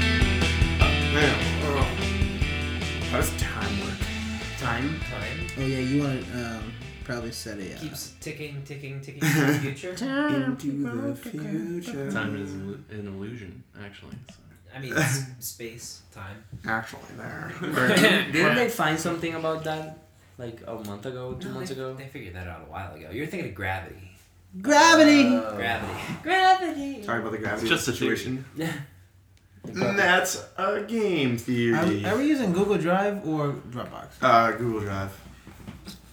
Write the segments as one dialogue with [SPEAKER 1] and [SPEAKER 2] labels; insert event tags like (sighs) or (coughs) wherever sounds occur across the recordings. [SPEAKER 1] Man, oh. How does time work? Time?
[SPEAKER 2] Time
[SPEAKER 3] Oh yeah, you want to um, probably set a uh,
[SPEAKER 2] keeps ticking, ticking, ticking into the (laughs) future.
[SPEAKER 3] into the future.
[SPEAKER 4] Time is an illu- an illusion, actually. So.
[SPEAKER 2] I mean, s- space, time.
[SPEAKER 1] Actually, there.
[SPEAKER 5] Didn't they find something about that like a month ago, two
[SPEAKER 2] No,
[SPEAKER 5] months
[SPEAKER 2] they,
[SPEAKER 5] ago?
[SPEAKER 2] They figured that out a while ago. You're thinking of gravity.
[SPEAKER 3] Gravity.
[SPEAKER 6] Oh. Uh,
[SPEAKER 2] Gravity.
[SPEAKER 5] Gravity.
[SPEAKER 1] Sorry about the gravity
[SPEAKER 4] It's just a theory.
[SPEAKER 1] situation.
[SPEAKER 5] Yeah.
[SPEAKER 1] That's a game theory.
[SPEAKER 3] Are, are we using Google Drive or Dropbox?
[SPEAKER 1] Uh, Google Drive.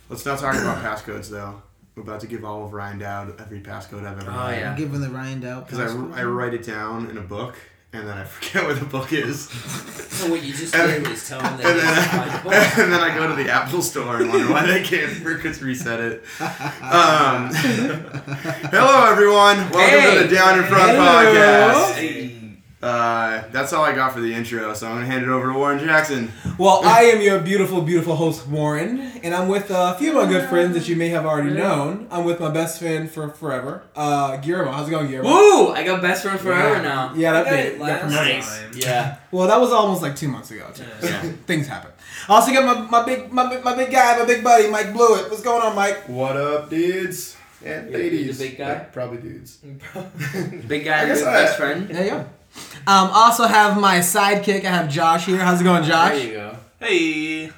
[SPEAKER 1] Let's not talk about passcodes though. I'm about to give all of Ryan Dowd every passcode I've ever.
[SPEAKER 5] Oh,
[SPEAKER 1] had.
[SPEAKER 5] yeah.
[SPEAKER 3] I'm giving the Ryan Dow.
[SPEAKER 1] Because I, I write it down in a book and then I (laughs) forget what the book
[SPEAKER 5] (laughs)
[SPEAKER 1] is.
[SPEAKER 2] So what you just
[SPEAKER 1] And-
[SPEAKER 2] did was tell them
[SPEAKER 1] And then, (laughs)
[SPEAKER 2] that you
[SPEAKER 1] I, and then I go to the Apple store and wonder why they can't freaking reset it. Um, (laughs) hello, everyone. Welcome to
[SPEAKER 2] Hey.
[SPEAKER 1] the Down in Front
[SPEAKER 3] Hello.
[SPEAKER 1] podcast. Uh, that's all I got for the intro, so I'm going to hand it over to Warren Jackson.
[SPEAKER 6] Well, I am your beautiful, beautiful host, Warren, and I'm with uh, a few of my good friends that you may have already known. I'm with my best friend for forever, uh, Guillermo. How's it going, Guillermo?
[SPEAKER 5] Woo! I got best friend forever
[SPEAKER 6] yeah.
[SPEAKER 5] now.
[SPEAKER 6] Yeah, that
[SPEAKER 2] Okay,
[SPEAKER 6] big. that
[SPEAKER 2] last
[SPEAKER 6] promotion.
[SPEAKER 2] Nice. time.
[SPEAKER 5] Yeah.
[SPEAKER 6] Well, that was almost like two months ago. Too.
[SPEAKER 2] Yeah.
[SPEAKER 6] So, Things happen. I also got my, my big my, big- my big guy, my big buddy, Mike Blewett. What's going on, Mike?
[SPEAKER 1] What up, dudes? And
[SPEAKER 5] You're- you're the ladies. big guy? Uh,
[SPEAKER 1] Probably dudes.
[SPEAKER 5] Big guy,
[SPEAKER 1] I
[SPEAKER 5] big
[SPEAKER 1] guess I-
[SPEAKER 5] best friend.
[SPEAKER 6] There you go. Um, also have my sidekick. I have Josh here. How's it going,
[SPEAKER 5] There
[SPEAKER 6] Josh?
[SPEAKER 5] you go.
[SPEAKER 4] Hey,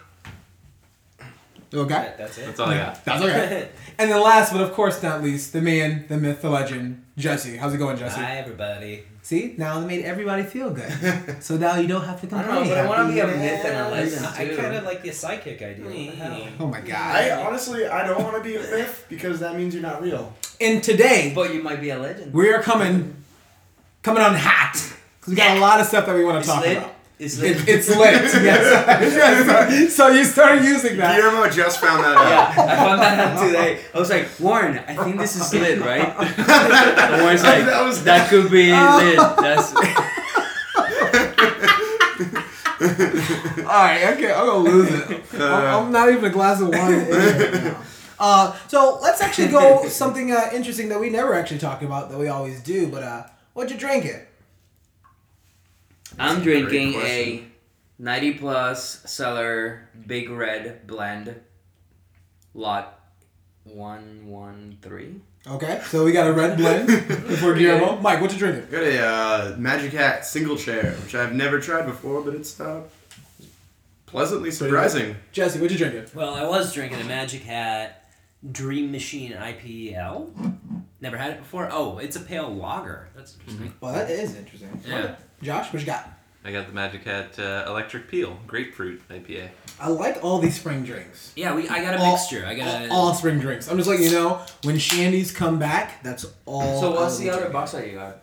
[SPEAKER 6] You okay.
[SPEAKER 2] That, that's it.
[SPEAKER 4] that's all I got.
[SPEAKER 6] That's okay.
[SPEAKER 5] (laughs)
[SPEAKER 6] and then last but of course not least, the man, the myth, the legend, Jesse. How's it going, Jesse?
[SPEAKER 2] Hi everybody.
[SPEAKER 6] See, now it made everybody feel good.
[SPEAKER 5] (laughs)
[SPEAKER 6] so now you don't have to
[SPEAKER 5] I
[SPEAKER 6] complain.
[SPEAKER 5] don't know, but I want to be a
[SPEAKER 6] Yeah.
[SPEAKER 5] myth and a legend
[SPEAKER 2] I
[SPEAKER 5] too.
[SPEAKER 2] kind of like the psychic idea. What the hell?
[SPEAKER 6] Oh my
[SPEAKER 1] I
[SPEAKER 6] god.
[SPEAKER 1] honestly, I don't want to be a myth because that means you're not real.
[SPEAKER 6] And today
[SPEAKER 5] But you might be a legend.
[SPEAKER 6] we are coming, coming on hot because we got a lot of stuff that we want to
[SPEAKER 5] It's
[SPEAKER 6] talk
[SPEAKER 5] lit.
[SPEAKER 6] about.
[SPEAKER 5] It's
[SPEAKER 6] It,
[SPEAKER 5] lit.
[SPEAKER 6] it's lit.
[SPEAKER 5] (laughs)
[SPEAKER 6] yes. yes. (laughs) So you started using that.
[SPEAKER 1] Guillermo just found that
[SPEAKER 5] Yeah,
[SPEAKER 1] out.
[SPEAKER 5] I found that out today. I was like, Warren, I think this is lit, right? And Warren's like,
[SPEAKER 1] That
[SPEAKER 5] that,
[SPEAKER 1] was- Oh.
[SPEAKER 5] could
[SPEAKER 1] (laughs)
[SPEAKER 5] be lit. That's
[SPEAKER 6] All right. Okay. I'm gonna lose it.
[SPEAKER 5] (laughs) Uh,
[SPEAKER 6] I'm, I'm not even a glass of wine. in right now. Uh, so let's actually go something uh, interesting that we never actually talk about that we always do. But uh, what you drinking?
[SPEAKER 5] I'm
[SPEAKER 1] great
[SPEAKER 5] drinking a
[SPEAKER 1] question.
[SPEAKER 5] 90 plus cellar big red blend lot 113.
[SPEAKER 6] Okay. So we got a red blend (laughs) before Guillermo. Mike, what you drinking?
[SPEAKER 1] Got a uh, Magic Hat single chair, which I've never tried before, but it's uh, pleasantly surprising.
[SPEAKER 6] Jesse, what you drinking?
[SPEAKER 2] Well, I was drinking a Magic Hat Dream Machine IPL. Never had it before. Oh, it's a pale lager. That's interesting.
[SPEAKER 6] Well, that is interesting.
[SPEAKER 4] Yeah,
[SPEAKER 6] Josh, what you got?
[SPEAKER 4] I got the Magic Hat uh, Electric Peel Grapefruit IPA.
[SPEAKER 6] I like all these spring drinks.
[SPEAKER 2] Yeah, we. I got a
[SPEAKER 6] All-
[SPEAKER 2] mixture. I got a.
[SPEAKER 6] All, all spring drinks. I'm just letting you know when Shandy's come back, that's all.
[SPEAKER 5] So, what's
[SPEAKER 6] I'll
[SPEAKER 5] the
[SPEAKER 6] be
[SPEAKER 5] other
[SPEAKER 6] drinking.
[SPEAKER 5] box that you got?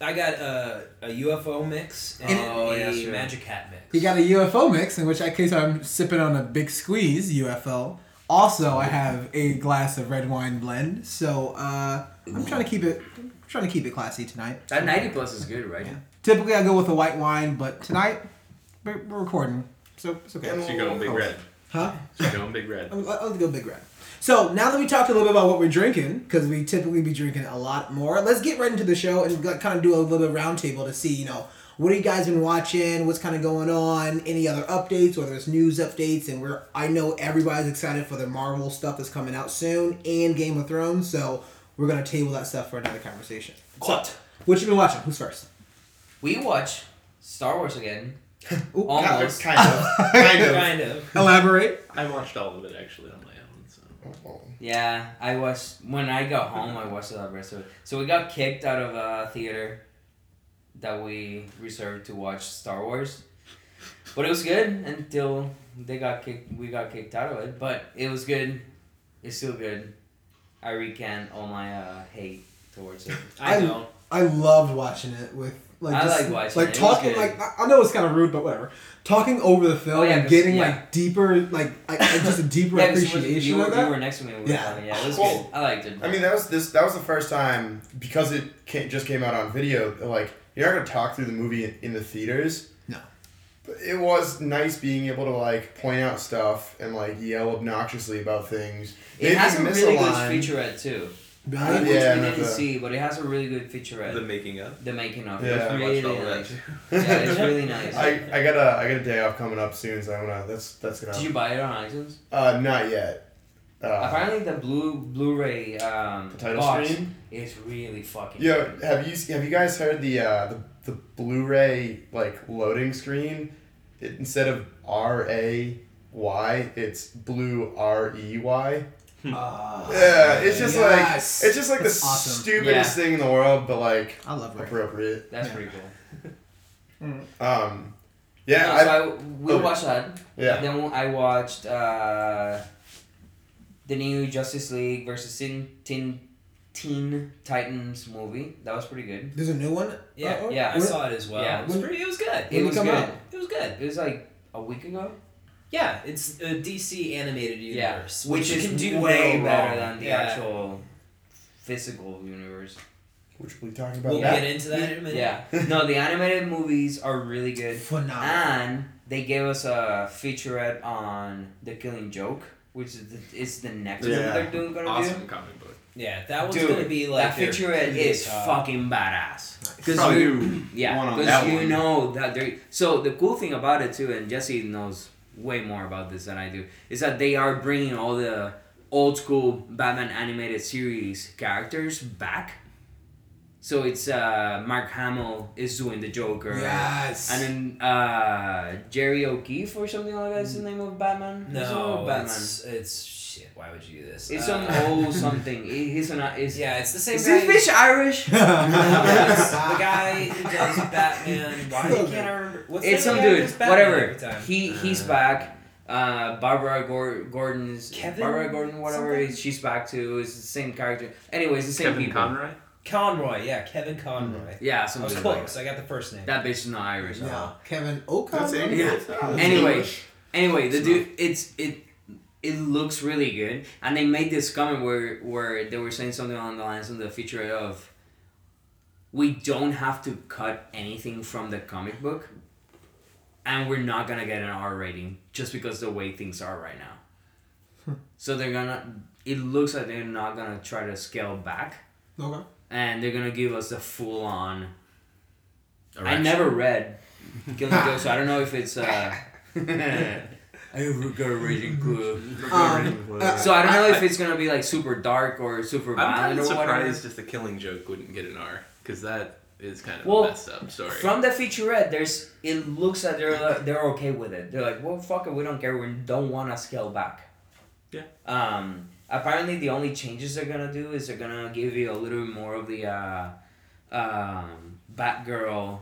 [SPEAKER 2] I got a, a UFO mix and
[SPEAKER 5] Oh,
[SPEAKER 2] a
[SPEAKER 5] yes, right.
[SPEAKER 2] Magic Hat mix.
[SPEAKER 6] You got a UFO mix, in which I case I'm sipping on a big squeeze UFO. Also, I have a glass of red wine blend. So uh, I'm trying to keep it, I'm trying to keep it classy tonight.
[SPEAKER 1] Hmm.
[SPEAKER 5] That 90 plus is good, right?
[SPEAKER 6] Typically, I go with a white wine, but tonight we're, we're recording, so it's okay.
[SPEAKER 1] Oh,
[SPEAKER 4] So you're going big red.
[SPEAKER 6] Huh?
[SPEAKER 4] So you're going
[SPEAKER 6] (laughs)
[SPEAKER 4] big red.
[SPEAKER 6] I'll, I'll go big red. So now that we talked a little bit about what we're drinking, because we typically be drinking a lot more, let's get right into the show and like, kind of do a little bit of roundtable to see, you know, what have you guys been watching, what's kind of going on, any other updates, whether it's news updates, and we're I know everybody's excited for the Marvel stuff that's coming out soon and Game of Thrones, so we're gonna table that stuff for another conversation.
[SPEAKER 5] What?
[SPEAKER 6] What you been watching? Who's first?
[SPEAKER 5] We watch Star Wars again.
[SPEAKER 1] (laughs)
[SPEAKER 6] Ooh,
[SPEAKER 5] Almost.
[SPEAKER 1] Kind
[SPEAKER 6] (laughs)
[SPEAKER 1] of. kind of.
[SPEAKER 2] kind of.
[SPEAKER 6] Elaborate.
[SPEAKER 4] I watched all of it actually on my own. So.
[SPEAKER 5] Yeah, I was when I got home. I watched the rest of it. So we got kicked out of a theater that we reserved to watch Star Wars, but it was good until they got kicked. We got kicked out of it, but it was good. It's still good. I recant all my uh, hate towards it.
[SPEAKER 2] I
[SPEAKER 6] I-
[SPEAKER 2] don't.
[SPEAKER 6] I loved watching it with like
[SPEAKER 5] I
[SPEAKER 6] just,
[SPEAKER 5] like watching it. It was
[SPEAKER 6] talking
[SPEAKER 5] good.
[SPEAKER 6] like I- I know it's kind of rude, but whatever. Talking over the film
[SPEAKER 5] Oh, yeah,
[SPEAKER 6] and
[SPEAKER 5] 'cause-
[SPEAKER 6] getting
[SPEAKER 5] yeah.
[SPEAKER 6] like deeper, like I,
[SPEAKER 5] (laughs)
[SPEAKER 6] I- just a deeper
[SPEAKER 5] Yeah, 'cause you, were- you,
[SPEAKER 6] appreciation
[SPEAKER 5] were,
[SPEAKER 6] of
[SPEAKER 5] you
[SPEAKER 6] that.
[SPEAKER 5] were next to me. When we
[SPEAKER 6] Yeah.
[SPEAKER 5] yeah. Were yeah, it was
[SPEAKER 1] Well,
[SPEAKER 5] good. I liked it.
[SPEAKER 1] I mean, that was this. That was the first time because it ca just came out on video. Like you're not gonna talk through the movie in, in the theaters.
[SPEAKER 6] No.
[SPEAKER 1] But it was nice being able to like point out stuff and like yell obnoxiously about things.
[SPEAKER 5] it has
[SPEAKER 1] you
[SPEAKER 5] a
[SPEAKER 1] miss
[SPEAKER 5] really
[SPEAKER 1] a
[SPEAKER 5] good
[SPEAKER 1] line.
[SPEAKER 5] featurette too.
[SPEAKER 6] Right?
[SPEAKER 5] Which
[SPEAKER 1] yeah,
[SPEAKER 5] we
[SPEAKER 1] no,
[SPEAKER 5] didn't
[SPEAKER 1] the-
[SPEAKER 5] see, but it has a really good featurette.
[SPEAKER 4] The
[SPEAKER 5] The,
[SPEAKER 4] making of.
[SPEAKER 5] making of
[SPEAKER 1] Yeah.
[SPEAKER 5] it's
[SPEAKER 4] I
[SPEAKER 5] really
[SPEAKER 4] watched all that. (laughs)
[SPEAKER 5] nice. yeah, it's really nice.
[SPEAKER 1] I, I got a I got a day off coming up soon, so I'm gonna that's that's gonna.
[SPEAKER 5] Did you buy it on iTunes?
[SPEAKER 1] uh, not yet. Uh,
[SPEAKER 5] Apparently, the blue Blu-ray um,
[SPEAKER 1] the title
[SPEAKER 5] box
[SPEAKER 1] screen.
[SPEAKER 5] is really fucking.
[SPEAKER 1] Yeah,
[SPEAKER 5] good.
[SPEAKER 1] have you have you guys heard the uh, the the Blu-ray like loading screen? It, instead of R A Y, it's blue R E Y.
[SPEAKER 5] Ah.
[SPEAKER 6] Uh,
[SPEAKER 1] Yeah, it's just
[SPEAKER 6] yes.
[SPEAKER 1] like it's just like
[SPEAKER 6] That's
[SPEAKER 1] the
[SPEAKER 6] awesome.
[SPEAKER 1] stupidest thing in the world, but like
[SPEAKER 6] I love Ray.
[SPEAKER 1] appropriate.
[SPEAKER 5] That's
[SPEAKER 6] Yeah.
[SPEAKER 5] pretty cool.
[SPEAKER 1] Um, yeah,
[SPEAKER 5] No,
[SPEAKER 1] I,
[SPEAKER 5] so I, we
[SPEAKER 1] oh.
[SPEAKER 5] watched that.
[SPEAKER 1] yeah,
[SPEAKER 5] Then I watched uh, the new Justice League versus Teen, Teen, Teen Titans movie. That was pretty good.
[SPEAKER 6] There's a new one.
[SPEAKER 2] Yeah,
[SPEAKER 6] Uh-oh.
[SPEAKER 5] yeah,
[SPEAKER 2] I
[SPEAKER 6] When-
[SPEAKER 2] saw it as well.
[SPEAKER 5] Yeah.
[SPEAKER 2] It was pretty. It was good.
[SPEAKER 6] When
[SPEAKER 5] It
[SPEAKER 6] did
[SPEAKER 5] was
[SPEAKER 6] it come
[SPEAKER 5] good.
[SPEAKER 6] out?
[SPEAKER 2] It was good.
[SPEAKER 5] It was like a week ago.
[SPEAKER 2] Yeah, it's a DC animated
[SPEAKER 5] Yeah,
[SPEAKER 2] universe,
[SPEAKER 5] which
[SPEAKER 2] you
[SPEAKER 5] is
[SPEAKER 2] can do
[SPEAKER 5] way
[SPEAKER 2] no
[SPEAKER 5] better
[SPEAKER 2] wrong.
[SPEAKER 5] than the
[SPEAKER 2] Yeah.
[SPEAKER 5] actual physical universe.
[SPEAKER 1] which we talking about
[SPEAKER 2] We'll
[SPEAKER 1] that.
[SPEAKER 2] get into that in a minute.
[SPEAKER 5] Yeah. No, the animated movies are really good.
[SPEAKER 6] Phenomenal.
[SPEAKER 5] And they gave us a featurette on The Killing Joke, which is the, is the next one
[SPEAKER 1] Yeah.
[SPEAKER 5] they're doing, gonna
[SPEAKER 4] Awesome comic book.
[SPEAKER 2] yeah, that one's
[SPEAKER 5] Dude,
[SPEAKER 2] gonna be
[SPEAKER 5] do.
[SPEAKER 2] like
[SPEAKER 5] that featurette is fucking badass.
[SPEAKER 1] Probably
[SPEAKER 5] you-
[SPEAKER 1] do one
[SPEAKER 5] Yeah,
[SPEAKER 1] on
[SPEAKER 5] because
[SPEAKER 1] that
[SPEAKER 5] you
[SPEAKER 1] one.
[SPEAKER 5] know that they. So the cool thing about it too, and Jesse knows way more about this than I do, is that they are bringing all the old school Batman animated series characters back. So it's uh, Mark Hamill is doing the Joker,
[SPEAKER 6] Yes. (laughs)
[SPEAKER 5] and then uh, Jerry O'Keefe or something like that's the name of Batman. Who's the name
[SPEAKER 2] Mm. No,
[SPEAKER 5] of Batman.
[SPEAKER 2] it's, it's shit. Why would you do this?
[SPEAKER 5] It's
[SPEAKER 2] Uh,
[SPEAKER 5] some
[SPEAKER 2] (laughs)
[SPEAKER 5] old something. He- He's an. Is,
[SPEAKER 2] Yeah, it's the same
[SPEAKER 5] Is
[SPEAKER 2] guy.
[SPEAKER 5] this bitch Irish? (laughs)
[SPEAKER 2] Yes, the guy who
[SPEAKER 6] (laughs)
[SPEAKER 2] does Batman. Why can't I remember? What's
[SPEAKER 5] it's
[SPEAKER 2] the
[SPEAKER 5] some
[SPEAKER 2] name of the guy who
[SPEAKER 5] dude.
[SPEAKER 2] does Batman
[SPEAKER 5] Whatever.
[SPEAKER 2] every time?
[SPEAKER 5] He he's
[SPEAKER 4] Uh,
[SPEAKER 5] back. Uh, Barbara Gor- Gordon's
[SPEAKER 2] Kevin
[SPEAKER 5] Barbara Gordon, whatever
[SPEAKER 2] something?
[SPEAKER 5] is, she's back too. It's the same character. Anyways, the same
[SPEAKER 4] Kevin
[SPEAKER 5] people.
[SPEAKER 4] Conroy.
[SPEAKER 2] Conroy. Yeah, Kevin Conroy.
[SPEAKER 5] Yeah,
[SPEAKER 2] I was
[SPEAKER 5] something like
[SPEAKER 2] close. I got the first name.
[SPEAKER 5] that. That bitch is not Irish. at all.
[SPEAKER 6] yeah, Kevin Oka.
[SPEAKER 1] That's English.
[SPEAKER 5] Yeah.
[SPEAKER 1] Oh, that's
[SPEAKER 5] Anyway.
[SPEAKER 1] English.
[SPEAKER 5] Anyway, the dude, it's it. It looks really good, and they made this comment where where they were saying something along the lines of the feature of. We don't have to cut anything from the comic book, and we're not gonna get an R rating just because the way things are right now. so they're gonna. It looks like they're not gonna try to scale back,
[SPEAKER 6] Okay.
[SPEAKER 5] and they're gonna give us a full on. I never read Killing Joke, so I don't know if it's. Uh, I regret reading
[SPEAKER 1] (laughs)
[SPEAKER 6] Um, uh,
[SPEAKER 5] So I don't know if it's gonna be like super dark or super
[SPEAKER 4] I'm kind
[SPEAKER 5] violent
[SPEAKER 4] of
[SPEAKER 5] or whatever.
[SPEAKER 4] surprised if the Killing Joke wouldn't get an R because that is kind of
[SPEAKER 5] Well,
[SPEAKER 4] a messed up story.
[SPEAKER 5] From the featurette, there's it looks like they're like, they're okay with it. They're like, well, fuck it, we don't care. We don't want to scale back.
[SPEAKER 4] Yeah.
[SPEAKER 5] Um. Apparently, the only changes they're gonna do is they're gonna give you a little bit more of the, uh, um, Batgirl.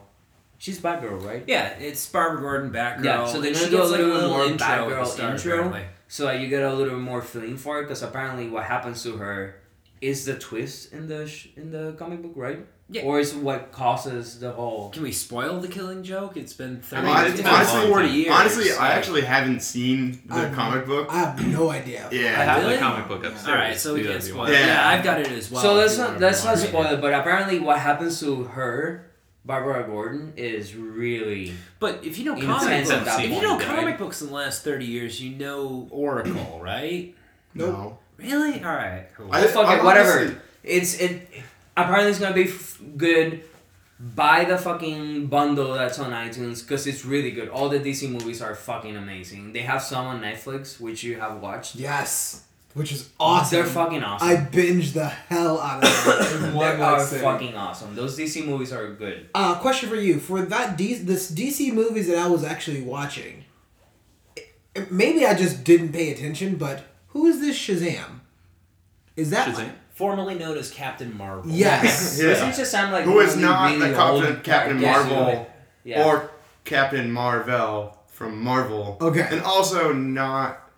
[SPEAKER 5] She's Batgirl, right?
[SPEAKER 2] Yeah, it's Barbara Gordon Batgirl.
[SPEAKER 5] Yeah, so they're
[SPEAKER 2] and she
[SPEAKER 5] gonna do a
[SPEAKER 2] gets, like,
[SPEAKER 5] little more
[SPEAKER 2] intro at the
[SPEAKER 5] Batgirl
[SPEAKER 2] start,
[SPEAKER 5] intro.
[SPEAKER 2] apparently.
[SPEAKER 5] so that you get a little more feeling for it because apparently what happens to her is the twist in the sh- in the comic book right
[SPEAKER 2] Yeah.
[SPEAKER 5] or is what causes the whole
[SPEAKER 2] Can we spoil the Killing Joke? It's been
[SPEAKER 4] I
[SPEAKER 2] thirty,
[SPEAKER 4] mean,
[SPEAKER 2] it's
[SPEAKER 4] it's
[SPEAKER 2] been
[SPEAKER 4] been a long
[SPEAKER 1] honestly,
[SPEAKER 2] forty
[SPEAKER 4] time.
[SPEAKER 2] years.
[SPEAKER 1] honestly, I
[SPEAKER 2] so-
[SPEAKER 1] actually haven't seen the
[SPEAKER 6] Um,
[SPEAKER 1] comic book.
[SPEAKER 6] I have no idea.
[SPEAKER 4] I
[SPEAKER 1] yeah,
[SPEAKER 4] have
[SPEAKER 2] really?
[SPEAKER 4] the comic book upstairs.
[SPEAKER 2] All right, so we
[SPEAKER 4] Do that
[SPEAKER 2] can
[SPEAKER 4] if you
[SPEAKER 2] spoil.
[SPEAKER 4] want.
[SPEAKER 2] it.
[SPEAKER 1] Yeah.
[SPEAKER 2] Yeah. I've got it as well.
[SPEAKER 5] so
[SPEAKER 2] if
[SPEAKER 5] let's
[SPEAKER 2] you
[SPEAKER 5] not
[SPEAKER 2] wanna
[SPEAKER 5] let's not
[SPEAKER 2] watch it.
[SPEAKER 5] spoil it but apparently what happens to her Barbara Gordon is really
[SPEAKER 2] But if you know
[SPEAKER 5] It's
[SPEAKER 2] comic
[SPEAKER 5] intense at
[SPEAKER 2] books,
[SPEAKER 5] that
[SPEAKER 2] if you
[SPEAKER 5] point,
[SPEAKER 2] know
[SPEAKER 4] right?
[SPEAKER 2] comic books in the last thirty years, you know Oracle, right?
[SPEAKER 1] no.
[SPEAKER 2] Really? All right. Cool.
[SPEAKER 1] I-
[SPEAKER 5] well, fuck
[SPEAKER 1] I'm
[SPEAKER 5] it whatever
[SPEAKER 1] honestly-
[SPEAKER 5] it's it apparently it's gonna be f- good buy the fucking bundle that's on iTunes because it's really good all the DC movies are fucking amazing they have some on Netflix which you have watched
[SPEAKER 6] Yes, which is awesome.
[SPEAKER 5] They're fucking awesome.
[SPEAKER 6] I binged the hell out of that. (coughs) in
[SPEAKER 5] (coughs) they
[SPEAKER 6] one
[SPEAKER 5] are
[SPEAKER 6] like, sitting.
[SPEAKER 5] fucking awesome. Those DC movies are good.
[SPEAKER 6] Uh, question for you: For that D- this DC movies that I was actually watching, it- maybe I just didn't pay attention. But who is this Shazam? Is that
[SPEAKER 4] Shazam?
[SPEAKER 2] Formerly known as Captain Marvel.
[SPEAKER 6] yes?
[SPEAKER 1] Yeah.
[SPEAKER 5] Isn't Shazam like
[SPEAKER 1] Who is
[SPEAKER 5] really,
[SPEAKER 1] not
[SPEAKER 5] really
[SPEAKER 1] the
[SPEAKER 5] old
[SPEAKER 1] Captain, Captain
[SPEAKER 5] character?
[SPEAKER 1] Marvel
[SPEAKER 5] Yeah.
[SPEAKER 1] or Captain Marvel from Marvel.
[SPEAKER 6] Okay.
[SPEAKER 1] And also not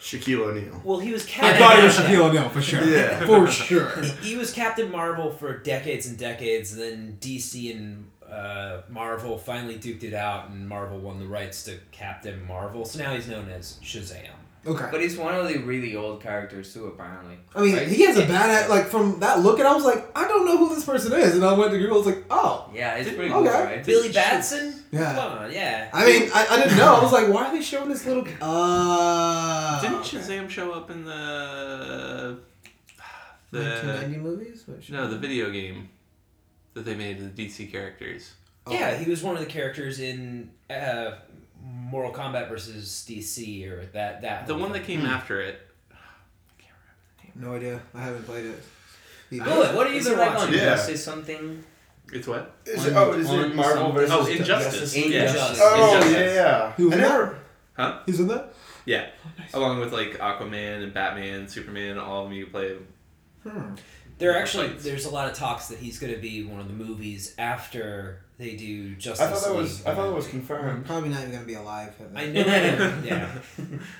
[SPEAKER 1] Shaquille O'Neal.
[SPEAKER 2] Well, he was
[SPEAKER 6] (laughs) I
[SPEAKER 2] Captain.
[SPEAKER 6] thought it was Shaquille O'Neal for sure.
[SPEAKER 1] Yeah.
[SPEAKER 6] (laughs) for sure.
[SPEAKER 2] He was Captain Marvel for decades and decades, and then DC and uh, uh, Marvel finally duked it out, and Marvel won the rights to Captain Marvel. So now he's known as Shazam.
[SPEAKER 6] Okay.
[SPEAKER 5] But he's one of the really old characters too, apparently.
[SPEAKER 6] I mean,
[SPEAKER 5] Right?
[SPEAKER 6] he has a bad like from that look, and I was like, I don't know who this person is, and I went to Google, I was like, oh.
[SPEAKER 5] Yeah, it's pretty
[SPEAKER 6] Okay.
[SPEAKER 5] cool, right?
[SPEAKER 2] Billy Batson?
[SPEAKER 4] Uh,
[SPEAKER 6] Yeah.
[SPEAKER 2] Come on, yeah.
[SPEAKER 6] I mean, I, I didn't know. I was like, why are they showing this little? Uh,
[SPEAKER 4] Didn't
[SPEAKER 6] okay.
[SPEAKER 4] Shazam show up in the the
[SPEAKER 6] 1990 movies? Which-
[SPEAKER 4] no the video game that they made of the DC characters?
[SPEAKER 6] Okay.
[SPEAKER 2] Yeah, he was one of the characters in uh, Mortal Kombat versus DC or that that
[SPEAKER 4] The
[SPEAKER 2] whole
[SPEAKER 4] one
[SPEAKER 2] thing.
[SPEAKER 4] that came after it.
[SPEAKER 6] Oh, No idea. I haven't played it. Either.
[SPEAKER 5] Bullet, what do you
[SPEAKER 2] Is it
[SPEAKER 5] been like on
[SPEAKER 1] watching? Yeah.
[SPEAKER 5] Justice something?
[SPEAKER 4] It's what?
[SPEAKER 1] Is it, oh, is it
[SPEAKER 5] On
[SPEAKER 1] Marvel
[SPEAKER 5] something.
[SPEAKER 1] versus
[SPEAKER 4] Oh, Injustice.
[SPEAKER 5] Injustice.
[SPEAKER 4] Yeah.
[SPEAKER 2] Injustice.
[SPEAKER 1] Oh
[SPEAKER 4] Injustice.
[SPEAKER 1] yeah, yeah.
[SPEAKER 6] He was
[SPEAKER 1] I
[SPEAKER 6] in
[SPEAKER 1] never-
[SPEAKER 4] Huh?
[SPEAKER 6] He's in that.
[SPEAKER 4] Yeah. Along with like Aquaman and Batman, Superman, all of them you could play.
[SPEAKER 6] Hmm.
[SPEAKER 2] There are
[SPEAKER 4] Different
[SPEAKER 2] actually
[SPEAKER 4] fights.
[SPEAKER 2] there's a lot of talks that he's going to be one of the movies after they do Justice
[SPEAKER 1] I thought that was.
[SPEAKER 2] League.
[SPEAKER 1] I thought that was confirmed.
[SPEAKER 6] Hmm. Probably not even gonna be alive. at that-
[SPEAKER 2] I
[SPEAKER 6] (laughs)
[SPEAKER 2] know.
[SPEAKER 1] (laughs)
[SPEAKER 2] yeah,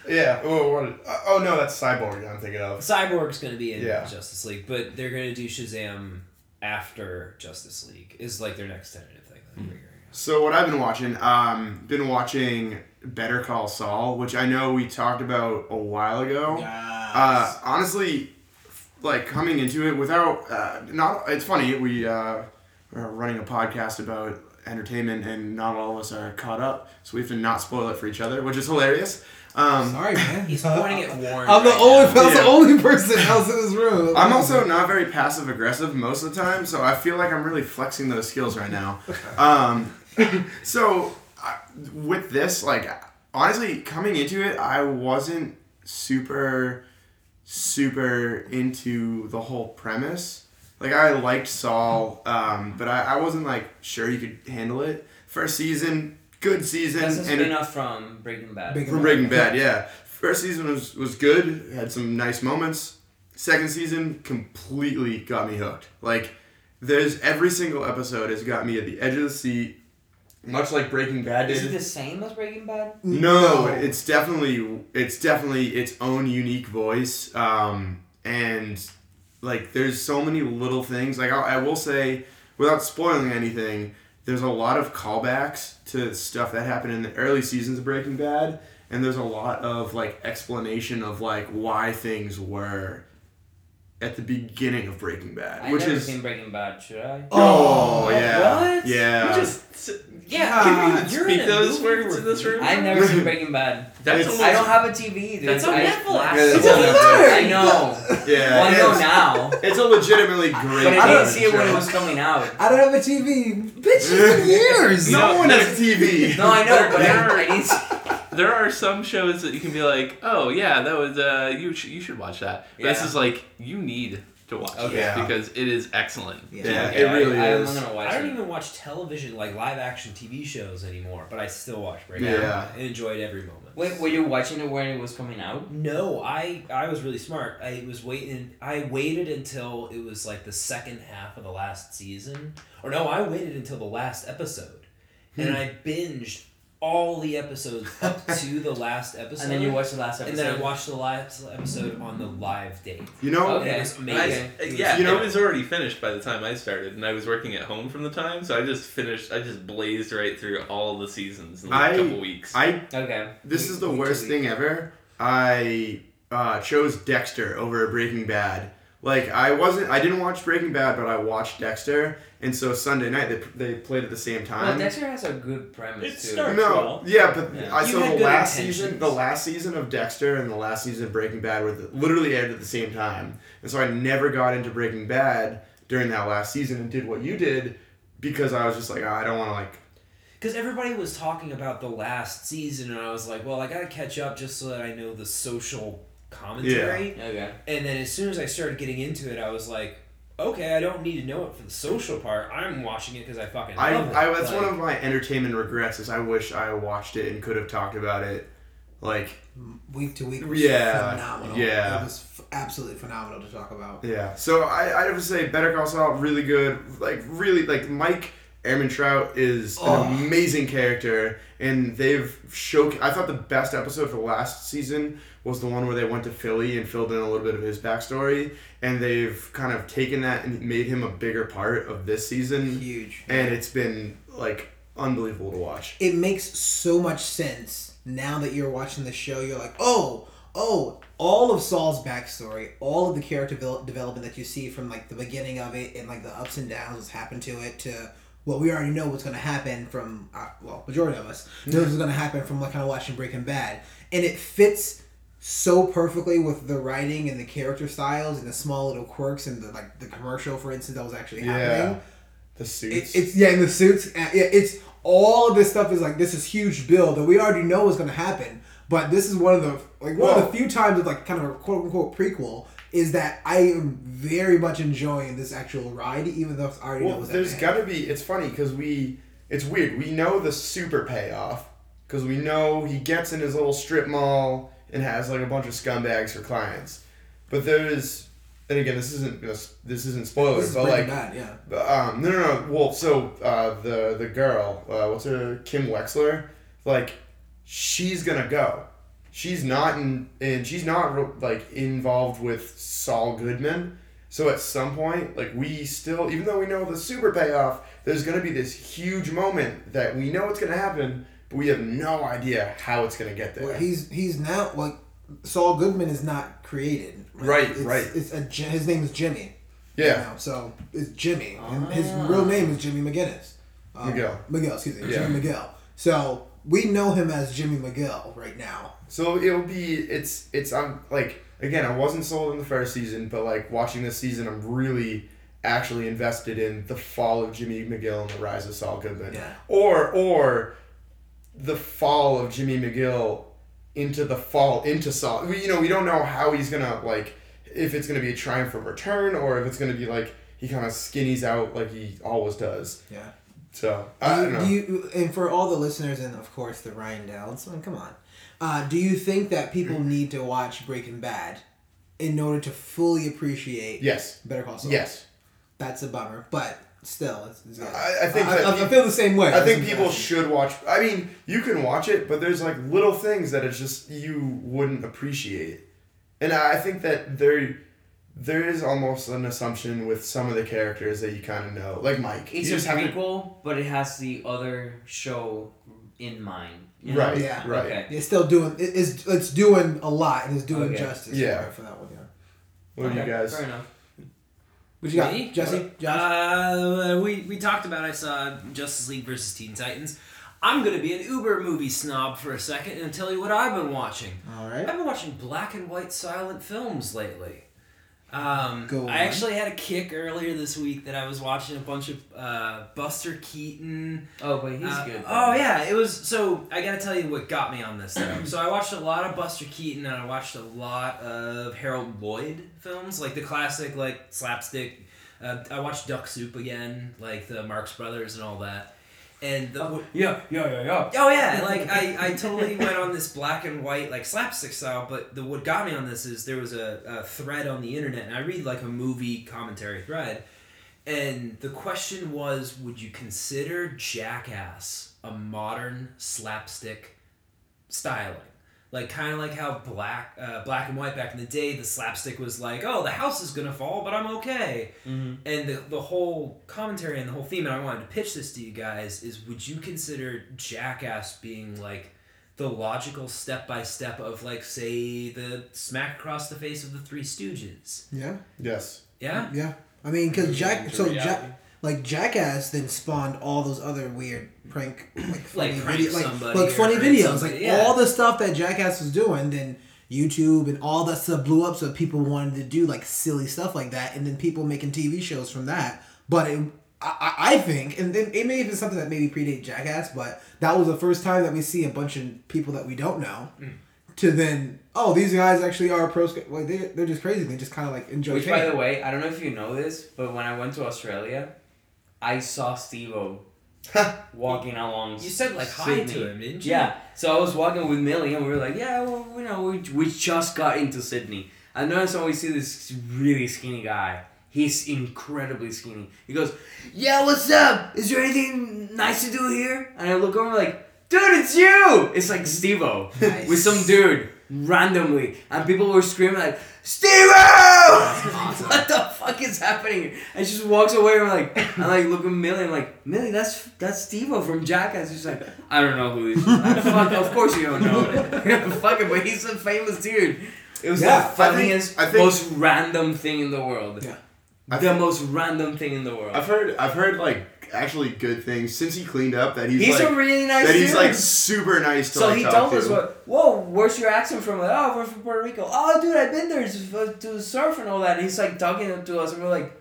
[SPEAKER 1] Yeah. Oh, what, oh no, that's Cyborg. I'm thinking of.
[SPEAKER 2] Cyborg's going to be in
[SPEAKER 1] Yeah.
[SPEAKER 2] Justice League, but they're going to do Shazam after Justice League is like their next tentative thing. that they're figuring out.
[SPEAKER 1] So what I've been watching, um, been watching Better Call Saul, which I know we talked about a while ago. Uh, honestly, like coming into it without uh, not it's funny we uh, are running a podcast about entertainment and not all of us are caught up, so we have to not spoil it for each other, which is hilarious. Um,
[SPEAKER 6] Sorry, man.
[SPEAKER 2] He's pointing at Warren.
[SPEAKER 6] I'm the
[SPEAKER 2] right
[SPEAKER 6] only.
[SPEAKER 2] now.
[SPEAKER 6] I was the
[SPEAKER 1] Yeah.
[SPEAKER 6] only person else in this room.
[SPEAKER 1] I'm also not very passive aggressive most of the time, so I feel like I'm really flexing those skills right now. Um, so I, with this, like honestly, coming into it, I wasn't super, super into the whole premise. Like I liked Saul, um, but I, I wasn't like sure you could handle it. First season, good season,
[SPEAKER 5] That's a
[SPEAKER 1] and
[SPEAKER 5] spin off from Breaking Bad.
[SPEAKER 6] Big-
[SPEAKER 1] from Breaking Bad, yeah. First season was, was good, had some nice moments. Second season completely got me hooked. Like, there's every single episode has got me at the edge of the seat, much like Breaking Bad
[SPEAKER 5] Is it
[SPEAKER 1] did.
[SPEAKER 5] the same as Breaking Bad?
[SPEAKER 1] No, it's definitely it's definitely its own unique voice. Um, and like, there's so many little things. Like, I, I will say, without spoiling anything, there's a lot of callbacks to stuff that happened in the early seasons of Breaking Bad, and there's a lot of like explanation of like why things were at the beginning of Breaking Bad,
[SPEAKER 5] I
[SPEAKER 1] which
[SPEAKER 5] never
[SPEAKER 1] is
[SPEAKER 5] seen Breaking Bad, should I?
[SPEAKER 1] oh, yeah,
[SPEAKER 5] What?
[SPEAKER 1] yeah.
[SPEAKER 4] just
[SPEAKER 5] Yeah.
[SPEAKER 4] can you even
[SPEAKER 2] you're
[SPEAKER 4] speak
[SPEAKER 2] in a
[SPEAKER 4] those
[SPEAKER 2] movie
[SPEAKER 4] words in this room?
[SPEAKER 5] I've never seen Breaking Bad.
[SPEAKER 4] That's
[SPEAKER 1] It's-
[SPEAKER 4] almost,
[SPEAKER 5] I don't have a TV. Dude.
[SPEAKER 2] That's on
[SPEAKER 5] I-
[SPEAKER 2] Netflix.
[SPEAKER 1] Yeah,
[SPEAKER 6] It
[SPEAKER 1] that's
[SPEAKER 6] doesn't
[SPEAKER 1] all
[SPEAKER 6] matter.
[SPEAKER 5] I know.
[SPEAKER 1] (laughs) Yeah,
[SPEAKER 5] well, I know
[SPEAKER 1] it's,
[SPEAKER 5] now.
[SPEAKER 1] it's a legitimately great.
[SPEAKER 5] But I
[SPEAKER 1] television
[SPEAKER 5] didn't see it when
[SPEAKER 1] show.
[SPEAKER 5] it was
[SPEAKER 6] (laughs)
[SPEAKER 5] coming out.
[SPEAKER 6] I don't have a TV. Bitch,
[SPEAKER 1] (laughs)
[SPEAKER 6] it's been years.
[SPEAKER 4] No.
[SPEAKER 1] No one has TV.
[SPEAKER 5] No, I know,
[SPEAKER 4] There-
[SPEAKER 5] but
[SPEAKER 4] there-
[SPEAKER 5] I, I didn't see
[SPEAKER 4] There are some shows that you can be like, oh yeah, that was uh, you sh- you should watch that. But This
[SPEAKER 5] Yeah.
[SPEAKER 4] is like you need to watch
[SPEAKER 1] Okay.
[SPEAKER 4] this
[SPEAKER 1] Yeah.
[SPEAKER 4] because it is excellent.
[SPEAKER 6] Yeah.
[SPEAKER 1] Yeah,
[SPEAKER 5] Okay,
[SPEAKER 1] it really
[SPEAKER 5] I,
[SPEAKER 1] is.
[SPEAKER 5] I'm gonna watch
[SPEAKER 2] I don't
[SPEAKER 5] it.
[SPEAKER 2] even watch television like live action TV shows anymore, but I still watch Breaking
[SPEAKER 1] Yeah.
[SPEAKER 2] Bad and enjoyed every moment.
[SPEAKER 5] Wait, were you watching it when it was coming out?
[SPEAKER 2] No, I I was really smart. I was waiting. I waited until it was like the second half of the last season, or no, I waited until the last episode,
[SPEAKER 5] Hmm.
[SPEAKER 2] and I binged all the episodes
[SPEAKER 5] (laughs)
[SPEAKER 2] up to the last episode.
[SPEAKER 5] And then you watched the last episode.
[SPEAKER 2] And then I watched the last episode on the live date.
[SPEAKER 1] You know,
[SPEAKER 5] Okay.
[SPEAKER 2] It was
[SPEAKER 4] I, uh,
[SPEAKER 2] amazing. It was-
[SPEAKER 4] yeah,
[SPEAKER 1] You know-
[SPEAKER 4] it was already finished by the time I started, and I was working at home from the time, so I just finished. I just blazed right through all the seasons in like
[SPEAKER 1] I-
[SPEAKER 4] a couple weeks.
[SPEAKER 1] I
[SPEAKER 5] Okay.
[SPEAKER 1] this is the
[SPEAKER 6] We- we
[SPEAKER 1] worst
[SPEAKER 6] delete.
[SPEAKER 1] thing ever. I uh, chose Dexter over Breaking Bad. Like I wasn't, I didn't watch Breaking Bad, but I watched Dexter, and so Sunday night they, they played at the same
[SPEAKER 5] Well,
[SPEAKER 1] time.
[SPEAKER 5] Dexter has a good premise
[SPEAKER 2] It
[SPEAKER 5] too.
[SPEAKER 2] starts-
[SPEAKER 1] no, yeah, but
[SPEAKER 5] Yeah.
[SPEAKER 1] I
[SPEAKER 2] You
[SPEAKER 1] saw
[SPEAKER 2] had
[SPEAKER 1] the
[SPEAKER 2] good
[SPEAKER 1] last
[SPEAKER 2] intentions.
[SPEAKER 1] season, the last season of Dexter and the last season of Breaking Bad were the, literally aired at the same time, and so I never got into Breaking Bad during that last season and did what you did because I was just like, "Ah, I don't want to like
[SPEAKER 2] Because everybody was talking about the last season, and I was like, well, I gotta catch up just so that I know the social commentary.
[SPEAKER 5] Okay.
[SPEAKER 2] And then as soon as I started getting into it, I was like, okay, I don't need to know it for the social part. I'm watching it because I fucking
[SPEAKER 1] I,
[SPEAKER 2] love it.
[SPEAKER 1] I that's
[SPEAKER 2] Like,
[SPEAKER 1] one of my entertainment regrets is I wish I watched it and could have talked about it. Like
[SPEAKER 6] Week to week was
[SPEAKER 1] Yeah,
[SPEAKER 6] phenomenal.
[SPEAKER 1] yeah.
[SPEAKER 6] It was f- absolutely phenomenal to talk about.
[SPEAKER 1] yeah, so I I have to say Better Call Saul really good. Like really like Mike Ehrman Trout is
[SPEAKER 6] Oh.
[SPEAKER 1] an amazing character, and they've show. I thought the best episode for last season was the one where they went to Philly and filled in a little bit of his backstory, and they've kind of taken that and made him a bigger part of this season.
[SPEAKER 6] Huge.
[SPEAKER 1] and it's been like unbelievable to watch.
[SPEAKER 6] it makes so much sense now that you're watching the show. You're like, oh, oh, all of Saul's backstory, all of the character devel- development that you see from like the beginning of it and like the ups and downs that's happened to it to well, we already know what's going to happen from uh, well, majority of us knows what's going to happen from like kind of watching Breaking Bad, and it fits so perfectly with the writing and the character styles and the small little quirks and the like the commercial, for instance, that was actually happening.
[SPEAKER 1] The
[SPEAKER 6] It,
[SPEAKER 1] suits.
[SPEAKER 6] it's yeah, in the suits. uh, Yeah, it's all of this stuff is like this is huge build that we already know is going to happen. But this is one of the like one of
[SPEAKER 1] Well-
[SPEAKER 6] the few times of like kind of a quote unquote prequel is that I am very much enjoying this actual ride, even though I already know
[SPEAKER 1] well,
[SPEAKER 6] what's
[SPEAKER 1] there's
[SPEAKER 6] happening.
[SPEAKER 1] gotta be. It's funny because we. It's weird. We know the super payoff because we know he gets in his little strip mall and has like a bunch of scumbags for clients, but there is. And again, this isn't gonna s- this isn't spoilers,
[SPEAKER 6] this is
[SPEAKER 1] but
[SPEAKER 6] Breaking
[SPEAKER 1] like
[SPEAKER 6] Bad, yeah.
[SPEAKER 1] Um, no, no, no. Well, so uh, the the girl, uh, what's her Kim Wexler, like she's gonna go. She's not in, and she's not re- like involved with Saul Goodman. So at some point, like we still, even though we know the super payoff, there's gonna be this huge moment that we know it's gonna happen, but we have no idea how it's gonna get there.
[SPEAKER 6] Well, he's he's now like Saul Goodman is not created.
[SPEAKER 1] Right,
[SPEAKER 6] it's,
[SPEAKER 1] right.
[SPEAKER 6] It's a Ji- his name is Jimmy.
[SPEAKER 1] yeah,
[SPEAKER 6] now, so it's Jimmy, and his real name is Jimmy McGinnis. Um,
[SPEAKER 1] Miguel.
[SPEAKER 6] Miguel, excuse me,
[SPEAKER 1] Yeah.
[SPEAKER 6] Jimmy Miguel. So we know him as Jimmy Miguel right now.
[SPEAKER 1] So it'll be it's it's I'm like again I wasn't sold in the first season, but like watching this season, I'm really actually invested in the fall of Jimmy McGill and the rise of Saul Goodman,
[SPEAKER 6] Yeah.
[SPEAKER 1] or or the fall of Jimmy McGill into the fall into Saul. We, you know we don't know how he's gonna like if it's gonna be a triumphant return or if it's gonna be like he kind of skinnies out like he always does.
[SPEAKER 6] Yeah.
[SPEAKER 1] So I
[SPEAKER 6] do
[SPEAKER 1] don't
[SPEAKER 6] you,
[SPEAKER 1] know.
[SPEAKER 6] do you- and for all the listeners and of course the Ryan Downs, I mean, come on. Uh, do you think that people
[SPEAKER 1] Mm-hmm.
[SPEAKER 6] need to watch Breaking Bad in order to fully appreciate
[SPEAKER 1] yes.
[SPEAKER 6] Better Call Saul?
[SPEAKER 1] Yes.
[SPEAKER 6] That's a bummer, but still, it's, it's good.
[SPEAKER 1] I- I think
[SPEAKER 6] I,
[SPEAKER 1] that
[SPEAKER 6] I- I
[SPEAKER 1] peop-
[SPEAKER 6] feel the same way.
[SPEAKER 1] I think
[SPEAKER 6] That's
[SPEAKER 1] people
[SPEAKER 6] embarrassing.
[SPEAKER 1] should watch. I mean, you can watch it, but there's like little things that it's just you wouldn't appreciate, and I I think that there, there is almost an assumption with some of the characters that you kind of know, like Mike.
[SPEAKER 5] It's
[SPEAKER 1] you
[SPEAKER 5] a
[SPEAKER 1] just have to-
[SPEAKER 5] prequel, but it has the other show in mind. you know?
[SPEAKER 1] right,
[SPEAKER 6] Yeah.
[SPEAKER 1] right.
[SPEAKER 5] Okay.
[SPEAKER 6] It's still doing. It, it's it's doing a lot and it's doing
[SPEAKER 5] Okay.
[SPEAKER 6] justice.
[SPEAKER 1] Yeah.
[SPEAKER 6] for that one. Yeah.
[SPEAKER 1] What do you
[SPEAKER 5] Okay,
[SPEAKER 1] guys?
[SPEAKER 5] Fair enough.
[SPEAKER 6] What you got,
[SPEAKER 2] Me?
[SPEAKER 6] Jesse? Josh?
[SPEAKER 2] Uh, we, we talked about I saw Justice League versus Teen Titans. I'm gonna be an Uber movie snob for a second and tell you what I've been watching.
[SPEAKER 6] All
[SPEAKER 2] I've
[SPEAKER 6] right.
[SPEAKER 2] been watching black and white silent films lately. Um,
[SPEAKER 6] Go
[SPEAKER 2] I
[SPEAKER 6] on.
[SPEAKER 2] actually had a kick earlier this week that I was watching a bunch of uh, Buster Keaton.
[SPEAKER 5] Oh, but he's
[SPEAKER 2] uh,
[SPEAKER 5] good. though.
[SPEAKER 2] Oh yeah, it was. So I gotta tell you what got me on this. Though. so I watched a lot of Buster Keaton and I watched a lot of Harold Lloyd films, like the classic like slapstick. Uh, I watched Duck Soup again, like the Marx Brothers and all that. And the,
[SPEAKER 5] Oh, Yeah, yeah, yeah, yeah.
[SPEAKER 2] Oh yeah, like I, I totally went on this black and white like slapstick style, but the what got me on this is there was a, a thread on the internet, and I read like a movie commentary thread, and the question was, would you consider Jackass a modern slapstick styling? Like kind of like how black uh, black and white back in the day, the slapstick was like, oh, the house is gonna fall, but I'm okay.
[SPEAKER 5] Mm-hmm.
[SPEAKER 2] And the, the whole commentary and the whole theme, and I wanted to pitch this to you guys, is would you consider Jackass being like the logical step by step of like say the smack across the face of the Three Stooges?
[SPEAKER 6] Yeah.
[SPEAKER 1] Yes.
[SPEAKER 2] Yeah.
[SPEAKER 6] Yeah, I mean, because Jack,
[SPEAKER 4] into
[SPEAKER 6] so
[SPEAKER 4] reality.
[SPEAKER 6] Jack, like Jackass, then spawned all those other weird prank, like funny
[SPEAKER 2] prank
[SPEAKER 6] video, like,
[SPEAKER 2] somebody
[SPEAKER 6] like
[SPEAKER 2] or
[SPEAKER 6] funny
[SPEAKER 2] prank
[SPEAKER 6] videos,
[SPEAKER 2] somebody,
[SPEAKER 6] like
[SPEAKER 2] yeah.
[SPEAKER 6] all the stuff that Jackass was doing. Then YouTube and all that stuff blew up, so people wanted to do like silly stuff like that, and then people making TV shows from that. But it, I, I I think, and then it may have been something that maybe predate Jackass, but that was the first time that we see a bunch of people that we don't know. To then, oh, these guys actually are pro. Like they, they're just crazy. They just kind of like enjoy.
[SPEAKER 5] Which, by
[SPEAKER 6] pain.
[SPEAKER 5] the way, I don't know if you know this, but when I went to Australia, I saw Steve-O walking along.
[SPEAKER 2] You said like hi
[SPEAKER 5] Sydney.
[SPEAKER 2] to him, didn't you?
[SPEAKER 5] Yeah. So I was walking with Millie, and we were like, "Yeah, well, you know, we, we just got into Sydney." And then so we see this really skinny guy. He's incredibly skinny. He goes, "Yeah, what's up? Is there anything
[SPEAKER 1] (laughs)
[SPEAKER 5] nice to do here?" And I look over like, "Dude, it's you!" It's like Stevo
[SPEAKER 6] Nice.
[SPEAKER 5] with some dude randomly, and people were screaming like, "Steve!" (laughs) what the fuck is happening? here? And she just walks away. And
[SPEAKER 1] (laughs)
[SPEAKER 5] I'm like, I'm like, look at Millie. I'm like, Millie, that's that's Stevo from Jackass. She's like, I don't know who he
[SPEAKER 1] (laughs)
[SPEAKER 5] is. I'm like, fuck, of course you don't know. (laughs) fuck it, but he's a famous dude. It was
[SPEAKER 6] Yeah, I
[SPEAKER 5] the
[SPEAKER 6] think-
[SPEAKER 5] funniest,
[SPEAKER 1] I think-
[SPEAKER 5] most random thing in the world.
[SPEAKER 6] Yeah.
[SPEAKER 1] I
[SPEAKER 5] the
[SPEAKER 1] thi-
[SPEAKER 5] most random thing in the world.
[SPEAKER 1] I've heard I've heard like actually good things since he cleaned up that he's,
[SPEAKER 5] he's
[SPEAKER 1] like
[SPEAKER 5] a really nice
[SPEAKER 1] that
[SPEAKER 5] dude.
[SPEAKER 1] he's like super nice to
[SPEAKER 5] so
[SPEAKER 1] like
[SPEAKER 5] he
[SPEAKER 1] talk
[SPEAKER 5] told
[SPEAKER 1] to.
[SPEAKER 5] us what. Whoa, where's your accent from? Like, oh, we're from Puerto Rico. Oh, dude, I've been there to uh, to surf and all that. And he's like talking to us, and we're like,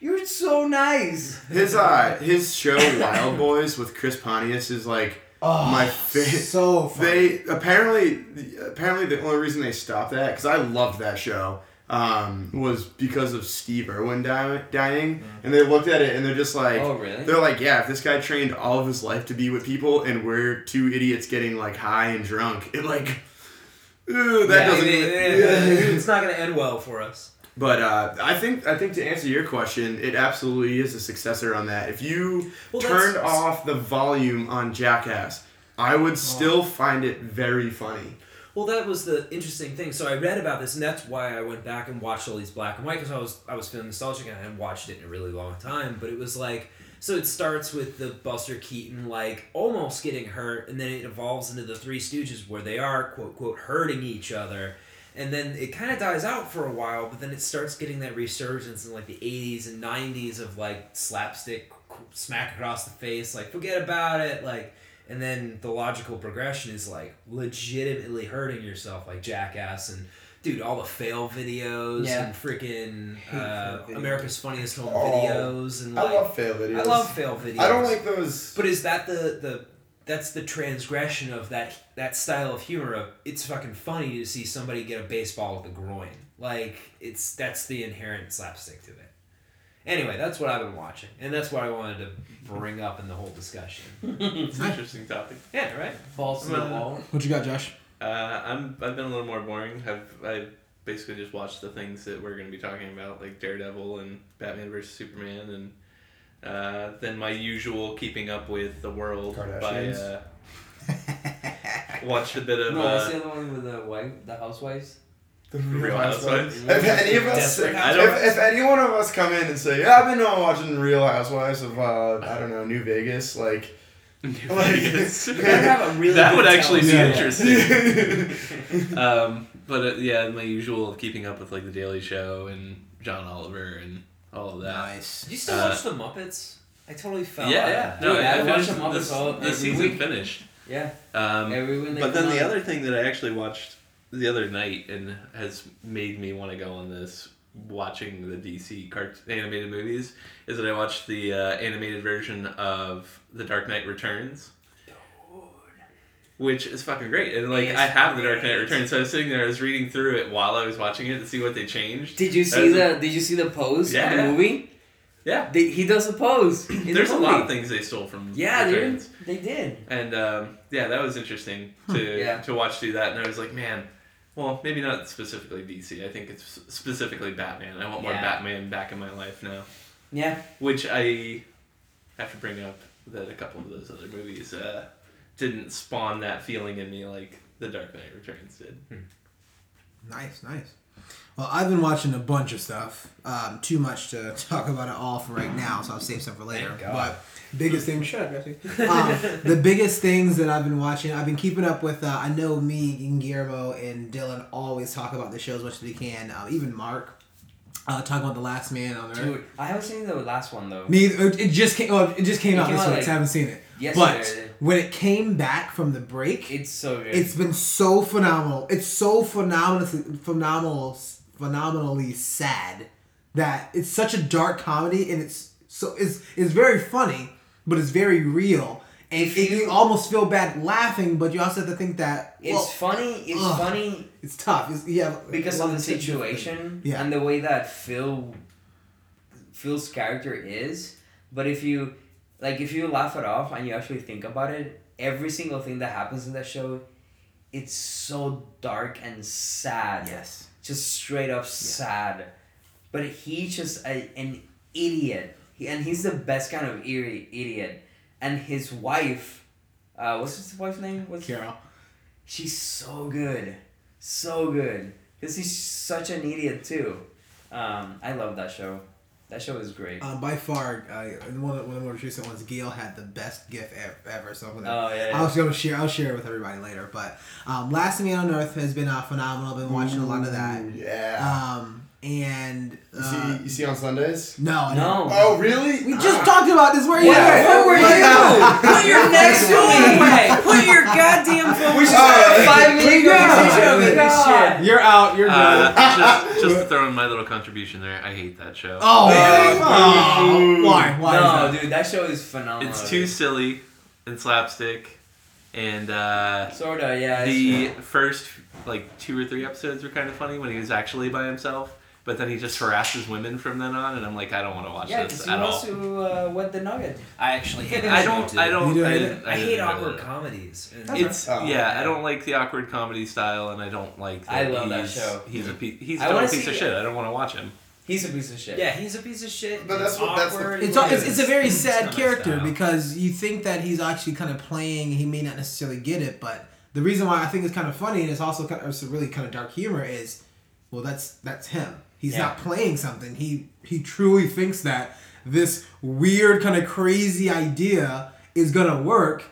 [SPEAKER 5] "You're so nice."
[SPEAKER 1] his uh his show Wild Boys with Chris Pontius is like
[SPEAKER 6] Oh,
[SPEAKER 1] my favorite.
[SPEAKER 6] so funny.
[SPEAKER 1] They apparently apparently the only reason they stopped that because I loved that show um, was because of Steve Irwin di- dying, and they looked at it and they're just like,
[SPEAKER 5] Oh, really?
[SPEAKER 1] They're like, yeah, if this guy trained all of his life to be with people, and we're two idiots getting like high and drunk, it like. (laughs) Ooh, that
[SPEAKER 5] Yeah,
[SPEAKER 1] doesn't.
[SPEAKER 2] It-
[SPEAKER 1] (laughs)
[SPEAKER 2] it- it- (laughs) it's not going to end well for us.
[SPEAKER 1] But uh, I think I think to answer your question, it absolutely is a successor on that. If you
[SPEAKER 2] Well, that's-
[SPEAKER 1] turned off the volume on Jackass, I would still find it very funny.
[SPEAKER 2] Well, that was the interesting thing. So I read about this, and that's why I went back and watched all these black and white because I was I was feeling nostalgic and I hadn't watched it in a really long time. But it was like so it starts with the Buster Keaton like almost getting hurt, and then it evolves into the Three Stooges where they are quote quote hurting each other. And then it kind of dies out for a while, but then it starts getting that resurgence in like the 80s and 90s of like slapstick, smack across the face, like forget about it, like and then the logical progression is like legitimately hurting yourself like jackass and dude all the fail videos
[SPEAKER 5] Yeah.
[SPEAKER 2] and freaking
[SPEAKER 3] Hate
[SPEAKER 2] uh,
[SPEAKER 3] fail videos.
[SPEAKER 2] america's funniest home
[SPEAKER 1] Oh,
[SPEAKER 2] videos and like
[SPEAKER 1] fail videos.
[SPEAKER 2] I love fail videos
[SPEAKER 1] I don't like those.
[SPEAKER 2] (laughs) but is that the the that's the transgression of that that style of humor of it's fucking funny to see somebody get a baseball at the groin like it's that's the inherent slapstick to it anyway that's what i've been watching and that's what i wanted to bring up in the whole discussion
[SPEAKER 4] it's an interesting topic.
[SPEAKER 2] yeah right
[SPEAKER 5] Balls to the wall.
[SPEAKER 6] What you got, Josh?
[SPEAKER 4] Uh, I'm I've been a little more boring. I've I basically just watched the things that we're gonna be talking about, like Daredevil and Batman vs Superman, and uh, then my usual keeping up with the world by uh, watched a bit of
[SPEAKER 5] No, what's
[SPEAKER 4] uh,
[SPEAKER 5] the other one with the wife,
[SPEAKER 2] (laughs)
[SPEAKER 5] the housewives?
[SPEAKER 1] The
[SPEAKER 4] Real Housewives.
[SPEAKER 1] If any of us, if,
[SPEAKER 2] Desperate
[SPEAKER 4] Housewives.
[SPEAKER 1] if any one of us come in and say, "Yeah, I've been uh, watching Real Housewives of uh, I don't know New Vegas,"
[SPEAKER 4] (laughs)
[SPEAKER 1] like,
[SPEAKER 6] (laughs)
[SPEAKER 5] Gotta have a really
[SPEAKER 4] that
[SPEAKER 5] good
[SPEAKER 4] would actually be
[SPEAKER 5] talent.
[SPEAKER 1] (laughs)
[SPEAKER 4] interesting. um, but uh, yeah, my usual keeping up with like the Daily Show and John Oliver and all of that.
[SPEAKER 3] Nice.
[SPEAKER 2] Do you still
[SPEAKER 4] Uh,
[SPEAKER 2] watch the Muppets? I totally fell.
[SPEAKER 4] Yeah,
[SPEAKER 2] out of
[SPEAKER 4] yeah.
[SPEAKER 2] that.
[SPEAKER 4] No,
[SPEAKER 5] Dude, I
[SPEAKER 4] I, I
[SPEAKER 5] watch
[SPEAKER 4] finished
[SPEAKER 5] them up
[SPEAKER 4] this,
[SPEAKER 5] as all- every
[SPEAKER 4] this season
[SPEAKER 5] week.
[SPEAKER 4] finished.
[SPEAKER 5] Yeah,
[SPEAKER 4] Um,
[SPEAKER 5] every when they
[SPEAKER 4] but then
[SPEAKER 5] come
[SPEAKER 4] the
[SPEAKER 5] out.
[SPEAKER 4] other thing that I actually watched the other night and has made me want to go on this watching the DC cart- animated movies is that I watched the uh, animated version of The Dark Knight Returns. Which is fucking great, and like
[SPEAKER 5] Yes,
[SPEAKER 4] I have the Dark Knight
[SPEAKER 5] great.
[SPEAKER 4] Returns, so I was sitting there, I was reading through it while I was watching it to see what they changed.
[SPEAKER 5] Did you
[SPEAKER 4] That
[SPEAKER 5] see
[SPEAKER 4] was
[SPEAKER 5] the Did you see the pose in the
[SPEAKER 4] Yeah.
[SPEAKER 5] movie?
[SPEAKER 4] Yeah.
[SPEAKER 5] They, he does a pose. in the
[SPEAKER 4] There's a lot
[SPEAKER 5] movie.
[SPEAKER 4] of things they stole from
[SPEAKER 5] Yeah, dude,
[SPEAKER 4] Returns.
[SPEAKER 5] they did.
[SPEAKER 4] And um, yeah, that was interesting to
[SPEAKER 5] Yeah.
[SPEAKER 4] to watch do that. And I was like, man, well, maybe not specifically DC. I think it's specifically Batman. I want more
[SPEAKER 5] Yeah.
[SPEAKER 4] Batman back in my life now,
[SPEAKER 5] Yeah,
[SPEAKER 4] which I have to bring up that a couple of those other movies uh, didn't spawn that feeling in me like The Dark Knight Returns did.
[SPEAKER 6] (laughs) Nice, nice. Well, I've been watching a bunch of stuff. Um, too much to (laughs) talk about it all for right now, so I'll save some for later.
[SPEAKER 2] Thank God.
[SPEAKER 6] But biggest thing, shut up, Jesse. (laughs) um, The biggest things that I've been watching, I've been keeping up with. Uh, I know me and Guillermo and Dylan always talk about the show as much as we can. Uh, even Mark uh, talking about the Last Man on Earth.
[SPEAKER 5] dude, I haven't seen the last one though.
[SPEAKER 6] Me, it it just came. Oh, it just came
[SPEAKER 5] It
[SPEAKER 6] out
[SPEAKER 5] came
[SPEAKER 6] this week. so
[SPEAKER 5] out,
[SPEAKER 6] I
[SPEAKER 5] like,
[SPEAKER 6] haven't seen it.
[SPEAKER 5] yesterday.
[SPEAKER 6] But when it came back from the break,
[SPEAKER 5] It's so good.
[SPEAKER 6] it's been so phenomenal. It's so phenomenally phenomenal, phenomenally sad that it's such a dark comedy, and it's so it's it's very funny, but it's very real, and
[SPEAKER 5] If
[SPEAKER 6] it- you,
[SPEAKER 5] you-
[SPEAKER 6] almost feel bad laughing, but you also have to think that
[SPEAKER 5] it's
[SPEAKER 6] well,
[SPEAKER 5] funny. It's
[SPEAKER 6] ugh.
[SPEAKER 5] funny
[SPEAKER 6] it's tough. It's, yeah,
[SPEAKER 5] because of the situation
[SPEAKER 6] Yeah.
[SPEAKER 5] and the way that Phil Phil's character is. But if you like, if you laugh it off and you actually think about it, every single thing that happens in that show, it's so dark and sad.
[SPEAKER 6] Yes.
[SPEAKER 5] just straight up sad. But he just a, an idiot, he, and he's the best kind of eerie idiot. And his wife, uh, what's his wife's name? What's
[SPEAKER 6] Carol.
[SPEAKER 5] she's so good. so good because he's such an idiot too. Um, I love that show. That show is great.
[SPEAKER 6] Um, by far, uh, and one of, one of the most recent ones, Gail had the best GIF ev- ever. So I'm gonna,
[SPEAKER 5] Oh, yeah, yeah.
[SPEAKER 6] I'll just go share. I'll share it with everybody later. But um, Last Man on Earth has been uh, phenomenal. I've been watching a lot of that.
[SPEAKER 1] Yeah.
[SPEAKER 6] Um, and
[SPEAKER 1] you
[SPEAKER 6] uh,
[SPEAKER 1] see, you see on Sundays.
[SPEAKER 6] no, I don't.
[SPEAKER 5] no.
[SPEAKER 1] Oh really?
[SPEAKER 6] we just talked about this. Where are you?
[SPEAKER 5] What- where were
[SPEAKER 6] Yeah. (laughs)
[SPEAKER 5] you? Put your next to me. Put your goddamn phone.
[SPEAKER 1] We should have a
[SPEAKER 5] five minute
[SPEAKER 6] conversation with
[SPEAKER 5] this shit.
[SPEAKER 6] You're out. You're done.
[SPEAKER 4] Uh, just,
[SPEAKER 6] (laughs)
[SPEAKER 4] just to throw in my little contribution there, I hate that show.
[SPEAKER 6] Oh,
[SPEAKER 1] Uh,
[SPEAKER 6] oh,
[SPEAKER 1] boo.
[SPEAKER 6] why? Why?
[SPEAKER 5] No,
[SPEAKER 6] is that?
[SPEAKER 5] dude, that show is phenomenal.
[SPEAKER 4] It's too silly and slapstick, and uh,
[SPEAKER 5] Sorta, yeah. it's-
[SPEAKER 4] the first like two or three episodes were kind of funny when he was actually by himself. But then he just harasses women from then on, and I'm like, I don't want to watch
[SPEAKER 5] Yeah,
[SPEAKER 4] this
[SPEAKER 5] because he
[SPEAKER 4] at all.
[SPEAKER 5] wants to uh, wet the nugget.
[SPEAKER 2] I actually hate that
[SPEAKER 4] I
[SPEAKER 2] show,
[SPEAKER 4] don't.
[SPEAKER 2] too.
[SPEAKER 4] I don't.
[SPEAKER 6] You don't
[SPEAKER 4] I,
[SPEAKER 6] hate
[SPEAKER 4] didn't-
[SPEAKER 2] I
[SPEAKER 4] didn't
[SPEAKER 2] hate
[SPEAKER 4] know
[SPEAKER 2] awkward
[SPEAKER 4] that.
[SPEAKER 2] comedies. And
[SPEAKER 6] That's
[SPEAKER 4] It's
[SPEAKER 1] Oh.
[SPEAKER 4] yeah. I don't like the awkward comedy style, and I don't like. That
[SPEAKER 5] I love that
[SPEAKER 4] he's,
[SPEAKER 5] show.
[SPEAKER 4] He's a pe- he's
[SPEAKER 5] I
[SPEAKER 4] a total
[SPEAKER 5] wanna
[SPEAKER 4] piece
[SPEAKER 5] see
[SPEAKER 4] of
[SPEAKER 5] it.
[SPEAKER 4] shit. I don't want to watch him.
[SPEAKER 5] He's a piece of shit.
[SPEAKER 2] yeah, he's a piece of shit.
[SPEAKER 1] But
[SPEAKER 2] he's
[SPEAKER 1] that's what- that's the-
[SPEAKER 2] awkward,
[SPEAKER 6] It's,
[SPEAKER 2] he
[SPEAKER 6] all, it's, it's a very
[SPEAKER 2] it's
[SPEAKER 6] sad
[SPEAKER 2] not my
[SPEAKER 6] character
[SPEAKER 2] style.
[SPEAKER 6] because you think that he's actually kind of playing. He may not necessarily get it, but the reason why I think it's kind of funny and it's also kind of, it's really kind of dark humor is, well, that's that's him. He's
[SPEAKER 5] Yeah.
[SPEAKER 6] not playing something. He he truly thinks that this weird kind of crazy idea is gonna work,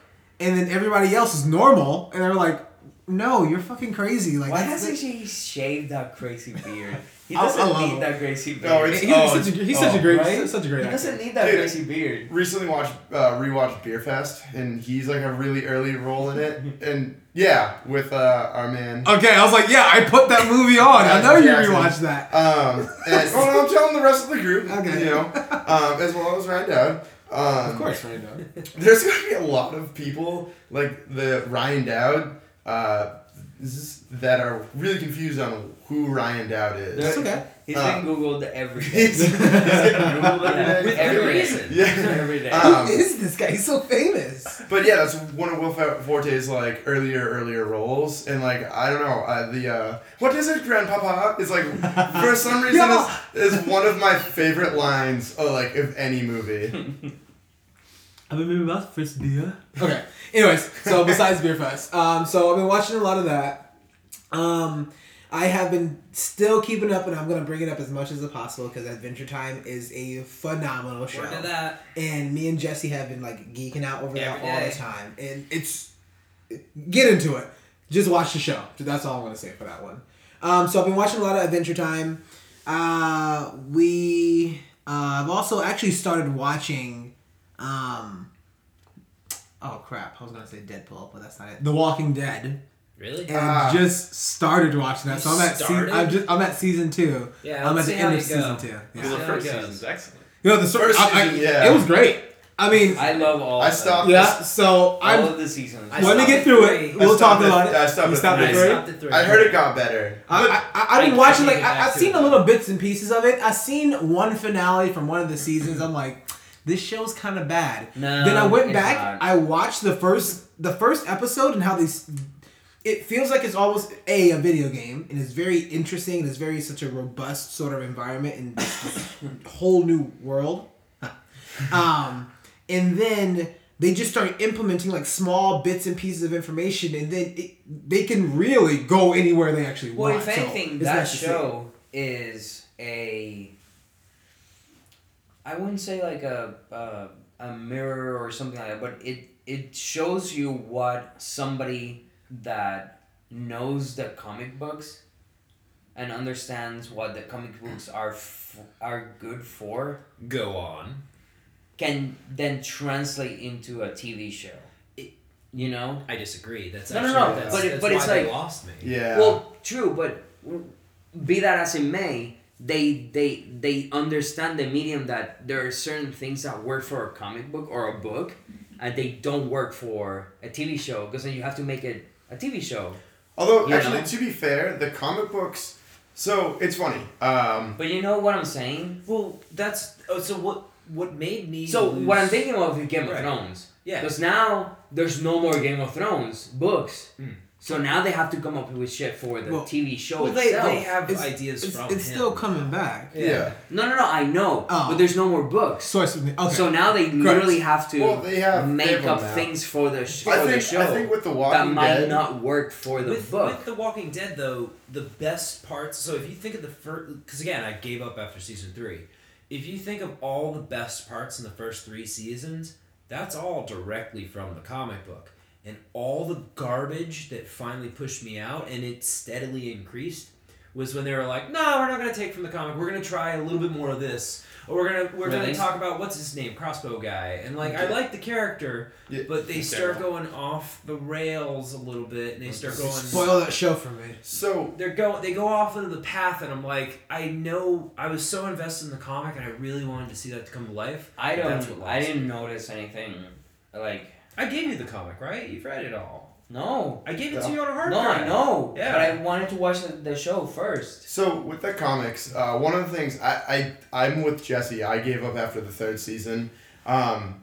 [SPEAKER 6] and then everybody else is normal, and they're like, no, you're fucking crazy. Like
[SPEAKER 5] Why
[SPEAKER 6] that's-
[SPEAKER 5] hasn't he shaved that crazy beard? He
[SPEAKER 6] I- I
[SPEAKER 5] doesn't
[SPEAKER 6] love
[SPEAKER 5] need
[SPEAKER 6] him.
[SPEAKER 5] that crazy beard.
[SPEAKER 1] No, it's-
[SPEAKER 6] He's,
[SPEAKER 1] Oh,
[SPEAKER 6] such, a, he's
[SPEAKER 1] oh,
[SPEAKER 6] such a great,
[SPEAKER 5] right?
[SPEAKER 6] such a
[SPEAKER 5] he
[SPEAKER 6] great actor.
[SPEAKER 5] doesn't need that
[SPEAKER 1] Dude.
[SPEAKER 5] crazy beard.
[SPEAKER 1] recently watched uh, rewatched Beer Fest, and he's like a really early role in it, and yeah, with uh, our man.
[SPEAKER 6] Okay, I was like, yeah, I put that movie on. I know you
[SPEAKER 1] Jackson.
[SPEAKER 6] rewatched that.
[SPEAKER 1] Um, and oh, no, I'm telling the rest of the group,
[SPEAKER 6] Okay.
[SPEAKER 1] you know, um, as well as Ryan Dowd. Um,
[SPEAKER 6] Of course, right (laughs) now.
[SPEAKER 1] There's gonna be a lot of people like the Ryan Dowd uh, z- that are really confused on who Ryan Dowd is.
[SPEAKER 6] That's okay.
[SPEAKER 5] He's
[SPEAKER 1] Uh,
[SPEAKER 5] been Googled
[SPEAKER 1] (laughs)
[SPEAKER 5] everything. (laughs)
[SPEAKER 1] He's- he's getting
[SPEAKER 5] yeah,
[SPEAKER 1] ruled every
[SPEAKER 5] with
[SPEAKER 1] day.
[SPEAKER 5] every
[SPEAKER 2] reason.
[SPEAKER 5] reason.
[SPEAKER 1] Yeah.
[SPEAKER 5] Every day.
[SPEAKER 1] Uh, Um,
[SPEAKER 6] Who is this guy? He's so famous.
[SPEAKER 1] But yeah, that's one of Will Forte's like earlier, earlier roles, and like I don't know, uh, the uh, what is it, Grandpapa? It's like for
[SPEAKER 6] (laughs)
[SPEAKER 1] some reason
[SPEAKER 6] Yeah.
[SPEAKER 1] is is one of my favorite lines, of, like of any movie.
[SPEAKER 6] I've been moving about first beer. (laughs) Okay. Anyways, so besides Beer Fest, um, so I've been watching a lot of that. Um, I have been still keeping up, and I'm gonna bring it up as much as possible because Adventure Time is a phenomenal show.
[SPEAKER 2] Word to that.
[SPEAKER 6] and me and Jesse have been like geeking out over that
[SPEAKER 2] Every
[SPEAKER 6] all
[SPEAKER 2] day.
[SPEAKER 6] the time, and it's get into it. Just watch the show. That's all I'm gonna say for that one. Um, so I've been watching a lot of Adventure Time. Uh, we uh, I've also actually started watching. Um, oh crap! I was gonna say Deadpool, but that's not it. The Walking Dead,
[SPEAKER 2] Really?
[SPEAKER 6] and
[SPEAKER 1] Ah.
[SPEAKER 6] just started watching that.
[SPEAKER 2] You
[SPEAKER 6] So I'm at se-
[SPEAKER 2] started?
[SPEAKER 6] I'm just I'm at season two.
[SPEAKER 2] Yeah,
[SPEAKER 6] I'm at
[SPEAKER 2] let's
[SPEAKER 6] the
[SPEAKER 2] see how
[SPEAKER 6] end of
[SPEAKER 2] you go.
[SPEAKER 6] season two.
[SPEAKER 4] Well,
[SPEAKER 6] Yeah.
[SPEAKER 4] the
[SPEAKER 2] Yeah,
[SPEAKER 4] first
[SPEAKER 2] I guess.
[SPEAKER 4] season's excellent.
[SPEAKER 6] You know, the story.
[SPEAKER 1] First
[SPEAKER 6] I- I-
[SPEAKER 1] season, yeah.
[SPEAKER 6] it was great. I mean,
[SPEAKER 5] I love all.
[SPEAKER 1] I
[SPEAKER 5] of
[SPEAKER 1] stopped.
[SPEAKER 5] Them.
[SPEAKER 6] yeah. So
[SPEAKER 5] All
[SPEAKER 6] I'm
[SPEAKER 5] of the seasons.
[SPEAKER 2] I
[SPEAKER 6] Let me
[SPEAKER 2] stopped
[SPEAKER 6] get
[SPEAKER 2] at
[SPEAKER 6] through
[SPEAKER 2] three.
[SPEAKER 6] it. We'll
[SPEAKER 1] I
[SPEAKER 6] talk
[SPEAKER 1] stopped at-
[SPEAKER 6] about it.
[SPEAKER 1] I stopped
[SPEAKER 6] You
[SPEAKER 1] at
[SPEAKER 6] stopped
[SPEAKER 1] three.
[SPEAKER 6] at
[SPEAKER 2] I
[SPEAKER 6] three?
[SPEAKER 2] stopped at three.
[SPEAKER 1] I heard it got better.
[SPEAKER 6] I, I, I, I've been
[SPEAKER 2] I- I
[SPEAKER 6] watching,
[SPEAKER 2] can't
[SPEAKER 6] like,
[SPEAKER 2] get
[SPEAKER 6] I,
[SPEAKER 2] back
[SPEAKER 6] I've
[SPEAKER 2] to
[SPEAKER 6] seen
[SPEAKER 2] it.
[SPEAKER 6] the little bits and pieces of it. I've seen one finale from one of the seasons. I'm like, this show's kind of bad.
[SPEAKER 5] No,
[SPEAKER 6] then I went
[SPEAKER 5] it's
[SPEAKER 6] back.
[SPEAKER 5] not.
[SPEAKER 6] I watched the first the first episode and how these. It feels like it's almost a a video game, and it's very interesting. And it's very such a robust sort of environment and this whole new world. (laughs) Um, and then they just start implementing like small bits and pieces of information, and then it, they can really go anywhere they actually
[SPEAKER 5] Well,
[SPEAKER 6] want.
[SPEAKER 5] if
[SPEAKER 6] So,
[SPEAKER 5] anything,
[SPEAKER 6] it's
[SPEAKER 5] that
[SPEAKER 6] nice to see.
[SPEAKER 5] show is a. I wouldn't say like a uh, a mirror or something like that, but it it shows you what somebody that knows the comic books and understands what the comic books are f- are good for
[SPEAKER 2] Go on.
[SPEAKER 5] can then translate into a TV show.
[SPEAKER 2] It-
[SPEAKER 5] you know.
[SPEAKER 2] I disagree. That's
[SPEAKER 5] No, no,
[SPEAKER 2] actually,
[SPEAKER 5] no,
[SPEAKER 2] That's,
[SPEAKER 5] but it-
[SPEAKER 2] that's
[SPEAKER 5] but
[SPEAKER 2] why
[SPEAKER 5] it's
[SPEAKER 2] they
[SPEAKER 5] like-
[SPEAKER 2] lost me.
[SPEAKER 1] Yeah.
[SPEAKER 5] Well, true, but be that as it may, they they they understand the medium that there are certain things that work for a comic book or a book, and they don't work for a TV show because then you have to make it a TV show.
[SPEAKER 1] Although
[SPEAKER 5] you
[SPEAKER 1] actually,
[SPEAKER 5] know.
[SPEAKER 1] to be fair, the comic books. So it's funny. Um,
[SPEAKER 5] But you know what I'm saying.
[SPEAKER 2] Well, that's oh, so. What what made me?
[SPEAKER 5] So
[SPEAKER 2] lose,
[SPEAKER 5] what I'm thinking of is Game of
[SPEAKER 2] Right.
[SPEAKER 5] Thrones.
[SPEAKER 2] Yeah.
[SPEAKER 5] Because now there's no more Game of Thrones books.
[SPEAKER 2] Mm.
[SPEAKER 5] So now they have to come up with shit for the
[SPEAKER 7] Well-
[SPEAKER 5] TV show
[SPEAKER 2] Well, they,
[SPEAKER 5] itself.
[SPEAKER 2] they have
[SPEAKER 7] It's-
[SPEAKER 2] ideas
[SPEAKER 7] It's,
[SPEAKER 2] from
[SPEAKER 7] it's
[SPEAKER 2] him.
[SPEAKER 7] still coming back.
[SPEAKER 2] Yeah.
[SPEAKER 5] no, no, no. I know,
[SPEAKER 7] Oh.
[SPEAKER 5] but there's no more books.
[SPEAKER 7] Source of okay.
[SPEAKER 5] So now they literally have to
[SPEAKER 1] Well, they have- they
[SPEAKER 5] make
[SPEAKER 1] have 'em
[SPEAKER 5] up
[SPEAKER 1] now.
[SPEAKER 5] things for the, sh-
[SPEAKER 1] I
[SPEAKER 5] for the
[SPEAKER 1] think,
[SPEAKER 5] show
[SPEAKER 1] I think with The
[SPEAKER 5] that
[SPEAKER 1] Walking
[SPEAKER 5] might
[SPEAKER 1] Dead,
[SPEAKER 5] not work for the
[SPEAKER 2] with,
[SPEAKER 5] book.
[SPEAKER 2] with The Walking Dead, though, the best parts. So if you think of the first, because again, I gave up after season three. If you think of all the best parts in the first three seasons, that's all directly from the comic book. And all the garbage that finally pushed me out, and it steadily increased, was when they were like, "No, we're not gonna take from the comic. We're gonna try a little bit more of this, or we're gonna we're
[SPEAKER 5] Really?
[SPEAKER 2] gonna talk about what's his name, Crossbow Guy." And like, I like the character,
[SPEAKER 1] Yeah,
[SPEAKER 2] but they
[SPEAKER 4] he's
[SPEAKER 2] start going off the rails a little bit, and they start going
[SPEAKER 6] Spoil that show for me.
[SPEAKER 1] So
[SPEAKER 2] they're go they go off into the path and I'm like I know I was so invested in the comic and I really wanted to see that to come to life.
[SPEAKER 5] I
[SPEAKER 2] but that's
[SPEAKER 5] don't.
[SPEAKER 2] what
[SPEAKER 5] I
[SPEAKER 2] lost.
[SPEAKER 5] didn't notice anything. Like
[SPEAKER 2] I gave you the comic, right? You've read it all.
[SPEAKER 5] no,
[SPEAKER 2] I gave it
[SPEAKER 1] Yeah.
[SPEAKER 2] to you on a hard
[SPEAKER 5] no,
[SPEAKER 2] drive.
[SPEAKER 5] I know.
[SPEAKER 2] Yeah.
[SPEAKER 5] But I wanted to watch the, the show first.
[SPEAKER 1] so with the comics, uh, one of the things I, I I'm with Jesse. I gave up after the third season. Um,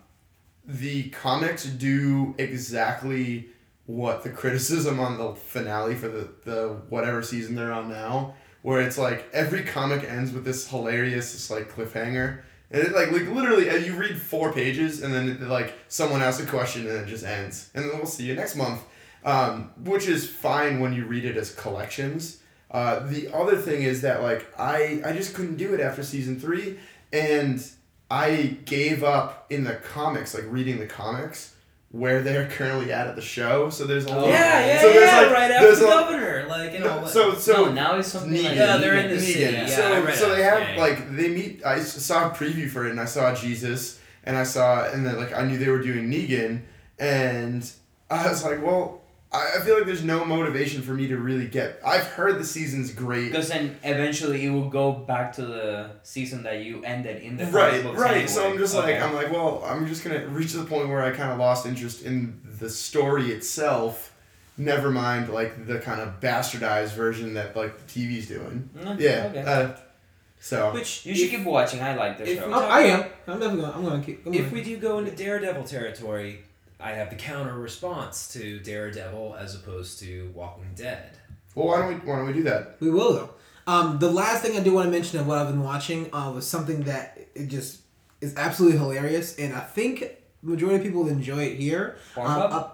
[SPEAKER 1] the comics do exactly what the (laughs) criticism on the finale for the, the whatever season they're on now, where it's like every comic ends with this hilarious just like cliffhanger. And it like, like literally uh, you read four pages and then it, like someone asks a question and it just ends. And then we'll see you next month. Um, which is fine when you read it as collections. Uh, the other thing is that like I, I just couldn't do it after season three and I gave up in the comics, like reading the comics, where they're currently at at the show. So there's a
[SPEAKER 5] Oh.
[SPEAKER 2] Yeah,
[SPEAKER 1] lot.
[SPEAKER 2] yeah,
[SPEAKER 1] So there's
[SPEAKER 2] yeah,
[SPEAKER 1] like-
[SPEAKER 2] right after
[SPEAKER 1] there's
[SPEAKER 2] the
[SPEAKER 1] a-
[SPEAKER 2] governor, like and all
[SPEAKER 1] No,
[SPEAKER 2] that.
[SPEAKER 1] so so
[SPEAKER 5] no, now it's something like
[SPEAKER 1] Negan.
[SPEAKER 2] Yeah, they're in
[SPEAKER 5] Negan.
[SPEAKER 2] this- city, yeah, I
[SPEAKER 1] so
[SPEAKER 2] read
[SPEAKER 1] so
[SPEAKER 2] it,
[SPEAKER 1] they have
[SPEAKER 2] yeah.
[SPEAKER 1] like they meet. I s- saw a preview for it, and I saw Jesus, and I saw, and then like I knew they were doing Negan, and I was like, well, I, I feel like there's no motivation for me to really get. I've heard the season's great.
[SPEAKER 5] Because then eventually it will go back to the season that you ended in the
[SPEAKER 1] Right,
[SPEAKER 5] comic books
[SPEAKER 1] right.
[SPEAKER 5] anyway.
[SPEAKER 1] So I'm just
[SPEAKER 5] Okay.
[SPEAKER 1] like, I'm like, well, I'm just gonna reach the point where I kind of lost interest in the story itself. Never mind, like the kind of bastardized version that like the TV's doing.
[SPEAKER 5] Mm,
[SPEAKER 1] Yeah.
[SPEAKER 5] okay.
[SPEAKER 1] Uh, so
[SPEAKER 2] which
[SPEAKER 5] you should
[SPEAKER 2] if,
[SPEAKER 5] keep watching. I like the
[SPEAKER 2] if
[SPEAKER 5] show.
[SPEAKER 2] we-
[SPEAKER 6] Oh, I am. I'm definitely going. I'm going to keep. I'm
[SPEAKER 2] if
[SPEAKER 6] gonna-
[SPEAKER 2] we do go into Daredevil territory, I have the counter response to Daredevil as opposed to Walking Dead.
[SPEAKER 1] well, why don't we why don't we do that?
[SPEAKER 6] We will though. Um, the last thing I do want to mention of what I've been watching uh, was something that it just is absolutely hilarious, and I think majority of people enjoy it here. Um,
[SPEAKER 5] Pornhub?
[SPEAKER 6] uh,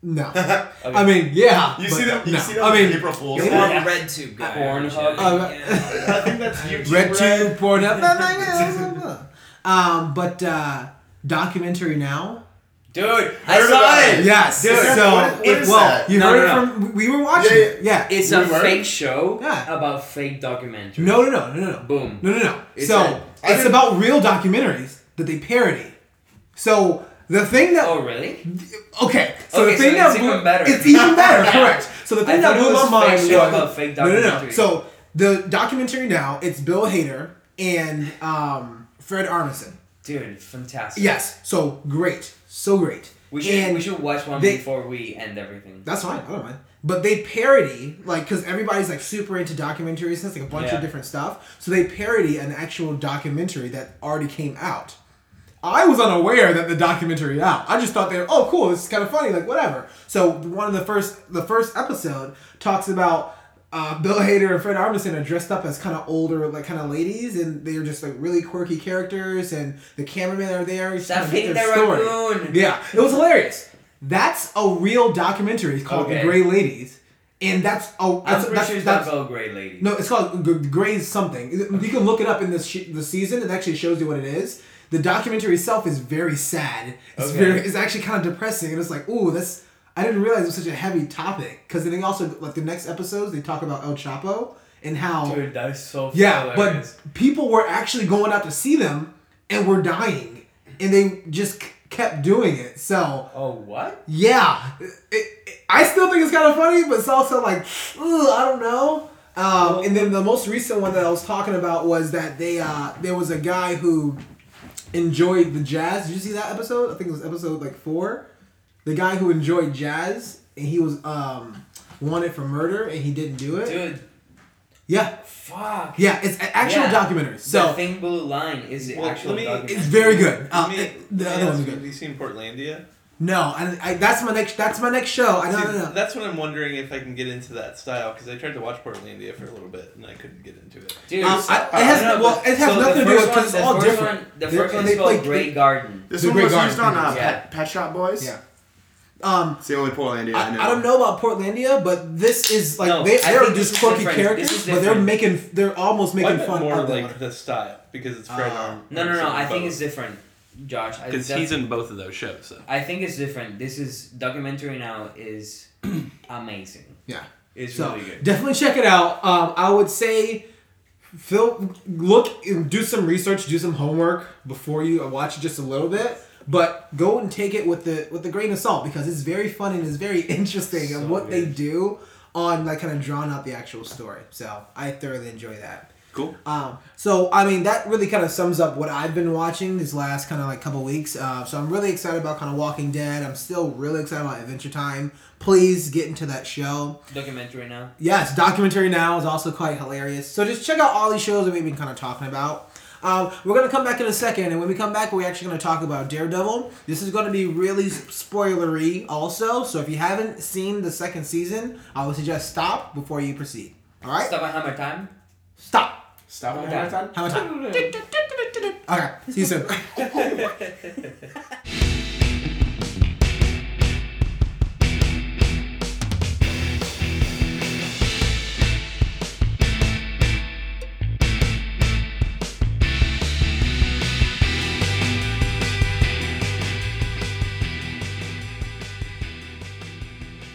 [SPEAKER 5] (laughs)
[SPEAKER 6] no, I mean yeah.
[SPEAKER 1] You
[SPEAKER 6] but
[SPEAKER 1] see that? You
[SPEAKER 6] no.
[SPEAKER 1] see that?
[SPEAKER 6] I mean,
[SPEAKER 1] April Fool's.
[SPEAKER 2] You're
[SPEAKER 1] Day?
[SPEAKER 2] more of a red tube guy. aren't you?
[SPEAKER 5] Pornhub.
[SPEAKER 6] Uh,
[SPEAKER 2] Yeah.
[SPEAKER 1] I think that's YouTube.
[SPEAKER 6] (laughs) Red
[SPEAKER 1] right?
[SPEAKER 6] Tube, Pornhub. blah,
[SPEAKER 1] (laughs)
[SPEAKER 6] blah, blah, blah, blah. um, but uh, documentary now.
[SPEAKER 5] Dude, I
[SPEAKER 1] Heard
[SPEAKER 5] saw
[SPEAKER 1] about
[SPEAKER 5] it.
[SPEAKER 1] it.
[SPEAKER 6] Yes.
[SPEAKER 1] Dude,
[SPEAKER 6] so
[SPEAKER 1] what- what
[SPEAKER 6] it,
[SPEAKER 1] is
[SPEAKER 6] well,
[SPEAKER 1] that?
[SPEAKER 6] you
[SPEAKER 5] No,
[SPEAKER 6] heard
[SPEAKER 5] no,
[SPEAKER 6] it from we were watching.
[SPEAKER 1] Yeah,
[SPEAKER 6] it. Yeah.
[SPEAKER 5] It's
[SPEAKER 1] We
[SPEAKER 5] a
[SPEAKER 1] were?
[SPEAKER 5] fake show
[SPEAKER 6] Yeah.
[SPEAKER 5] about fake documentary.
[SPEAKER 6] No, no, no, no, no, no.
[SPEAKER 5] Boom.
[SPEAKER 6] No, no, no.
[SPEAKER 5] It's
[SPEAKER 6] so
[SPEAKER 5] a-
[SPEAKER 1] I
[SPEAKER 6] it's
[SPEAKER 1] didn't-
[SPEAKER 6] about real documentaries that they parody. So the thing that
[SPEAKER 5] Oh really?
[SPEAKER 6] okay, so
[SPEAKER 5] Okay,
[SPEAKER 6] the thing
[SPEAKER 5] so
[SPEAKER 6] that
[SPEAKER 5] it's even
[SPEAKER 6] blew-
[SPEAKER 5] better.
[SPEAKER 6] It's even better,
[SPEAKER 5] (laughs) Yeah.
[SPEAKER 6] correct? So the
[SPEAKER 5] I
[SPEAKER 6] thing that
[SPEAKER 5] thought it
[SPEAKER 6] blew my
[SPEAKER 5] was
[SPEAKER 6] mind
[SPEAKER 5] fake show (laughs)
[SPEAKER 6] was
[SPEAKER 5] about fake
[SPEAKER 6] no, no, no.
[SPEAKER 5] documentary.
[SPEAKER 6] So the documentary now it's Bill Hader and um, Fred Armisen.
[SPEAKER 5] Dude, fantastic.
[SPEAKER 6] Yes, so great, so great.
[SPEAKER 5] We should
[SPEAKER 6] And-
[SPEAKER 5] we should watch one
[SPEAKER 6] they-
[SPEAKER 5] before we end everything.
[SPEAKER 6] That's fine. I don't mind. But they parody like because everybody's like super into documentaries. That's like a bunch
[SPEAKER 5] Yeah.
[SPEAKER 6] of different stuff. So they parody an actual documentary that already came out. I was unaware that the documentary out. I just thought they were oh cool. This is kind of funny. Like whatever. So one of the first the first episode talks about. Uh, Bill Hader and Fred Armisen are dressed up as kind of older, like kind of ladies, and they're just like really quirky characters. And the cameramen are there. just trying to get
[SPEAKER 5] Stuffing the
[SPEAKER 6] their story.
[SPEAKER 5] raccoon.
[SPEAKER 6] Yeah, it was hilarious. That's a real documentary. It's called
[SPEAKER 5] Okay.
[SPEAKER 6] The Gray Ladies, and that's oh,
[SPEAKER 5] I'm
[SPEAKER 6] that's,
[SPEAKER 5] pretty
[SPEAKER 6] that's,
[SPEAKER 5] sure it's not
[SPEAKER 6] that's-
[SPEAKER 5] about Grey Lady.
[SPEAKER 6] no, it's called G- Gray something. You can look it up in this sh- the season. It actually shows you what it is. The documentary itself is very sad. It's
[SPEAKER 5] Okay.
[SPEAKER 6] very it's actually kind of depressing, and it's like, ooh, that's I didn't realize it was such a heavy topic. Because then they also like the next episodes they talk about El Chapo and how
[SPEAKER 5] Dude, that is so
[SPEAKER 6] yeah,
[SPEAKER 5] hilarious.
[SPEAKER 6] but people were actually going out to see them and were dying, and they just c- kept doing it. So
[SPEAKER 5] Oh what?
[SPEAKER 6] yeah, it, it, I still think it's kind of funny, but it's also like, ugh, I don't know. Um, and then the most recent one that I was talking about was that they uh, there was a guy who enjoyed the jazz. Did you see that episode? I think it was episode like four. The guy who enjoyed jazz and he was um, wanted for murder and he didn't do it.
[SPEAKER 5] Dude,
[SPEAKER 6] Yeah,
[SPEAKER 5] fuck.
[SPEAKER 6] yeah, it's an actual
[SPEAKER 5] Yeah.
[SPEAKER 6] documentary.
[SPEAKER 5] So
[SPEAKER 6] So
[SPEAKER 5] the thing blue line is the
[SPEAKER 4] Well,
[SPEAKER 5] actual
[SPEAKER 4] let me-
[SPEAKER 5] documentary.
[SPEAKER 6] it's very good. Uh,
[SPEAKER 4] Let me-
[SPEAKER 6] it- the
[SPEAKER 4] let
[SPEAKER 6] other
[SPEAKER 4] me ask
[SPEAKER 6] one's
[SPEAKER 4] you,
[SPEAKER 6] good.
[SPEAKER 4] Have you seen Portlandia?
[SPEAKER 6] No, I, I, that's my next. That's my next show. Oh, I
[SPEAKER 4] See,
[SPEAKER 6] don't know.
[SPEAKER 4] That's when I'm wondering if I can get into that style because I tried to watch Portlandia for a little bit and I couldn't get into it.
[SPEAKER 5] Dude,
[SPEAKER 6] Um, I- it has-
[SPEAKER 5] no,
[SPEAKER 6] well,
[SPEAKER 5] but-
[SPEAKER 6] it has
[SPEAKER 5] so
[SPEAKER 6] nothing
[SPEAKER 5] the
[SPEAKER 6] to do with-
[SPEAKER 5] first
[SPEAKER 6] 'cause
[SPEAKER 5] one-
[SPEAKER 6] it's
[SPEAKER 5] the
[SPEAKER 6] all
[SPEAKER 5] first
[SPEAKER 6] different.
[SPEAKER 5] one- the
[SPEAKER 6] They-
[SPEAKER 5] first
[SPEAKER 6] they
[SPEAKER 5] one's called
[SPEAKER 6] play-
[SPEAKER 5] Grey Garden.
[SPEAKER 1] This
[SPEAKER 6] The
[SPEAKER 1] one
[SPEAKER 6] Great
[SPEAKER 1] was
[SPEAKER 6] Garden.
[SPEAKER 1] used on uh,
[SPEAKER 5] Yeah.
[SPEAKER 1] Pet, Pet Shop Boys.
[SPEAKER 6] Yeah. Um,
[SPEAKER 1] It's the only Portlandia I,
[SPEAKER 6] I,
[SPEAKER 1] know.
[SPEAKER 6] I don't know about Portlandia, but this is like
[SPEAKER 5] No,
[SPEAKER 6] they,
[SPEAKER 5] I
[SPEAKER 6] they're
[SPEAKER 5] think this
[SPEAKER 6] just
[SPEAKER 5] is
[SPEAKER 6] quirky
[SPEAKER 5] different. This
[SPEAKER 6] characters,
[SPEAKER 5] is
[SPEAKER 6] but they're
[SPEAKER 5] different.
[SPEAKER 6] making they're almost
[SPEAKER 4] I
[SPEAKER 6] making
[SPEAKER 4] meant
[SPEAKER 6] fun
[SPEAKER 4] more
[SPEAKER 6] of them.
[SPEAKER 4] like the style because it's Fred
[SPEAKER 6] Uh,
[SPEAKER 4] Arm.
[SPEAKER 5] Ah. No, no, no. I think it's different, Josh. I
[SPEAKER 4] because
[SPEAKER 5] def-
[SPEAKER 4] he's in both of those shows. So
[SPEAKER 5] I think it's different. This is documentary now is (clears throat) amazing.
[SPEAKER 6] Yeah.
[SPEAKER 5] It's
[SPEAKER 6] So
[SPEAKER 5] really good.
[SPEAKER 6] definitely check it out. Um, I would say, Phil, look, do some research, do some homework before you watch it just a little bit. But go and take it with the with the grain of salt because it's very fun and it's very (laughs) interesting
[SPEAKER 5] So
[SPEAKER 6] and what they
[SPEAKER 5] good.
[SPEAKER 6] do on like kind of drawing out the actual story. So I thoroughly enjoy that.
[SPEAKER 4] cool.
[SPEAKER 6] Um, so I mean that really kind of sums up what I've been watching these last kind of like couple weeks. Uh, so I'm really excited about kind of Walking Dead. I'm still really excited about Adventure Time. Please get into that show.
[SPEAKER 5] Documentary now.
[SPEAKER 6] Yes, documentary now is also quite hilarious. So just check out all these shows that we've been kind of talking about. Um, we're gonna come back in a second, and when we come back, we're actually gonna talk about Daredevil. This is gonna be really s- spoilery, also. So if you haven't seen the second season, I would suggest stop before you proceed. All right,
[SPEAKER 5] Stop at Hammer Time.
[SPEAKER 6] stop.
[SPEAKER 1] Stop
[SPEAKER 5] Okay.
[SPEAKER 1] it one time.
[SPEAKER 6] How much (laughs) time? Okay, see you soon.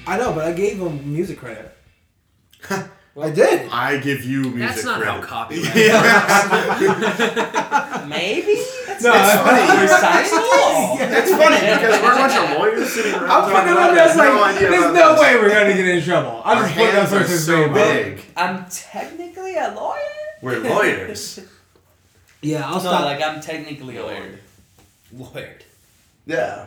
[SPEAKER 6] I know, but I gave him music credit. (laughs) I did.
[SPEAKER 1] I give you music
[SPEAKER 2] That's not
[SPEAKER 1] credit.
[SPEAKER 2] how copyright
[SPEAKER 1] (laughs) yeah.
[SPEAKER 5] Maybe.
[SPEAKER 6] No,
[SPEAKER 1] It's funny.
[SPEAKER 6] (laughs)
[SPEAKER 5] Your science law.
[SPEAKER 1] It's funny because we're a bunch of lawyers sitting around.
[SPEAKER 6] I'm
[SPEAKER 1] talking
[SPEAKER 6] fucking
[SPEAKER 1] about
[SPEAKER 6] up
[SPEAKER 1] it. I
[SPEAKER 6] there.
[SPEAKER 1] have
[SPEAKER 6] like,
[SPEAKER 1] idea
[SPEAKER 6] there's
[SPEAKER 1] about
[SPEAKER 6] no
[SPEAKER 1] this.
[SPEAKER 6] way we're gonna get in trouble. I'm
[SPEAKER 1] Our
[SPEAKER 6] just putting up
[SPEAKER 1] hands are
[SPEAKER 6] person's
[SPEAKER 1] so
[SPEAKER 6] name. out.
[SPEAKER 1] big.
[SPEAKER 5] I'm technically a lawyer.
[SPEAKER 1] We're lawyers.
[SPEAKER 6] Yeah, I'll
[SPEAKER 5] No,
[SPEAKER 6] stop.
[SPEAKER 5] like I'm technically a lawyer.
[SPEAKER 4] Lawyer.
[SPEAKER 2] lawyered.
[SPEAKER 1] Yeah.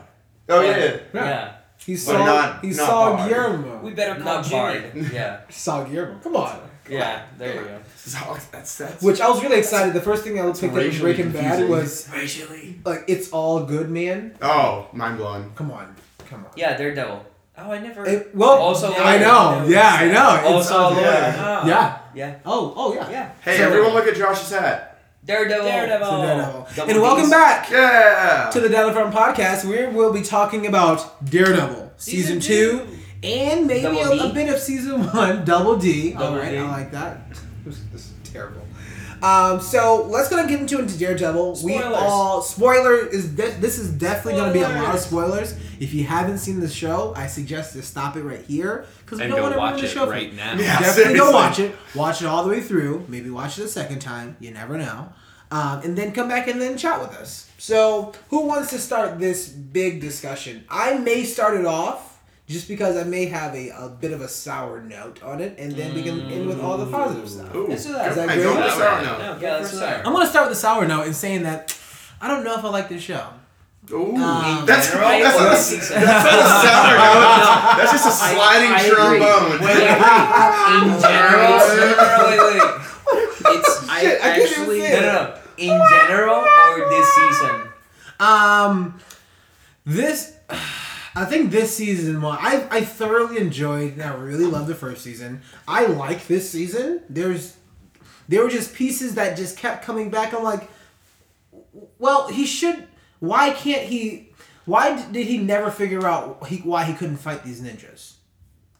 [SPEAKER 1] Oh yeah.
[SPEAKER 6] Yeah.
[SPEAKER 5] Yeah.
[SPEAKER 6] he
[SPEAKER 1] But
[SPEAKER 6] saw.
[SPEAKER 1] not-
[SPEAKER 6] he
[SPEAKER 1] not
[SPEAKER 6] saw
[SPEAKER 1] barred.
[SPEAKER 6] Guillermo.
[SPEAKER 2] We better call
[SPEAKER 5] Not
[SPEAKER 2] Jimmy.
[SPEAKER 5] barred. (laughs) Yeah.
[SPEAKER 6] saw Guillermo. Come on.
[SPEAKER 5] Yeah. There you go.
[SPEAKER 1] So that's that's
[SPEAKER 6] Which I was really excited. The first thing I picked up in
[SPEAKER 1] racially
[SPEAKER 6] Breaking Bad
[SPEAKER 1] confusing.
[SPEAKER 6] was
[SPEAKER 2] Racially.
[SPEAKER 6] like, "It's all good, man."
[SPEAKER 1] oh mind blown.
[SPEAKER 6] Come on, come on.
[SPEAKER 5] Yeah. Daredevil.
[SPEAKER 2] Oh, I never.
[SPEAKER 6] It- well,
[SPEAKER 5] Also
[SPEAKER 6] I know.
[SPEAKER 2] lawyer.
[SPEAKER 6] Yeah, I know. It's-
[SPEAKER 5] Also a lawyer.
[SPEAKER 1] yeah.
[SPEAKER 2] Ah.
[SPEAKER 6] yeah.
[SPEAKER 5] Yeah.
[SPEAKER 6] Oh, oh yeah.
[SPEAKER 5] Yeah.
[SPEAKER 1] Hey
[SPEAKER 6] So-
[SPEAKER 1] everyone, look at Josh's hat.
[SPEAKER 5] Daredevil.
[SPEAKER 2] Daredevil.
[SPEAKER 6] So Daredevil.
[SPEAKER 5] Double
[SPEAKER 6] And welcome
[SPEAKER 5] D's.
[SPEAKER 6] back.
[SPEAKER 1] Yeah.
[SPEAKER 6] to the Down in Front podcast, we will be talking about Daredevil season,
[SPEAKER 2] Season
[SPEAKER 6] two,
[SPEAKER 2] two.
[SPEAKER 6] and maybe
[SPEAKER 5] Double
[SPEAKER 6] a,
[SPEAKER 5] D.
[SPEAKER 6] a bit of season one. (laughs) Double D. All
[SPEAKER 5] Double
[SPEAKER 6] right,
[SPEAKER 5] D.
[SPEAKER 6] I like that. (laughs) This is terrible. Um, so let's gonna get into into Daredevil. We
[SPEAKER 2] Spoilers.
[SPEAKER 6] all spoiler is de- this is definitely gonna be a lot of
[SPEAKER 2] Spoilers.
[SPEAKER 6] spoilers. If you haven't seen the show, I suggest to stop it right here because we
[SPEAKER 4] And
[SPEAKER 6] don't want
[SPEAKER 4] go
[SPEAKER 6] to ruin
[SPEAKER 4] watch
[SPEAKER 6] the
[SPEAKER 4] it
[SPEAKER 6] show for you.
[SPEAKER 4] right
[SPEAKER 6] (laughs)
[SPEAKER 4] now.
[SPEAKER 1] Yeah,
[SPEAKER 6] Definitely go
[SPEAKER 1] seriously.
[SPEAKER 6] watch it. Watch it all the way through. Maybe watch it a second time. You never know. Um, and then come back and then chat with us. So, who wants to start this big discussion? I may start it off just because I may have a, a bit of a sour note on it, and then we can end with all the positive stuff.
[SPEAKER 1] Ooh.
[SPEAKER 5] Let's do that.
[SPEAKER 6] Is that
[SPEAKER 1] I
[SPEAKER 6] good?
[SPEAKER 1] don't know. I
[SPEAKER 4] Yeah.
[SPEAKER 1] don't
[SPEAKER 2] No,
[SPEAKER 5] Yeah,
[SPEAKER 2] go
[SPEAKER 5] that's
[SPEAKER 2] for
[SPEAKER 5] fair.
[SPEAKER 2] it.
[SPEAKER 6] I'm going to start with the sour note and saying that I don't know if I like this show.
[SPEAKER 1] know. Ooh.
[SPEAKER 6] Um,
[SPEAKER 1] that's
[SPEAKER 5] Right?
[SPEAKER 1] that's,
[SPEAKER 5] Or
[SPEAKER 1] not a,
[SPEAKER 5] is he
[SPEAKER 1] that's
[SPEAKER 5] saying-
[SPEAKER 1] not a sour note. That's just a
[SPEAKER 5] I-
[SPEAKER 1] sliding
[SPEAKER 5] I
[SPEAKER 1] (laughs)
[SPEAKER 5] agree.
[SPEAKER 1] trombone.
[SPEAKER 5] Wait, wait, wait. In general, no, no, no, wait, wait. It's I
[SPEAKER 6] Shit, I can't even
[SPEAKER 5] actually
[SPEAKER 6] say
[SPEAKER 5] no, no, no. In general or this season?
[SPEAKER 6] Um, this, I think this season one, I I thoroughly enjoyed and I really loved the first season. I like this season. There's, there were just pieces that just kept coming back. I'm like, well, he should. Why can't he? Why d- did he never figure out he, why he couldn't fight these ninjas?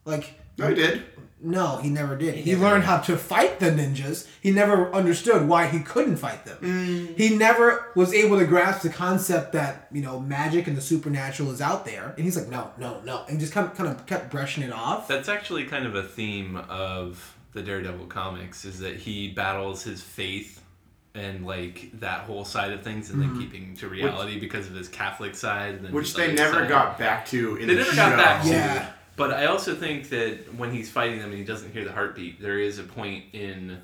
[SPEAKER 6] Like,
[SPEAKER 1] No, you did.
[SPEAKER 6] no, he never did. He,
[SPEAKER 5] never
[SPEAKER 6] learned how to fight the ninjas. He never understood why he couldn't fight them. He never was able to grasp the concept that you know magic and the supernatural is out there. And he's like, no, no, no, and just kind of, kind of kept brushing it off.
[SPEAKER 4] That's actually kind of a theme of the Daredevil comics is that he battles his faith and like that whole side of things and
[SPEAKER 6] Mm-hmm.
[SPEAKER 4] then keeping to reality because of his Catholic side. And then
[SPEAKER 1] Which
[SPEAKER 4] his
[SPEAKER 1] they
[SPEAKER 4] other
[SPEAKER 1] never
[SPEAKER 4] side.
[SPEAKER 1] got back to in
[SPEAKER 4] They
[SPEAKER 1] the
[SPEAKER 4] never
[SPEAKER 1] show.
[SPEAKER 4] got back to.
[SPEAKER 6] Yeah.
[SPEAKER 4] But I also think that when he's fighting them and he doesn't hear the heartbeat, there is a point in.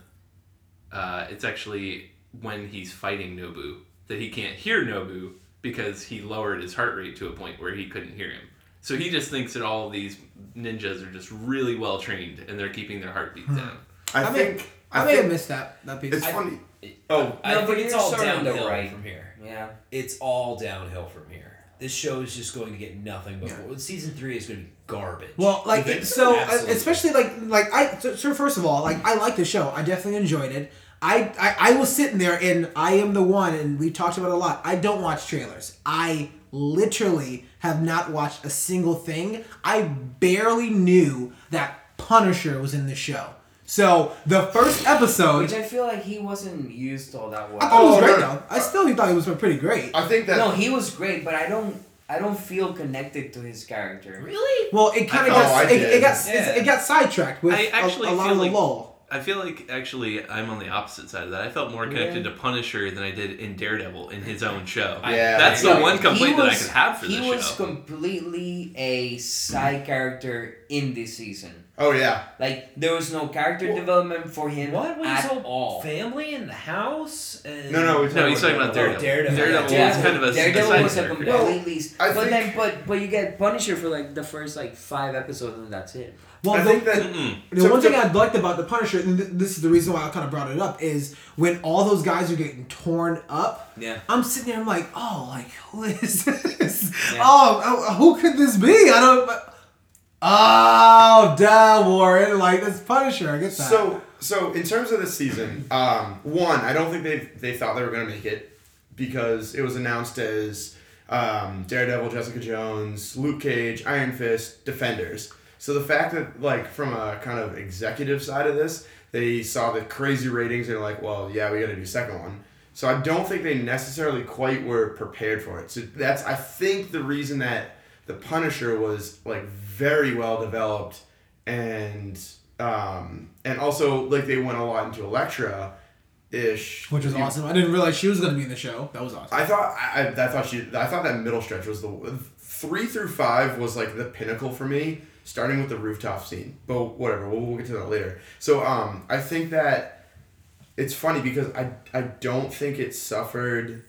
[SPEAKER 4] Uh, it's actually when he's fighting Nobu that he can't hear Nobu because he lowered his heart rate to a point where he couldn't hear him. So he just thinks that all of these ninjas are just really well trained and they're keeping their heartbeat
[SPEAKER 5] Hmm.
[SPEAKER 4] down.
[SPEAKER 1] I,
[SPEAKER 6] I may-
[SPEAKER 1] think.
[SPEAKER 6] I,
[SPEAKER 1] I
[SPEAKER 6] may have
[SPEAKER 1] think
[SPEAKER 6] missed that that piece.
[SPEAKER 1] it's
[SPEAKER 6] I-
[SPEAKER 1] funny. Oh,
[SPEAKER 5] I
[SPEAKER 2] No, but
[SPEAKER 5] think
[SPEAKER 2] it's
[SPEAKER 5] you're
[SPEAKER 2] all
[SPEAKER 5] sort of
[SPEAKER 2] downhill
[SPEAKER 5] right.
[SPEAKER 2] from here.
[SPEAKER 5] Yeah.
[SPEAKER 2] It's all downhill from here. this show is just going to get nothing but season three is going to be garbage.
[SPEAKER 6] Well, like
[SPEAKER 1] think
[SPEAKER 6] so, uh,
[SPEAKER 2] Absolutely.
[SPEAKER 6] especially like like I so, so first of all, like I like the show. I definitely enjoyed it. I, I I was sitting there and I am the one, and we talked about it a lot. I don't watch trailers. I literally have not watched a single thing. I barely knew that Punisher was in the show. So the first episode,
[SPEAKER 5] Which I feel like he wasn't used all that
[SPEAKER 6] I thought
[SPEAKER 5] well.
[SPEAKER 6] it was
[SPEAKER 1] Oh,
[SPEAKER 6] great
[SPEAKER 1] no.
[SPEAKER 6] though. I still thought it was pretty great.
[SPEAKER 1] I think that
[SPEAKER 5] No, he was great, but I don't. I don't feel connected to his character.
[SPEAKER 2] really?
[SPEAKER 6] Well, it kind
[SPEAKER 4] I-
[SPEAKER 6] of
[SPEAKER 1] oh, I
[SPEAKER 6] got it, it
[SPEAKER 1] did.
[SPEAKER 6] got
[SPEAKER 2] Yeah.
[SPEAKER 6] it got sidetracked with
[SPEAKER 4] I
[SPEAKER 6] a-
[SPEAKER 4] actually
[SPEAKER 6] a, lot
[SPEAKER 4] feel
[SPEAKER 6] of the
[SPEAKER 4] like-
[SPEAKER 6] lull.
[SPEAKER 4] I feel like actually I'm on the opposite side of that. I felt more connected to Punisher than I did in Daredevil in his own show.
[SPEAKER 1] Yeah.
[SPEAKER 4] that's the
[SPEAKER 5] Like,
[SPEAKER 4] one complaint
[SPEAKER 5] he
[SPEAKER 4] that I
[SPEAKER 5] was-
[SPEAKER 4] could have for
[SPEAKER 5] He
[SPEAKER 4] this
[SPEAKER 5] was
[SPEAKER 4] show.
[SPEAKER 5] completely a side character in this season.
[SPEAKER 1] oh yeah,
[SPEAKER 5] Like there was no character
[SPEAKER 2] Well,
[SPEAKER 5] development for him
[SPEAKER 2] What was
[SPEAKER 5] at
[SPEAKER 2] his whole
[SPEAKER 5] all.
[SPEAKER 2] family in the house? And
[SPEAKER 1] No, no, we
[SPEAKER 4] no, he's talking about
[SPEAKER 2] Oh,
[SPEAKER 4] Daredevil.
[SPEAKER 2] Daredevil.
[SPEAKER 4] Daredevil
[SPEAKER 5] yeah,
[SPEAKER 4] was kind of a,
[SPEAKER 5] Daredevil
[SPEAKER 4] a
[SPEAKER 5] was
[SPEAKER 4] side
[SPEAKER 5] a
[SPEAKER 4] character.
[SPEAKER 5] completely.
[SPEAKER 1] I
[SPEAKER 5] but
[SPEAKER 1] think-
[SPEAKER 5] then, but but you get Punisher for like the first like five episodes and that's it.
[SPEAKER 6] Well,
[SPEAKER 1] I
[SPEAKER 6] the-
[SPEAKER 1] think that
[SPEAKER 4] Mm-mm.
[SPEAKER 6] The
[SPEAKER 1] So-
[SPEAKER 6] one
[SPEAKER 1] so-
[SPEAKER 6] thing I liked about the Punisher, and th- this is the reason why I kind of brought it up, is when all those guys are getting torn up.
[SPEAKER 2] Yeah.
[SPEAKER 6] I'm sitting there, I'm like, oh, like who is (laughs) this?
[SPEAKER 5] Yeah.
[SPEAKER 6] Oh, oh, who could this be? I don't. Oh, duh, Warren, like that's Punisher. I get that.
[SPEAKER 1] So so in terms of the season, um, one, I don't think they they thought they were gonna make it because it was announced as um, Daredevil, Jessica Jones, Luke Cage, Iron Fist, Defenders. So the fact that like from a kind of executive side of this, they saw the crazy ratings and were like, well, yeah, we gotta do a second one. So I don't think they necessarily quite were prepared for it. So that's I think the reason that the Punisher was like very well developed and um and also like they went a lot into Elektra ish,
[SPEAKER 6] which was awesome. I didn't realize she was gonna be in the show. That was awesome.
[SPEAKER 1] I thought I, I I thought she I thought that middle stretch was the three through five was like the pinnacle for me, starting with the rooftop scene. But whatever, we'll, we'll get to that later. So um, I think that it's funny because I I don't think it suffered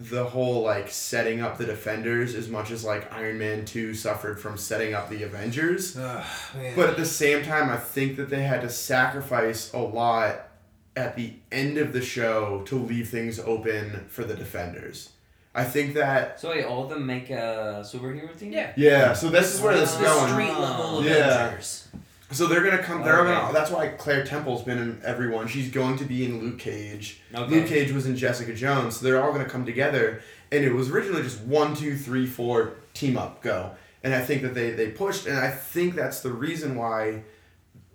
[SPEAKER 1] the whole like setting up the defenders as much as like Iron Man two suffered from setting up the Avengers.
[SPEAKER 6] Ugh, man.
[SPEAKER 1] But at the same time, I think that they had to sacrifice a lot at the end of the show to leave things open for the defenders. I think that
[SPEAKER 5] So wait, all of them make a superhero team. Ah.
[SPEAKER 2] Yeah.
[SPEAKER 1] yeah. So this is where this is
[SPEAKER 2] The
[SPEAKER 1] going.
[SPEAKER 2] street level
[SPEAKER 1] Yeah.
[SPEAKER 2] Avengers.
[SPEAKER 1] So they're gonna come. They're
[SPEAKER 5] Okay.
[SPEAKER 1] gonna. That's why Claire Temple's been in everyone. She's going to be in Luke Cage.
[SPEAKER 5] Okay.
[SPEAKER 1] Luke Cage was in Jessica Jones. So they're all gonna come together. And it was originally just one, two, three, four, team up, go. And I think that they they pushed. And I think that's the reason why,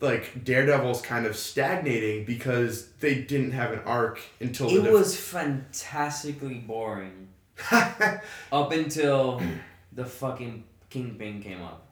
[SPEAKER 1] like Daredevil's kind of stagnating because they didn't have an arc until the
[SPEAKER 5] It
[SPEAKER 1] def-
[SPEAKER 5] was fantastically boring
[SPEAKER 4] (clears throat)
[SPEAKER 5] up until the fucking Kingpin came up.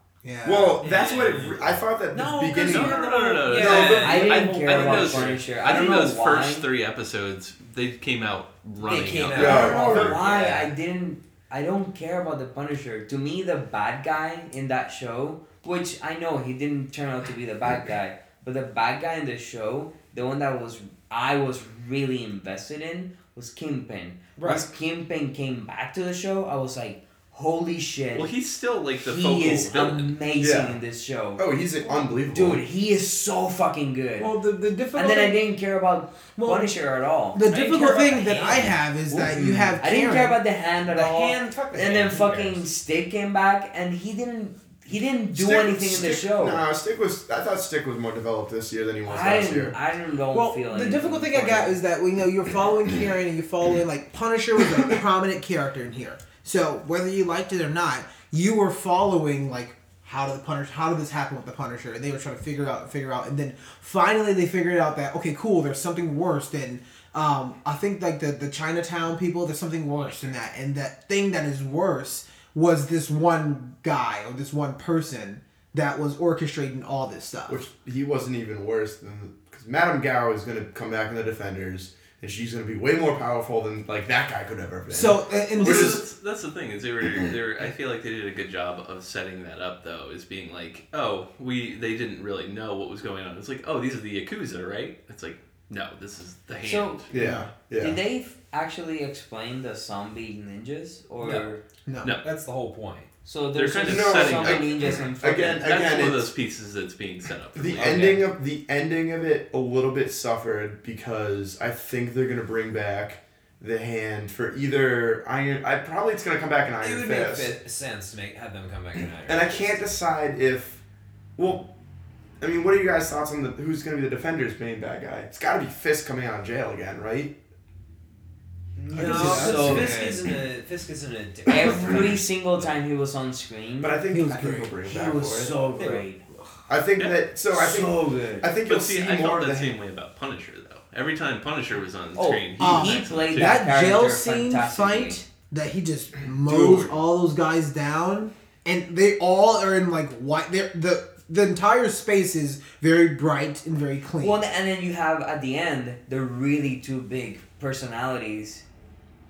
[SPEAKER 1] (laughs)
[SPEAKER 6] yeah.
[SPEAKER 1] well, that's what it. Re- I thought that the
[SPEAKER 2] No,
[SPEAKER 1] beginning.
[SPEAKER 4] No, no, no, no, no.
[SPEAKER 2] Yeah.
[SPEAKER 4] no but
[SPEAKER 5] I didn't
[SPEAKER 4] I,
[SPEAKER 5] care
[SPEAKER 4] I think
[SPEAKER 5] about
[SPEAKER 4] those,
[SPEAKER 5] Punisher. I
[SPEAKER 4] I think
[SPEAKER 5] don't know
[SPEAKER 4] those
[SPEAKER 5] why.
[SPEAKER 4] first three episodes, they came out running.
[SPEAKER 2] came
[SPEAKER 4] up.
[SPEAKER 2] out.
[SPEAKER 1] Yeah.
[SPEAKER 5] I don't know
[SPEAKER 1] Yeah.
[SPEAKER 5] why I didn't. I don't care about the Punisher. To me, the bad guy in that show, which I know he didn't turn out to be the bad guy, but the bad guy in the show, the one that was I was really invested in, was Kingpin. Once Kingpin came back to the show, I was like, "Holy shit!
[SPEAKER 4] Well, he's still like the focal
[SPEAKER 5] he is
[SPEAKER 4] villain.
[SPEAKER 5] amazing
[SPEAKER 1] Yeah.
[SPEAKER 5] in this show,
[SPEAKER 1] Oh, he's unbelievable.
[SPEAKER 5] dude. He is so fucking good."
[SPEAKER 6] well, the the difficult
[SPEAKER 5] and then I didn't care about
[SPEAKER 6] Well,
[SPEAKER 5] Punisher at all.
[SPEAKER 6] the
[SPEAKER 2] didn't care
[SPEAKER 6] difficult
[SPEAKER 2] about
[SPEAKER 6] thing
[SPEAKER 2] the
[SPEAKER 6] that I have is that you have.
[SPEAKER 5] Mm-hmm. I didn't care
[SPEAKER 6] Karen.
[SPEAKER 5] about the hand at
[SPEAKER 2] The
[SPEAKER 5] all.
[SPEAKER 2] hand, fuck the
[SPEAKER 5] and then
[SPEAKER 2] hand, who cares?
[SPEAKER 5] fucking Stick came back, and he didn't. He didn't do
[SPEAKER 1] Stick-
[SPEAKER 5] anything in the
[SPEAKER 1] Stick-
[SPEAKER 5] show.
[SPEAKER 1] No, Stick was. I thought Stick was more developed this year than he was
[SPEAKER 5] I
[SPEAKER 1] last year.
[SPEAKER 5] didn't. I didn't know.
[SPEAKER 6] Well,
[SPEAKER 5] feel
[SPEAKER 6] the
[SPEAKER 5] anything
[SPEAKER 6] difficult thing I
[SPEAKER 5] for
[SPEAKER 6] got
[SPEAKER 5] it.
[SPEAKER 6] is that we know you're following Karen and you're following like Punisher was a prominent character in here. So whether you liked it or not, you were following like how did the Punisher? How did this happen with the Punisher? And they were trying to figure out, figure out, and then finally they figured out that okay, cool. There's something worse than um, I think like the the Chinatown people. There's something worse than that, and that thing that is worse was this one guy or this one person that was orchestrating all this stuff.
[SPEAKER 1] Which he wasn't even worse than because Madame Gao is gonna come back in the Defenders, and she's gonna be way more powerful than like that guy could ever have been.
[SPEAKER 6] so and, and
[SPEAKER 4] Well,
[SPEAKER 6] this
[SPEAKER 1] Which
[SPEAKER 6] is
[SPEAKER 4] that's, that's the thing is they were, they were I feel like they did a good job of setting that up though is being like oh we they didn't really know what was going on it's like oh these are the yakuza right it's like no this is the hand
[SPEAKER 5] So-
[SPEAKER 1] yeah, yeah.
[SPEAKER 5] Did they f- actually explain the zombie ninjas or?
[SPEAKER 2] No.
[SPEAKER 6] no.
[SPEAKER 4] No.
[SPEAKER 2] That's the whole point.
[SPEAKER 5] So there's
[SPEAKER 4] They're
[SPEAKER 5] just
[SPEAKER 4] kinda
[SPEAKER 5] zombie
[SPEAKER 4] setting up-
[SPEAKER 5] ninjas and fucking-
[SPEAKER 1] Again,
[SPEAKER 4] that's
[SPEAKER 1] again,
[SPEAKER 4] one of
[SPEAKER 1] it's-
[SPEAKER 4] those pieces that's being set up for
[SPEAKER 1] The
[SPEAKER 4] me.
[SPEAKER 1] ending of the ending of it a little bit suffered because I think they're gonna bring back the hand for either Iron. I probably it's gonna come back in
[SPEAKER 2] It
[SPEAKER 1] Iron
[SPEAKER 2] would make
[SPEAKER 1] Fist,
[SPEAKER 2] fit sense to make have them come back tonight.
[SPEAKER 1] and I can't decide if. Well, I mean, what are you guys' thoughts on the who's gonna be the Defender's main bad guy? It's got to be Fisk coming out of jail again, right?
[SPEAKER 2] No,
[SPEAKER 1] that's
[SPEAKER 2] so
[SPEAKER 5] okay.
[SPEAKER 2] Fisk isn't a Fisk isn't a. dick.
[SPEAKER 5] Every single time he was on screen,
[SPEAKER 1] But I think
[SPEAKER 6] He was
[SPEAKER 1] I think he'll
[SPEAKER 6] great.
[SPEAKER 1] bring it
[SPEAKER 5] he
[SPEAKER 1] back
[SPEAKER 5] was
[SPEAKER 1] for it.
[SPEAKER 5] so great.
[SPEAKER 1] I think that so. I think
[SPEAKER 5] so good.
[SPEAKER 1] I think you'll
[SPEAKER 4] But
[SPEAKER 1] see,
[SPEAKER 4] see, I
[SPEAKER 1] more
[SPEAKER 4] felt
[SPEAKER 1] of
[SPEAKER 4] that
[SPEAKER 1] the
[SPEAKER 4] same way about Punisher though. Every time Punisher was on
[SPEAKER 5] Oh,
[SPEAKER 4] screen, he,
[SPEAKER 6] uh,
[SPEAKER 4] was
[SPEAKER 5] he
[SPEAKER 4] excellent,
[SPEAKER 5] played
[SPEAKER 4] too.
[SPEAKER 5] that-
[SPEAKER 6] that jail
[SPEAKER 5] character
[SPEAKER 6] scene
[SPEAKER 5] fantastically.
[SPEAKER 6] fight that he just mows
[SPEAKER 1] Dude.
[SPEAKER 6] all those guys down, and they all are in like white. They're, the the entire space is very bright and very clean.
[SPEAKER 5] Well, and then you have at the end the really two big personalities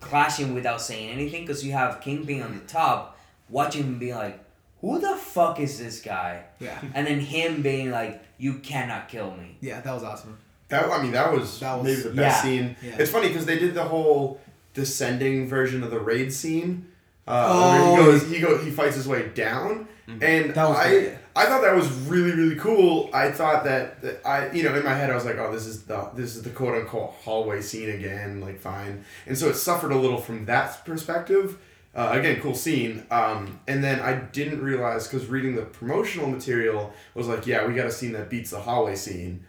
[SPEAKER 5] clashing without saying anything because you have Kingpin on the top watching him be like, "Who the fuck is this guy?"
[SPEAKER 6] yeah,
[SPEAKER 5] And then him being like, "You cannot kill me."
[SPEAKER 6] yeah, that was awesome.
[SPEAKER 1] That I mean, that was,
[SPEAKER 6] That was-
[SPEAKER 1] maybe the best
[SPEAKER 5] yeah,
[SPEAKER 1] scene.
[SPEAKER 6] yeah.
[SPEAKER 1] It's funny because they did the whole descending version of the raid scene. Uh,
[SPEAKER 6] Oh,
[SPEAKER 1] where he goes, he go, he fights his way down, and
[SPEAKER 6] That was
[SPEAKER 1] I,
[SPEAKER 6] great.
[SPEAKER 1] I thought that was really, really cool. I thought that, that I, you know, in my head, I was like, oh, this is the, this is the quote unquote hallway scene again, like fine, and so it suffered a little from that perspective. Uh, again, cool scene. Um, and then I didn't realize because reading the promotional material was like, yeah, we got a scene that beats the hallway scene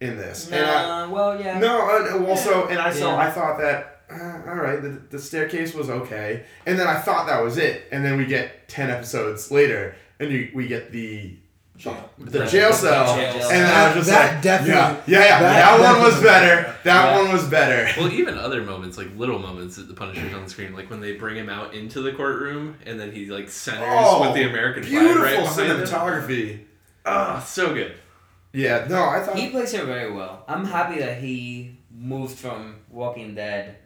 [SPEAKER 1] in this, and I,
[SPEAKER 5] Nah, well, yeah.
[SPEAKER 1] no, uh, well, so and I so
[SPEAKER 5] Yeah.
[SPEAKER 1] I thought that uh, all right, the, the staircase was okay, and then I thought that was it, and then we get ten episodes later, and you, we get the the,
[SPEAKER 5] The-
[SPEAKER 1] jail
[SPEAKER 5] the
[SPEAKER 1] cell,
[SPEAKER 5] jail
[SPEAKER 1] and
[SPEAKER 5] cell.
[SPEAKER 1] then I was just
[SPEAKER 6] That
[SPEAKER 1] like,
[SPEAKER 6] definitely-
[SPEAKER 1] yeah, yeah, yeah, that,
[SPEAKER 6] that
[SPEAKER 1] one was
[SPEAKER 6] definitely-
[SPEAKER 1] better, that
[SPEAKER 5] Yeah.
[SPEAKER 1] one was better.
[SPEAKER 4] Well, even other moments, like little moments that the Punisher's on the screen, like when they bring him out into the courtroom and then he like centers with the American flag
[SPEAKER 1] Oh, beautiful
[SPEAKER 4] right behind him.
[SPEAKER 1] cinematography.
[SPEAKER 4] Ah, so good.
[SPEAKER 1] Yeah, no, I thought
[SPEAKER 5] He plays it very well. I'm happy that he moved from Walking Dead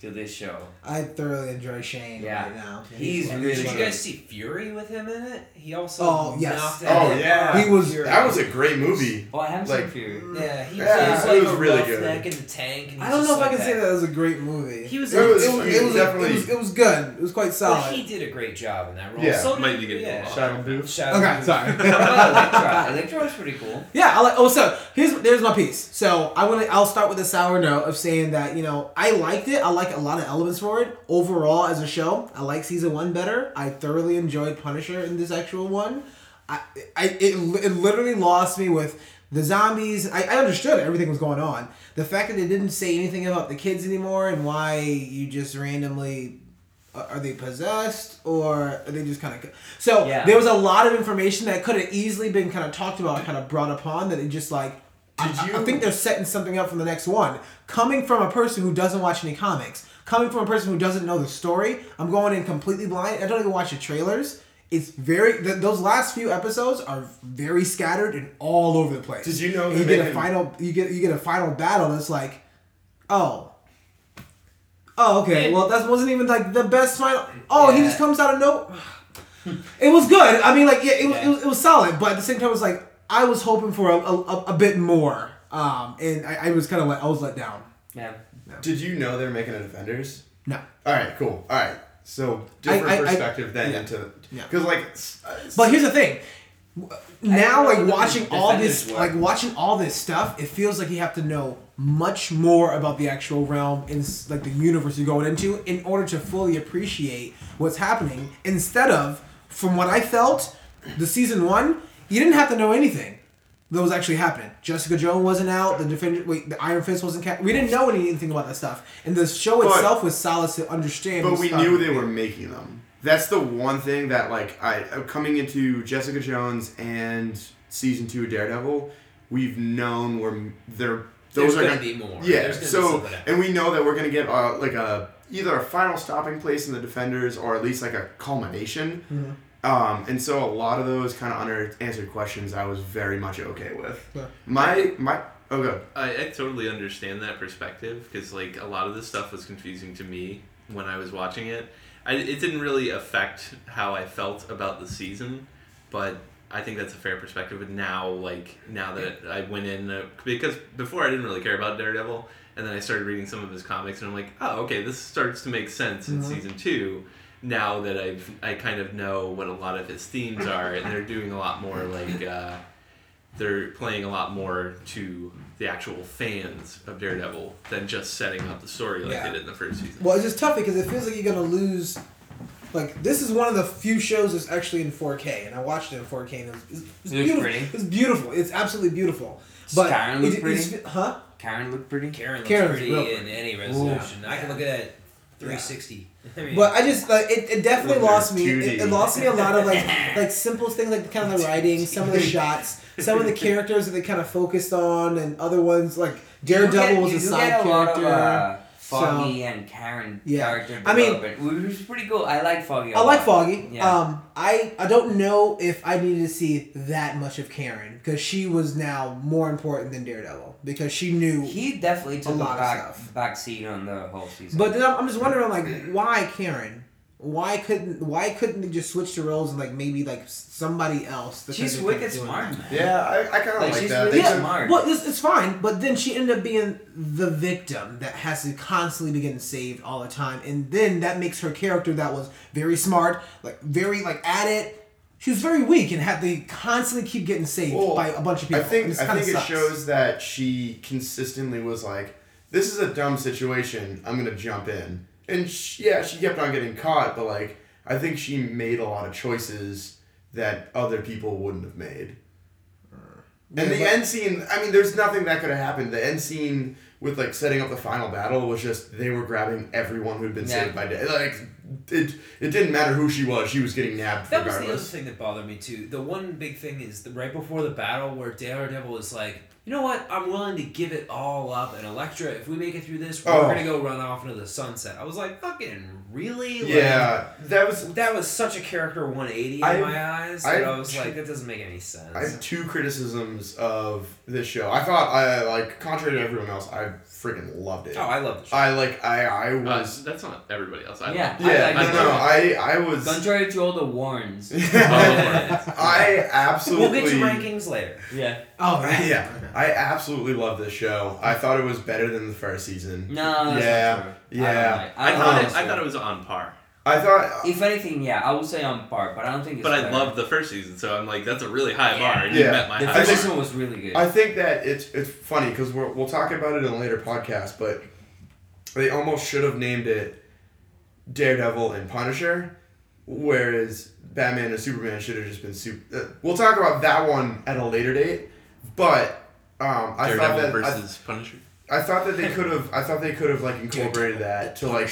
[SPEAKER 5] to this show.
[SPEAKER 6] I thoroughly enjoy Shane
[SPEAKER 5] Yeah.
[SPEAKER 6] right now.
[SPEAKER 5] He's
[SPEAKER 6] like-
[SPEAKER 5] really
[SPEAKER 2] Did you
[SPEAKER 5] good.
[SPEAKER 2] guys see Fury with him in it? He also.
[SPEAKER 6] Oh, yes.
[SPEAKER 2] knocked
[SPEAKER 1] Oh,
[SPEAKER 2] out-
[SPEAKER 1] yeah.
[SPEAKER 6] He was-
[SPEAKER 2] Fury.
[SPEAKER 1] that was a great movie.
[SPEAKER 5] Oh, I haven't
[SPEAKER 1] Like-
[SPEAKER 5] seen Fury.
[SPEAKER 2] Yeah, he
[SPEAKER 1] Yeah,
[SPEAKER 2] was
[SPEAKER 1] it
[SPEAKER 2] like
[SPEAKER 1] was
[SPEAKER 2] a
[SPEAKER 1] really
[SPEAKER 2] roughneck in the tank. And
[SPEAKER 6] I
[SPEAKER 2] he's
[SPEAKER 6] don't know
[SPEAKER 2] just
[SPEAKER 6] if I
[SPEAKER 2] like
[SPEAKER 6] can say that was a great movie.
[SPEAKER 2] He was.
[SPEAKER 1] It was-
[SPEAKER 6] it was,
[SPEAKER 1] he
[SPEAKER 6] it was, it
[SPEAKER 1] definitely-
[SPEAKER 6] was, it was good. It was quite
[SPEAKER 2] well,
[SPEAKER 6] solid.
[SPEAKER 2] he did a great job in that role.
[SPEAKER 1] Yeah.
[SPEAKER 2] So did,
[SPEAKER 4] Might be getting
[SPEAKER 2] yeah.
[SPEAKER 4] a
[SPEAKER 1] Shia LaBeouf.
[SPEAKER 2] Shadow
[SPEAKER 6] okay,
[SPEAKER 2] Moon.
[SPEAKER 5] What
[SPEAKER 6] sorry.
[SPEAKER 5] about Electra? Electra was pretty cool.
[SPEAKER 6] Yeah, I like. Oh, so here's there's my piece. So I want to. I'll start with a sour note of saying that you know I liked it. I like a lot of elements for it overall as a show. I like season one better. I thoroughly enjoyed Punisher in this actual one. I, I it, it literally lost me with the zombies. I, I understood everything was going on. The fact that they didn't say anything about the kids anymore and why you just randomly are are they possessed or are they just kind of so
[SPEAKER 5] Yeah.
[SPEAKER 6] there was a lot of information that could have easily been kind of talked about kind of brought upon that it just like I-
[SPEAKER 1] Did
[SPEAKER 6] I- I,
[SPEAKER 1] you-
[SPEAKER 6] think they're setting something up for the next one coming from a person who doesn't watch any comics coming from a person who doesn't know the story i'm going in completely blind i don't even watch the trailers it's very th- those last few episodes are very scattered and all over the place
[SPEAKER 1] Did you know
[SPEAKER 6] you
[SPEAKER 1] they're
[SPEAKER 6] get a
[SPEAKER 1] making-
[SPEAKER 6] final you get you get a final battle and it's like oh Oh, okay. Well, that wasn't even like the best final. Oh, he
[SPEAKER 5] Yeah.
[SPEAKER 6] just comes out of no. (sighs) It was good. I mean, like, yeah, it was, it was, it was solid, but at the same time, it was like I was hoping for a, a, a- a bit more, um, and I, I was kind of let I was let down.
[SPEAKER 5] Yeah.
[SPEAKER 1] Did you know they're making a Defenders?
[SPEAKER 6] No,
[SPEAKER 1] All right, cool. All right, so different
[SPEAKER 6] I- I-
[SPEAKER 1] perspective then
[SPEAKER 6] yeah.
[SPEAKER 1] into
[SPEAKER 6] Yeah.
[SPEAKER 1] because like s- uh, s-
[SPEAKER 6] but here's the thing. Now,
[SPEAKER 5] know
[SPEAKER 6] like
[SPEAKER 5] that the
[SPEAKER 6] watching all this,
[SPEAKER 5] defenders
[SPEAKER 6] like watching all this stuff, it feels like you have to know much more about the actual realm and s- like the universe you're going into in order to fully appreciate what's happening. Instead of, from what I felt, the season one, you didn't have to know anything that was actually happening. Jessica Jones wasn't out. The defender, wait, the Iron Fist wasn't. Ca- we didn't know anything about that stuff, and the show
[SPEAKER 1] But-
[SPEAKER 6] itself was solid to understand.
[SPEAKER 1] But
[SPEAKER 6] what's
[SPEAKER 1] we
[SPEAKER 6] happening.
[SPEAKER 1] knew they were making them. That's the one thing that like I uh, coming into Jessica Jones and season two of Daredevil, we've known we're m- they're
[SPEAKER 2] There's
[SPEAKER 1] those are
[SPEAKER 2] gonna
[SPEAKER 1] gonna
[SPEAKER 2] be more.
[SPEAKER 1] Yeah.
[SPEAKER 2] There's gonna be
[SPEAKER 1] So
[SPEAKER 2] something else.
[SPEAKER 1] and we know that we're gonna get uh, like a either a final stopping place in the Defenders or at least like a culmination.
[SPEAKER 6] Mm-hmm.
[SPEAKER 1] Um, and so a lot of those kind of unanswered questions I was very much okay with.
[SPEAKER 6] Yeah.
[SPEAKER 1] My my oh god.
[SPEAKER 4] I, I totally understand that perspective because like a lot of this stuff was confusing to me when I was watching it. I, it didn't really affect how I felt about the season, but I think that's a fair perspective. And now, like now that I went in, uh, because before I didn't really care about Daredevil, and then I started reading some of his comics, and I'm like, oh, okay, this starts to make sense in season two. Now that I've I kind of know what a lot of his themes are, and they're doing a lot more like. Uh, they're playing a lot more to the actual fans of Daredevil than just setting up the story like
[SPEAKER 6] Yeah.
[SPEAKER 4] they did in the first season.
[SPEAKER 6] Well, it's just tough because it feels like you're gonna lose. Like this is one of the few shows that's actually in 4K, and I watched it in 4K, and it was, it's, it's
[SPEAKER 5] It looks
[SPEAKER 6] beautiful.
[SPEAKER 5] pretty.
[SPEAKER 6] It's beautiful. It's absolutely beautiful. But
[SPEAKER 5] Skyrim looks
[SPEAKER 6] it- it's- huh?
[SPEAKER 5] Karen looked pretty.
[SPEAKER 2] Karen looks
[SPEAKER 6] Karen's
[SPEAKER 2] pretty
[SPEAKER 6] real
[SPEAKER 2] in any resolution. I can look at that 360. (laughs) I mean,
[SPEAKER 6] But I just like it, it definitely
[SPEAKER 1] Look,
[SPEAKER 6] lost me.
[SPEAKER 1] there's
[SPEAKER 6] It,
[SPEAKER 1] 2D.
[SPEAKER 6] it lost me a lot of
[SPEAKER 5] (laughs)
[SPEAKER 6] like like simple things like kind of the writing, some of the shots, some
[SPEAKER 5] (laughs)
[SPEAKER 6] of the characters that they kind of focused on, and other ones like Daredevil was a side character.
[SPEAKER 5] uh, Foggy and Karen
[SPEAKER 6] Yeah.
[SPEAKER 5] character
[SPEAKER 6] I mean-
[SPEAKER 5] development, which was pretty cool. I like Foggy. a
[SPEAKER 6] I like
[SPEAKER 5] lot.
[SPEAKER 6] Foggy.
[SPEAKER 5] Yeah.
[SPEAKER 6] Um, I I don't know if I needed to see that much of Karen because she was now more important than Daredevil because she knew.
[SPEAKER 5] He definitely took a,
[SPEAKER 6] lot of
[SPEAKER 5] back,
[SPEAKER 6] stuff.
[SPEAKER 5] back seat on the whole season.
[SPEAKER 6] But uh, then I'm, I'm just wondering like why Karen? Why couldn't why couldn't they just switch the roles and like maybe like somebody else? that
[SPEAKER 5] she's
[SPEAKER 6] could've been
[SPEAKER 5] wicked
[SPEAKER 6] doing
[SPEAKER 5] smart,
[SPEAKER 6] that?
[SPEAKER 5] man.
[SPEAKER 1] Yeah, I, I kind of
[SPEAKER 5] Like,
[SPEAKER 1] like,
[SPEAKER 5] she's
[SPEAKER 1] that.
[SPEAKER 5] really
[SPEAKER 1] They
[SPEAKER 6] Yeah,
[SPEAKER 1] took-
[SPEAKER 5] smart.
[SPEAKER 6] well, it's, it's fine, but then she ended up being the victim that has to constantly be getting saved all the time, and then that makes her character that was very smart, like very like at it. She was very weak and had to constantly keep getting saved
[SPEAKER 1] Well,
[SPEAKER 6] by a bunch of people.
[SPEAKER 1] I think
[SPEAKER 6] and this
[SPEAKER 1] I
[SPEAKER 6] kinda
[SPEAKER 1] think it
[SPEAKER 6] sucks. (laughs)
[SPEAKER 1] shows that she consistently was like, "This is a dumb situation. I'm gonna jump in." And she, yeah, she kept on getting caught, but like, I think she made a lot of choices that other people wouldn't have made. And the
[SPEAKER 6] but-
[SPEAKER 1] end scene, I mean, there's nothing that could have happened. The end scene with like setting up the final battle was just they were grabbing everyone who'd been
[SPEAKER 5] Yeah.
[SPEAKER 1] saved by death. Like it, it didn't matter who she was; she was getting nabbed
[SPEAKER 2] That was the other
[SPEAKER 1] regardless.
[SPEAKER 2] thing that bothered me too. The one big thing is the, right before the battle where Daredevil is like, you know what? I'm willing to give it all up. And Elektra, if we make it through this, we're
[SPEAKER 1] Oh.
[SPEAKER 2] gonna go run off into the sunset. I was like, fucking really? Like,
[SPEAKER 1] yeah, that was
[SPEAKER 2] That was such a character 180 in
[SPEAKER 1] I-
[SPEAKER 2] my eyes
[SPEAKER 1] I-
[SPEAKER 2] that I, was like, that doesn't make any sense.
[SPEAKER 1] I have two criticisms of this show. I thought I like contrary to everyone else, I freaking loved it.
[SPEAKER 2] oh, I love the show.
[SPEAKER 1] I like I I
[SPEAKER 4] Uh,
[SPEAKER 1] was
[SPEAKER 4] that's not everybody else. I
[SPEAKER 5] Yeah.
[SPEAKER 1] yeah
[SPEAKER 4] I- I-
[SPEAKER 1] no no I I was
[SPEAKER 5] Contrary to all the warns.
[SPEAKER 1] (laughs)
[SPEAKER 4] (laughs)
[SPEAKER 1] I absolutely
[SPEAKER 2] we'll get your rankings later.
[SPEAKER 5] yeah.
[SPEAKER 6] Oh right.
[SPEAKER 1] yeah I absolutely love this show. I thought it was better than the first season.
[SPEAKER 5] No. That's
[SPEAKER 1] Yeah,
[SPEAKER 5] Not true.
[SPEAKER 1] yeah.
[SPEAKER 5] I,
[SPEAKER 4] I
[SPEAKER 5] don't
[SPEAKER 4] thought
[SPEAKER 5] like-
[SPEAKER 4] it,
[SPEAKER 5] I,
[SPEAKER 4] I thought it was on par,
[SPEAKER 1] I thought
[SPEAKER 5] If anything, yeah, I would say on par, but I don't think. it's
[SPEAKER 4] but I
[SPEAKER 5] better.
[SPEAKER 4] loved the first season, so I'm like, that's a really high
[SPEAKER 5] Yeah.
[SPEAKER 4] bar. and You
[SPEAKER 1] Yeah.
[SPEAKER 4] met my
[SPEAKER 5] The
[SPEAKER 4] high bar.
[SPEAKER 5] first
[SPEAKER 1] think-
[SPEAKER 5] season was really good.
[SPEAKER 1] I think that it's it's funny because we'll we'll talk about it in a later podcast, but they almost should have named it Daredevil and Punisher, whereas Batman and Superman should have just been super. Uh, we'll talk about that one at a later date, but um, I
[SPEAKER 4] Daredevil
[SPEAKER 1] thought that
[SPEAKER 4] versus Punisher.
[SPEAKER 1] I, I thought that they could have I thought they could have like incorporated that to like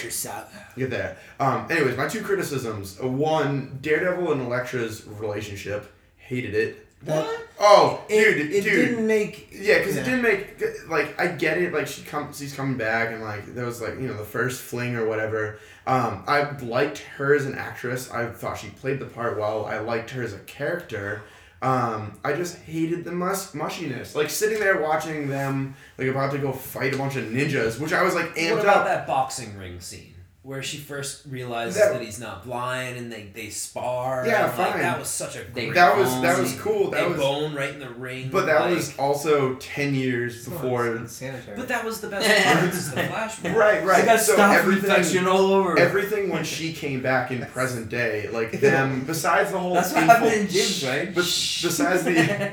[SPEAKER 1] get there. Um, anyways, my two criticisms: Uh, one, Daredevil and Elektra's relationship, hated it.
[SPEAKER 6] That-
[SPEAKER 1] Oh,
[SPEAKER 6] It,
[SPEAKER 1] dude,
[SPEAKER 6] it
[SPEAKER 1] dude.
[SPEAKER 6] didn't make
[SPEAKER 1] Yeah, because it didn't make like I get it. Like she comes, she's coming back, and like that was like you know the first fling or whatever. Um, I liked her as an actress. I thought she played the part well. I liked her as a character. Um, I just hated the mus- mushiness. Like sitting there watching them like about to go fight a bunch of ninjas, which I was like amped
[SPEAKER 2] what about
[SPEAKER 1] up.
[SPEAKER 2] that boxing ring scene where she first realizes
[SPEAKER 1] That-
[SPEAKER 2] that, he's not blind and they, they spar?
[SPEAKER 1] Yeah,
[SPEAKER 2] and, like,
[SPEAKER 1] fine.
[SPEAKER 2] That was such a
[SPEAKER 5] They
[SPEAKER 2] great
[SPEAKER 1] That was that
[SPEAKER 5] Um,
[SPEAKER 1] was cool. That
[SPEAKER 2] they
[SPEAKER 1] was,
[SPEAKER 2] bone right in the ring.
[SPEAKER 1] but that
[SPEAKER 2] like-
[SPEAKER 1] was also ten years before.
[SPEAKER 6] sanitary.
[SPEAKER 2] But that was the best part.
[SPEAKER 5] (laughs)
[SPEAKER 2] is the flashback.
[SPEAKER 1] Right,
[SPEAKER 5] I got
[SPEAKER 1] right. So
[SPEAKER 5] staph
[SPEAKER 1] everything.
[SPEAKER 5] infection all over.
[SPEAKER 1] everything when
[SPEAKER 5] (laughs)
[SPEAKER 1] she came back in present day, like them, besides the whole
[SPEAKER 5] That's what
[SPEAKER 1] infil-
[SPEAKER 5] happened in gyms, right?
[SPEAKER 1] Be- besides
[SPEAKER 5] (laughs)
[SPEAKER 1] the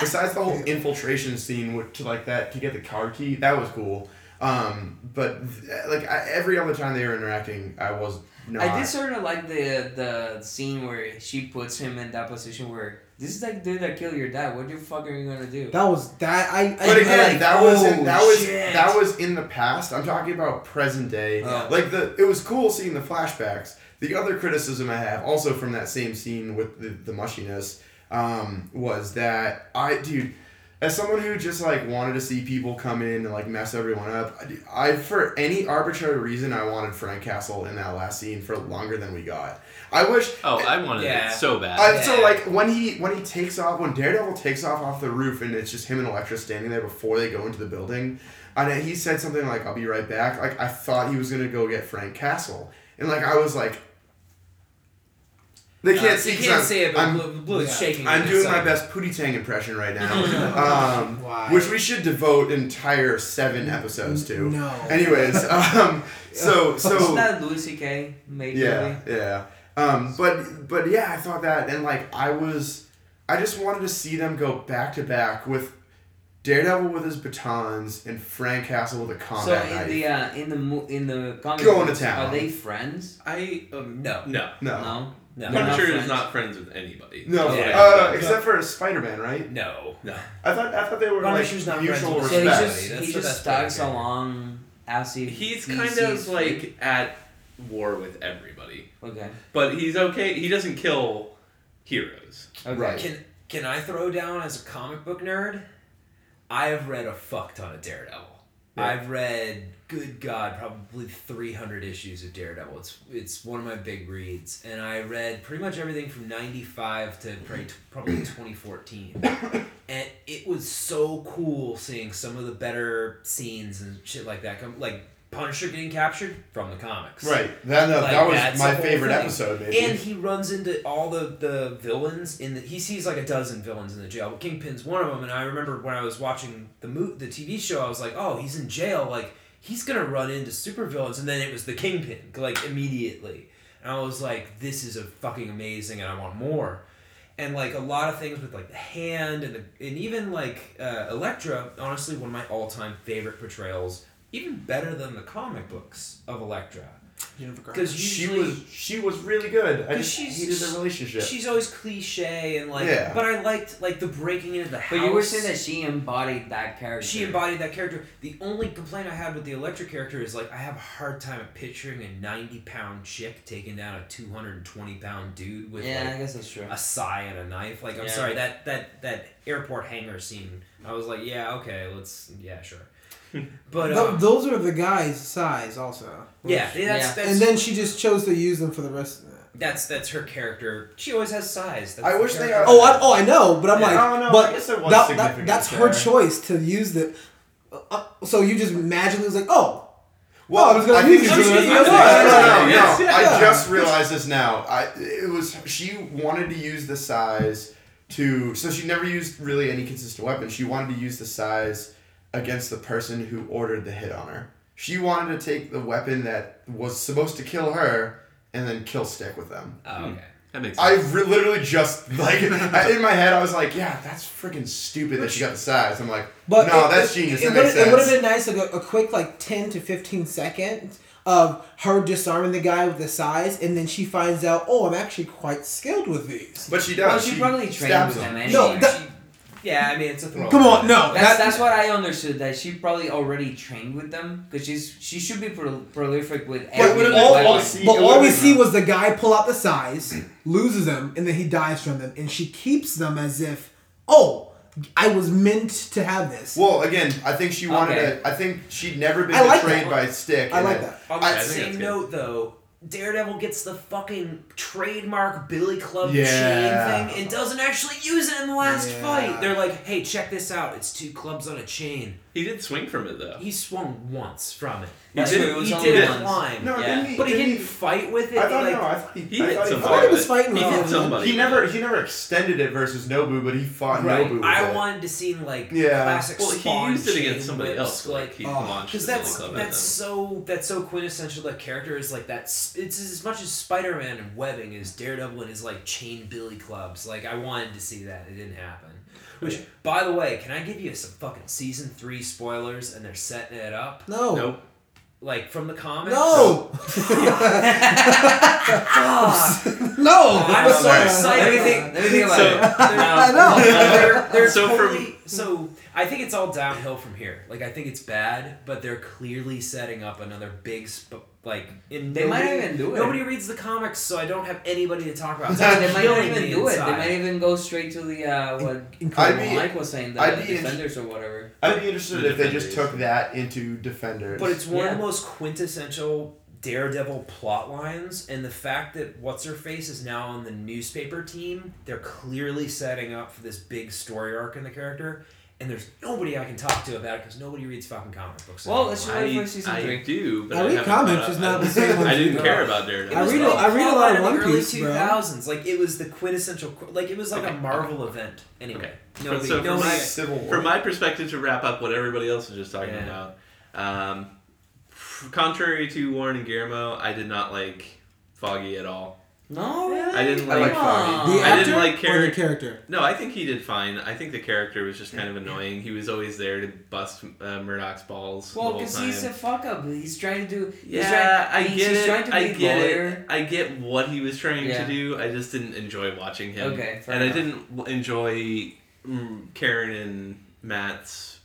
[SPEAKER 1] besides the whole infiltration scene with, to like that to get the car key, that was cool. Um, but th- like I, every other time they were interacting, I was not.
[SPEAKER 5] I did sort of like the the scene where she puts him in that position where this is like dude that killed your dad. What the fuck are you gonna do?
[SPEAKER 6] that was that I. I
[SPEAKER 1] But again,
[SPEAKER 5] like,
[SPEAKER 1] that was
[SPEAKER 5] "Oh,
[SPEAKER 1] in, that was
[SPEAKER 5] shit." Oh.
[SPEAKER 1] that was in the past. I'm talking about present day.
[SPEAKER 5] Yeah.
[SPEAKER 1] Like the it was cool seeing the flashbacks. The other criticism I have, also from that same scene with the, the mushiness, um, was that I dude, as someone who just like wanted to see people come in and like mess everyone up, I, I for any arbitrary reason I wanted Frank Castle in that last scene for longer than we got. I wish
[SPEAKER 4] Oh, I wanted
[SPEAKER 2] Yeah.
[SPEAKER 4] it so bad.
[SPEAKER 1] I, Uh, So like when he when he takes off when Daredevil takes off off the roof and it's just him and Elektra standing there before they go into the building, and he said something like "I'll be right back." Like I thought he was gonna go get Frank Castle, and like I was like, they can't
[SPEAKER 2] Uh,
[SPEAKER 1] see.
[SPEAKER 2] You
[SPEAKER 1] 'cause
[SPEAKER 2] can't
[SPEAKER 1] I'm-
[SPEAKER 2] see it, but
[SPEAKER 1] I'm,
[SPEAKER 2] Blue, Blue is
[SPEAKER 6] yeah.
[SPEAKER 2] shaking.
[SPEAKER 1] I'm
[SPEAKER 2] it,
[SPEAKER 1] doing
[SPEAKER 2] so-
[SPEAKER 1] my best Pootie Tang impression right
[SPEAKER 2] (laughs)
[SPEAKER 1] now, um,
[SPEAKER 6] Why?
[SPEAKER 1] which we should devote entire seven episodes to.
[SPEAKER 6] No.
[SPEAKER 1] Anyways, um, so so
[SPEAKER 5] Isn't that Louis C.K. made
[SPEAKER 1] yeah, yeah. Um, but but yeah, I thought that, and like I was, I just wanted to see them go back to back with Daredevil with his batons and Frank Castle with a
[SPEAKER 5] So
[SPEAKER 1] combat
[SPEAKER 5] in
[SPEAKER 1] knife.
[SPEAKER 5] the uh, in the mo- in the comic
[SPEAKER 1] Going to
[SPEAKER 5] books,
[SPEAKER 1] town. Oh.
[SPEAKER 5] are they friends?
[SPEAKER 4] I um,
[SPEAKER 2] No.
[SPEAKER 4] no.
[SPEAKER 1] no. No.
[SPEAKER 5] No.
[SPEAKER 2] No.
[SPEAKER 5] They're
[SPEAKER 4] Punisher
[SPEAKER 5] not
[SPEAKER 4] is not friends with anybody.
[SPEAKER 2] Yeah.
[SPEAKER 1] uh, except for Spider Man, right?
[SPEAKER 2] No.
[SPEAKER 1] I thought I thought they were
[SPEAKER 2] Punisher's
[SPEAKER 1] like
[SPEAKER 2] not
[SPEAKER 1] mutual
[SPEAKER 2] friends
[SPEAKER 5] So he
[SPEAKER 2] with-
[SPEAKER 1] respect.
[SPEAKER 5] just
[SPEAKER 2] That's- that's
[SPEAKER 5] he just
[SPEAKER 2] pretty
[SPEAKER 5] tags
[SPEAKER 2] good.
[SPEAKER 5] along as he
[SPEAKER 4] He's
[SPEAKER 5] he
[SPEAKER 4] kind
[SPEAKER 5] sees
[SPEAKER 4] of
[SPEAKER 5] fit.
[SPEAKER 4] like at war with everybody,
[SPEAKER 5] okay
[SPEAKER 4] but he's okay. He doesn't kill heroes.
[SPEAKER 5] okay
[SPEAKER 1] Right.
[SPEAKER 2] Can can I throw down as a comic book nerd? I've read a fuck ton of Daredevil. I've read, good God, probably three hundred issues of Daredevil. It's it's one of my big reads, and I read pretty much everything from ninety five to probably,
[SPEAKER 1] (coughs)
[SPEAKER 2] probably twenty fourteen. And it was so cool seeing some of the better scenes and shit like that come, like Punisher getting captured from the comics,
[SPEAKER 1] Right. That uh,
[SPEAKER 2] Like,
[SPEAKER 1] that
[SPEAKER 2] that's
[SPEAKER 1] was
[SPEAKER 2] the
[SPEAKER 1] my
[SPEAKER 2] whole
[SPEAKER 1] favorite
[SPEAKER 2] thing.
[SPEAKER 1] episode. Maybe.
[SPEAKER 2] And he runs into all the, the villains in the. He sees like a dozen villains in the jail. But Kingpin's one of them. And I remember when I was watching the mo- the TV show, I was like, oh, he's in jail. Like he's gonna run into supervillains. And then it was the Kingpin, like immediately. And I was like, this is a fucking amazing, and I want more. And like a lot of things with like the hand and the, and even like uh, Elektra, honestly, one of my all time favorite portrayals. Even better than the comic books of Elektra,
[SPEAKER 3] Jennifer Garner.
[SPEAKER 2] because
[SPEAKER 1] she
[SPEAKER 2] usually
[SPEAKER 1] was she was really good. I
[SPEAKER 2] 'Cause
[SPEAKER 1] just
[SPEAKER 2] she's-
[SPEAKER 1] hated their relationship.
[SPEAKER 2] She's always cliche and like,
[SPEAKER 1] Yeah.
[SPEAKER 2] but I liked like the breaking into the house.
[SPEAKER 5] but you were saying that she embodied that character
[SPEAKER 2] she embodied that character. The only complaint I had with the electric character is like I have a hard time at picturing a ninety pound chick taking down a two hundred and twenty pound dude with
[SPEAKER 5] yeah I
[SPEAKER 2] like
[SPEAKER 5] guess that's true
[SPEAKER 2] a sigh and a knife. Like I'm
[SPEAKER 5] Yeah.
[SPEAKER 2] sorry that that that airport hangar scene. I was like, yeah, okay, let's yeah,
[SPEAKER 5] (laughs)
[SPEAKER 2] sure. But
[SPEAKER 6] Th-
[SPEAKER 2] um,
[SPEAKER 6] those are the guys' size also.
[SPEAKER 2] yeah, that's
[SPEAKER 5] Yeah.
[SPEAKER 2] that's
[SPEAKER 6] and then she just chose to use them for the rest of it.
[SPEAKER 2] that's that's her character. She always has size. That's
[SPEAKER 1] I
[SPEAKER 2] the
[SPEAKER 1] wish they
[SPEAKER 2] character.
[SPEAKER 1] are-
[SPEAKER 6] Oh, I, oh, I know, but I'm
[SPEAKER 1] Yeah.
[SPEAKER 6] like,
[SPEAKER 1] Oh, no,
[SPEAKER 6] but
[SPEAKER 1] I guess there was
[SPEAKER 6] that, that,
[SPEAKER 1] significance
[SPEAKER 6] that's her
[SPEAKER 1] there.
[SPEAKER 6] choice to use the. uh, uh, so you just magically was like, oh,
[SPEAKER 1] Well,
[SPEAKER 6] I was gonna
[SPEAKER 1] think
[SPEAKER 6] use
[SPEAKER 1] she
[SPEAKER 2] you,
[SPEAKER 1] was-
[SPEAKER 2] but
[SPEAKER 1] no,
[SPEAKER 2] I
[SPEAKER 1] no,
[SPEAKER 2] was
[SPEAKER 1] no,
[SPEAKER 2] like,
[SPEAKER 1] no, no,
[SPEAKER 4] yes,
[SPEAKER 1] no.
[SPEAKER 6] yeah.
[SPEAKER 1] I just realized this now. I it was she wanted to use the size to so she never used really any consistent weapon. She wanted to use the size against the person who ordered the hit on her. She wanted to take the weapon that was supposed to kill her and then kill stick with them.
[SPEAKER 2] Oh, okay.
[SPEAKER 4] That makes
[SPEAKER 1] I
[SPEAKER 4] sense.
[SPEAKER 1] re- literally just like in my head I was like, yeah, that's freaking stupid that she got the size. I'm like,
[SPEAKER 6] but
[SPEAKER 1] no,
[SPEAKER 6] it-
[SPEAKER 1] that's
[SPEAKER 6] it-
[SPEAKER 1] genius.
[SPEAKER 6] It
[SPEAKER 1] that makes
[SPEAKER 6] would've-
[SPEAKER 1] sense.
[SPEAKER 6] it would have been nice like a, a quick like ten to fifteen seconds of her disarming the guy with the size, and then she finds out, oh, I'm actually quite skilled with these.
[SPEAKER 1] but she does.
[SPEAKER 5] well she, probably trained
[SPEAKER 1] stabs
[SPEAKER 5] with
[SPEAKER 1] him.
[SPEAKER 5] them anyway
[SPEAKER 6] No, that-
[SPEAKER 2] Yeah, I mean it's a
[SPEAKER 1] Oh,
[SPEAKER 2] throw.
[SPEAKER 6] Come on, no,
[SPEAKER 5] that's,
[SPEAKER 6] that-
[SPEAKER 5] that's what I understood that she probably already trained with them because she's she should be pro- prolific with
[SPEAKER 1] But
[SPEAKER 5] every
[SPEAKER 1] would've
[SPEAKER 5] weapon.
[SPEAKER 1] all- all see-
[SPEAKER 6] But
[SPEAKER 1] It
[SPEAKER 6] all we
[SPEAKER 1] would've-
[SPEAKER 6] see was the guy pull out the size, loses them, and then he dies from them, and she keeps them as if, oh, I was meant to have this.
[SPEAKER 1] Well, again, I think she wanted
[SPEAKER 5] Okay.
[SPEAKER 1] to. I think she'd never been
[SPEAKER 6] I like
[SPEAKER 1] betrayed
[SPEAKER 6] that.
[SPEAKER 1] by Stick.
[SPEAKER 6] I
[SPEAKER 1] and
[SPEAKER 6] like
[SPEAKER 1] it-
[SPEAKER 6] that.
[SPEAKER 2] On
[SPEAKER 1] I-
[SPEAKER 2] that
[SPEAKER 4] I think that's
[SPEAKER 2] same
[SPEAKER 4] good.
[SPEAKER 2] note, though, Daredevil gets the fucking trademark Billy Club
[SPEAKER 1] Yeah.
[SPEAKER 2] chain thing and doesn't actually use it in the last
[SPEAKER 6] Yeah.
[SPEAKER 2] fight. They're like, "Hey, check this out! It's two clubs on a chain."
[SPEAKER 4] He did swing from it though.
[SPEAKER 2] He swung once from it.
[SPEAKER 5] That's
[SPEAKER 2] he
[SPEAKER 5] true, it was
[SPEAKER 2] he
[SPEAKER 5] only
[SPEAKER 2] did
[SPEAKER 5] once.
[SPEAKER 2] climb,
[SPEAKER 1] No,
[SPEAKER 5] Yeah.
[SPEAKER 1] didn't he?
[SPEAKER 2] but he
[SPEAKER 1] didn't
[SPEAKER 2] didn't fight with it.
[SPEAKER 1] I thought
[SPEAKER 2] he,
[SPEAKER 1] no.
[SPEAKER 2] like,
[SPEAKER 1] I thought he.
[SPEAKER 4] He
[SPEAKER 1] I
[SPEAKER 4] hit
[SPEAKER 1] thought
[SPEAKER 4] somebody.
[SPEAKER 1] fought
[SPEAKER 6] I thought he
[SPEAKER 1] with
[SPEAKER 6] was
[SPEAKER 1] it.
[SPEAKER 6] fighting
[SPEAKER 4] He
[SPEAKER 6] with
[SPEAKER 4] hit
[SPEAKER 6] him.
[SPEAKER 4] somebody.
[SPEAKER 1] He never. He never extended it versus Nobu, but he fought
[SPEAKER 2] Right.
[SPEAKER 1] Nobu. With
[SPEAKER 2] I
[SPEAKER 1] it.
[SPEAKER 2] wanted to see like
[SPEAKER 1] Yeah.
[SPEAKER 2] classic
[SPEAKER 4] Well, he
[SPEAKER 2] Spawn
[SPEAKER 4] used it
[SPEAKER 2] chain
[SPEAKER 4] against somebody
[SPEAKER 2] whips,
[SPEAKER 4] else. Like
[SPEAKER 2] Like
[SPEAKER 4] he
[SPEAKER 6] oh,
[SPEAKER 4] launched
[SPEAKER 2] Because
[SPEAKER 4] the Billy
[SPEAKER 2] that's
[SPEAKER 4] Club at
[SPEAKER 2] that's
[SPEAKER 4] them.
[SPEAKER 2] so that's so quintessential. That character is like that. s- It's as much as Spider Man and webbing as Daredevil and his like chain billy clubs. Like I wanted to see that, it didn't happen. Which, by the way, can I give you some fucking season three spoilers? And they're setting it up
[SPEAKER 6] No.
[SPEAKER 4] Nope.
[SPEAKER 2] like from the comics.
[SPEAKER 6] No. (laughs)
[SPEAKER 2] Ah,
[SPEAKER 6] no.
[SPEAKER 2] I'm so
[SPEAKER 1] Alright.
[SPEAKER 5] Let me
[SPEAKER 2] excited.
[SPEAKER 5] think. Let me think about
[SPEAKER 4] So-
[SPEAKER 5] it. (laughs) No.
[SPEAKER 6] I know.
[SPEAKER 2] they're, they're
[SPEAKER 4] So from-
[SPEAKER 2] totally, so I think it's all downhill from here. Like I think it's bad, but they're clearly setting up another big sp- like. And
[SPEAKER 5] They might
[SPEAKER 2] nobody-
[SPEAKER 5] not even do it.
[SPEAKER 2] Nobody reads the comics, so I don't have anybody to talk
[SPEAKER 5] (laughs)
[SPEAKER 2] about. It's
[SPEAKER 5] No, they
[SPEAKER 2] actually
[SPEAKER 5] might not
[SPEAKER 2] killing
[SPEAKER 5] even
[SPEAKER 2] me
[SPEAKER 5] do it. They
[SPEAKER 2] inside.
[SPEAKER 5] might even go straight to the uh, what
[SPEAKER 1] Incredible. I'd be-
[SPEAKER 5] Mike was saying, the
[SPEAKER 1] I'd be in-
[SPEAKER 5] defenders or whatever.
[SPEAKER 1] I'd be interested
[SPEAKER 4] The
[SPEAKER 1] if they just
[SPEAKER 4] Defenders.
[SPEAKER 1] took that into Defenders.
[SPEAKER 2] But it's one of the
[SPEAKER 5] Yeah.
[SPEAKER 2] most quintessential Daredevil plot lines, and the fact that What's Her Face is now on the newspaper team, they're clearly setting up for this big story arc in the character. And there's nobody I can talk to about it because nobody reads fucking comic books.
[SPEAKER 5] Well,
[SPEAKER 2] anymore.
[SPEAKER 5] let's just wait for season
[SPEAKER 4] I, I
[SPEAKER 5] three.
[SPEAKER 4] do, but
[SPEAKER 6] I
[SPEAKER 4] I
[SPEAKER 6] read
[SPEAKER 4] haven't
[SPEAKER 6] comics,
[SPEAKER 4] caught
[SPEAKER 6] just
[SPEAKER 4] up.
[SPEAKER 6] not
[SPEAKER 4] I-
[SPEAKER 6] the same ones
[SPEAKER 4] I
[SPEAKER 6] you
[SPEAKER 4] didn't
[SPEAKER 6] read.
[SPEAKER 4] care about
[SPEAKER 2] It
[SPEAKER 4] Daredevil.
[SPEAKER 6] I
[SPEAKER 2] was
[SPEAKER 6] read a-
[SPEAKER 2] like
[SPEAKER 6] I read a lot
[SPEAKER 2] Hotline
[SPEAKER 6] of
[SPEAKER 2] in the
[SPEAKER 6] One Piece,
[SPEAKER 2] early
[SPEAKER 6] bro.
[SPEAKER 2] 2000s. Like it was the quintessential. qu- Like it was like
[SPEAKER 4] Okay,
[SPEAKER 2] a Marvel event. Anyway,
[SPEAKER 4] Okay.
[SPEAKER 2] nobody,
[SPEAKER 4] So for
[SPEAKER 2] nobody.
[SPEAKER 4] my-
[SPEAKER 1] Civil War.
[SPEAKER 4] From my perspective, to wrap up what everybody else was just talking
[SPEAKER 2] Yeah.
[SPEAKER 4] about, um, contrary to Warren and Guillermo, I did not like Foggy at all.
[SPEAKER 5] No.
[SPEAKER 4] I didn't
[SPEAKER 8] I like
[SPEAKER 4] like.
[SPEAKER 5] Foggy.
[SPEAKER 6] The
[SPEAKER 4] I
[SPEAKER 6] actor
[SPEAKER 4] didn't like
[SPEAKER 6] or the
[SPEAKER 4] character.
[SPEAKER 6] character?
[SPEAKER 4] No, I think he did fine. I think the character was just kind of annoying. He was always there to bust uh, Murdoch's balls.
[SPEAKER 5] Well,
[SPEAKER 4] the whole
[SPEAKER 5] because
[SPEAKER 4] time.
[SPEAKER 5] he's a fuck up. He's trying to do. he's
[SPEAKER 4] Yeah,
[SPEAKER 5] trying-
[SPEAKER 4] I
[SPEAKER 5] means
[SPEAKER 4] get
[SPEAKER 5] he's trying
[SPEAKER 4] it.
[SPEAKER 5] to
[SPEAKER 4] I
[SPEAKER 5] be
[SPEAKER 4] get it.
[SPEAKER 5] lawyer.
[SPEAKER 4] I get what he was trying
[SPEAKER 5] Yeah.
[SPEAKER 4] to do. I just didn't enjoy watching him.
[SPEAKER 5] Okay, fair
[SPEAKER 4] and
[SPEAKER 5] enough.
[SPEAKER 4] I didn't w- enjoy mm, Karen and Matt's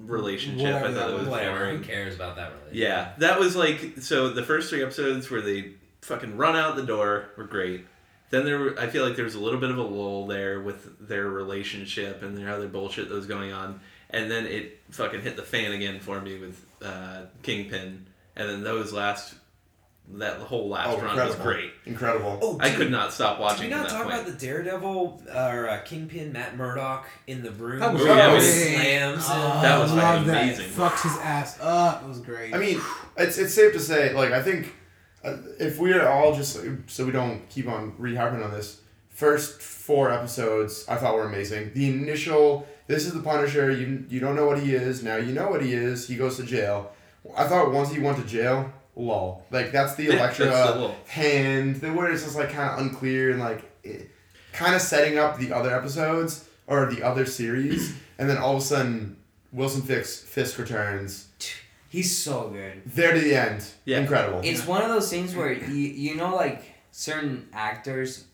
[SPEAKER 4] relationship. I
[SPEAKER 6] Whatever
[SPEAKER 4] thought
[SPEAKER 6] that
[SPEAKER 4] it was
[SPEAKER 2] Whatever. Who
[SPEAKER 4] boring.
[SPEAKER 2] cares about that relationship?
[SPEAKER 4] Yeah, that was like so. The first three episodes where they fucking run out the door were great. Then there, were, I feel like there was a little bit of a lull there with their relationship and their other bullshit that was going on, and then it fucking hit the fan again for me with uh, Kingpin, and then those last, that whole last
[SPEAKER 1] Oh,
[SPEAKER 4] run was
[SPEAKER 1] incredible.
[SPEAKER 4] great.
[SPEAKER 1] Incredible.
[SPEAKER 2] Oh,
[SPEAKER 4] I
[SPEAKER 2] did-
[SPEAKER 4] could not stop
[SPEAKER 2] Did
[SPEAKER 4] watching.
[SPEAKER 2] we
[SPEAKER 4] from
[SPEAKER 2] not
[SPEAKER 4] that
[SPEAKER 2] talk
[SPEAKER 4] point.
[SPEAKER 2] about the Daredevil or uh, Kingpin Matt Murdock in the room?
[SPEAKER 6] That was
[SPEAKER 4] Oh, yeah,
[SPEAKER 2] Where he
[SPEAKER 6] great.
[SPEAKER 2] slams him?
[SPEAKER 6] Oh,
[SPEAKER 4] That was
[SPEAKER 6] I love
[SPEAKER 4] fucking
[SPEAKER 6] that.
[SPEAKER 4] amazing.
[SPEAKER 6] Fucked his ass up. It was great.
[SPEAKER 1] I mean, it's it's safe to say, like I think, uh, if we are all just so we don't keep on re-harping on this, first four episodes I thought were amazing. The initial, this is the Punisher. You you don't know what he is now. You know what he is. He goes to jail. I thought once he went to jail, lol. Like that's the
[SPEAKER 4] Yeah,
[SPEAKER 1] Electra
[SPEAKER 4] that's the lol.
[SPEAKER 1] hand. The where it's just like kind of unclear and like, kind of setting up the other episodes or the other series, and then all of a sudden. Wilson Fisk, Fisk returns.
[SPEAKER 5] He's so good.
[SPEAKER 1] There to the end.
[SPEAKER 4] Yeah.
[SPEAKER 1] Incredible.
[SPEAKER 5] It's one of those things where you you know like certain actors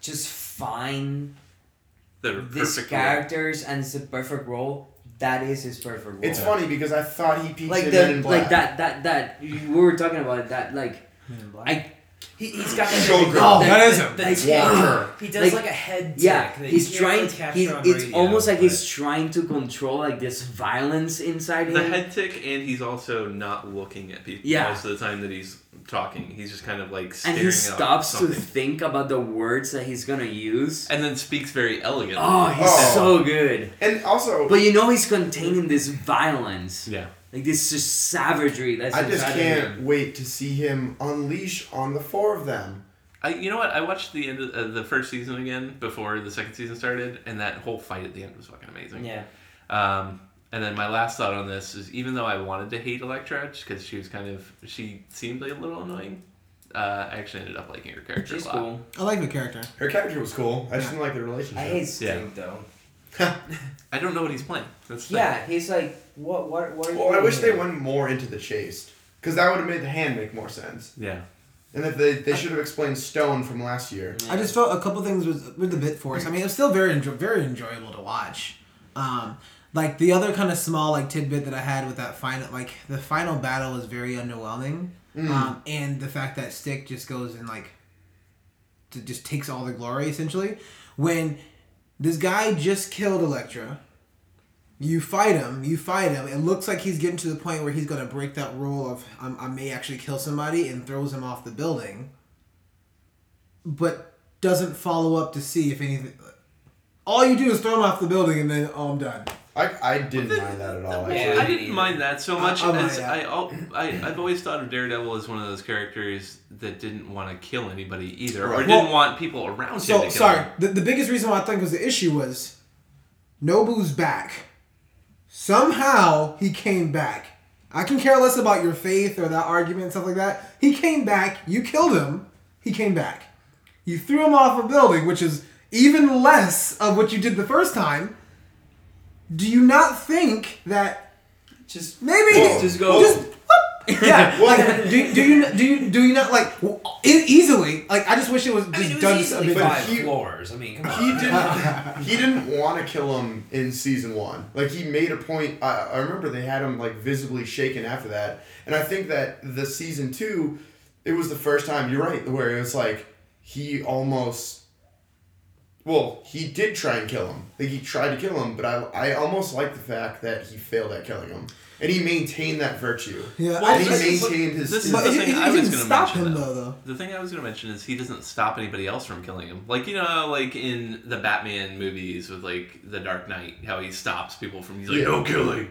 [SPEAKER 5] just find
[SPEAKER 4] the
[SPEAKER 5] these
[SPEAKER 4] perfect role.
[SPEAKER 5] characters and it's the perfect role. That is his perfect role.
[SPEAKER 1] It's funny because I thought he peaked
[SPEAKER 5] Like
[SPEAKER 1] in
[SPEAKER 5] the
[SPEAKER 1] Men in Black.
[SPEAKER 5] like that that that you- we were talking about it, that like I
[SPEAKER 2] He, he's got that.
[SPEAKER 1] Showgirl.
[SPEAKER 5] Oh,
[SPEAKER 6] that is
[SPEAKER 2] the-
[SPEAKER 6] him.
[SPEAKER 2] the
[SPEAKER 5] Like,
[SPEAKER 2] tick.
[SPEAKER 1] Walker.
[SPEAKER 2] He does like,
[SPEAKER 5] Like,
[SPEAKER 2] a head tick.
[SPEAKER 5] yeah
[SPEAKER 2] that
[SPEAKER 5] he's
[SPEAKER 2] you can't really
[SPEAKER 5] trying
[SPEAKER 2] capture
[SPEAKER 5] he's
[SPEAKER 2] on
[SPEAKER 5] it's
[SPEAKER 2] radio,
[SPEAKER 5] almost like
[SPEAKER 2] but-
[SPEAKER 5] he's trying to control like this violence inside
[SPEAKER 4] The
[SPEAKER 5] him.
[SPEAKER 4] head tick, and he's also not looking at people
[SPEAKER 5] Yeah.
[SPEAKER 4] most of the time that he's talking. He's just kind of like staring
[SPEAKER 5] and he
[SPEAKER 4] up
[SPEAKER 5] stops to
[SPEAKER 4] something.
[SPEAKER 5] think about the words that he's gonna use.
[SPEAKER 4] and then speaks very elegantly.
[SPEAKER 5] Oh, he's
[SPEAKER 1] Oh.
[SPEAKER 5] so good.
[SPEAKER 1] And also,
[SPEAKER 5] But you know he's containing this violence,
[SPEAKER 4] yeah.
[SPEAKER 5] like this just savagery. That's
[SPEAKER 1] I just
[SPEAKER 5] inside of him.
[SPEAKER 1] can't wait to see him unleash on the four of them.
[SPEAKER 4] I, you know what? I watched the end of uh, the first season again before the second season started, and that whole fight at the end was fucking amazing.
[SPEAKER 5] Yeah.
[SPEAKER 4] Um, and then my last thought on this is, even though I wanted to hate Elektra because she was kind of she seemed like a little annoying, uh, I actually ended up liking her character
[SPEAKER 5] She's
[SPEAKER 4] a lot.
[SPEAKER 5] cool.
[SPEAKER 6] I like the character.
[SPEAKER 1] Her character was cool. I just didn't like the
[SPEAKER 5] I
[SPEAKER 1] relationship. (laughs)
[SPEAKER 5] hate Sting
[SPEAKER 4] Yeah.
[SPEAKER 5] though.
[SPEAKER 4] I don't know what he's playing. That's the thing.
[SPEAKER 5] Yeah, he's like, what, what, what? Are you
[SPEAKER 1] well, "Oh, I
[SPEAKER 5] doing
[SPEAKER 1] wish they
[SPEAKER 5] here?
[SPEAKER 1] went more into the chase. Because that would have made the hand make more sense.
[SPEAKER 4] Yeah.
[SPEAKER 1] And if they, they should have explained Stone from last year.
[SPEAKER 5] Yeah.
[SPEAKER 6] I just felt a couple things was with the bit force. I mean, it was still very enjo- very enjoyable to watch. Um, like the other kind of small like tidbit that I had with that final like the final battle was very underwhelming. Um, and the fact that Stick just goes and like to, just takes all the glory essentially when this guy just killed Elektra. You fight him, you fight him. It looks like he's getting to the point where he's going to break that rule of um, I may actually kill somebody and throws him off the building but doesn't follow up to see if anything. All you do is throw him off the building and then, oh, I'm done.
[SPEAKER 1] I, I didn't mind that at all.
[SPEAKER 4] Well,
[SPEAKER 1] actually.
[SPEAKER 5] Yeah.
[SPEAKER 4] I didn't mind that so much.
[SPEAKER 6] oh,
[SPEAKER 4] as
[SPEAKER 6] yeah.
[SPEAKER 4] I, al- I, I've always thought of Daredevil as one of those characters that didn't want to kill anybody either, or
[SPEAKER 1] Right.
[SPEAKER 4] didn't
[SPEAKER 6] Well,
[SPEAKER 4] want people around him to
[SPEAKER 6] So,
[SPEAKER 4] kill
[SPEAKER 6] sorry.
[SPEAKER 4] him.
[SPEAKER 6] The, the biggest reason why I think was the issue was Nobu's back. Somehow he came back. I can care less about your faith or that argument and stuff like that. He came back. You killed him. He came back. You threw him off a building, which is even less of what you did the first time. Do you not think that
[SPEAKER 5] just
[SPEAKER 6] Maybe
[SPEAKER 1] Whoa.
[SPEAKER 5] Just go-
[SPEAKER 6] Just, whoop. (laughs) yeah. Like, do, do you do you do you not like w- e- easily? Like, I just wish it was just
[SPEAKER 2] I mean, it
[SPEAKER 6] done
[SPEAKER 2] was
[SPEAKER 6] a
[SPEAKER 2] easily
[SPEAKER 6] bit.
[SPEAKER 2] five
[SPEAKER 1] he-
[SPEAKER 2] floors. I mean, come on.
[SPEAKER 1] he didn't he didn't want to kill him in season one like he made a point I, I remember they had him like visibly shaken after that and i think that the season two it was the first time you're right where it was like he almost well he did try and kill him like he tried to kill him but i, I almost like the fact that he failed at killing him and he maintained that virtue
[SPEAKER 6] Yeah, I
[SPEAKER 1] and he
[SPEAKER 6] just-
[SPEAKER 1] maintained his
[SPEAKER 4] this is
[SPEAKER 6] But
[SPEAKER 4] the
[SPEAKER 6] it,
[SPEAKER 4] thing
[SPEAKER 6] it,
[SPEAKER 4] I
[SPEAKER 6] it
[SPEAKER 4] was
[SPEAKER 6] didn't
[SPEAKER 4] gonna
[SPEAKER 6] stop
[SPEAKER 4] mention
[SPEAKER 6] him
[SPEAKER 4] that.
[SPEAKER 6] though, though.
[SPEAKER 4] The thing I was going to mention is he doesn't stop anybody else from killing him. Like, you know, like in the Batman movies with, like, The Dark Knight, how he stops people from, he's like,
[SPEAKER 1] Yeah.
[SPEAKER 4] no killing.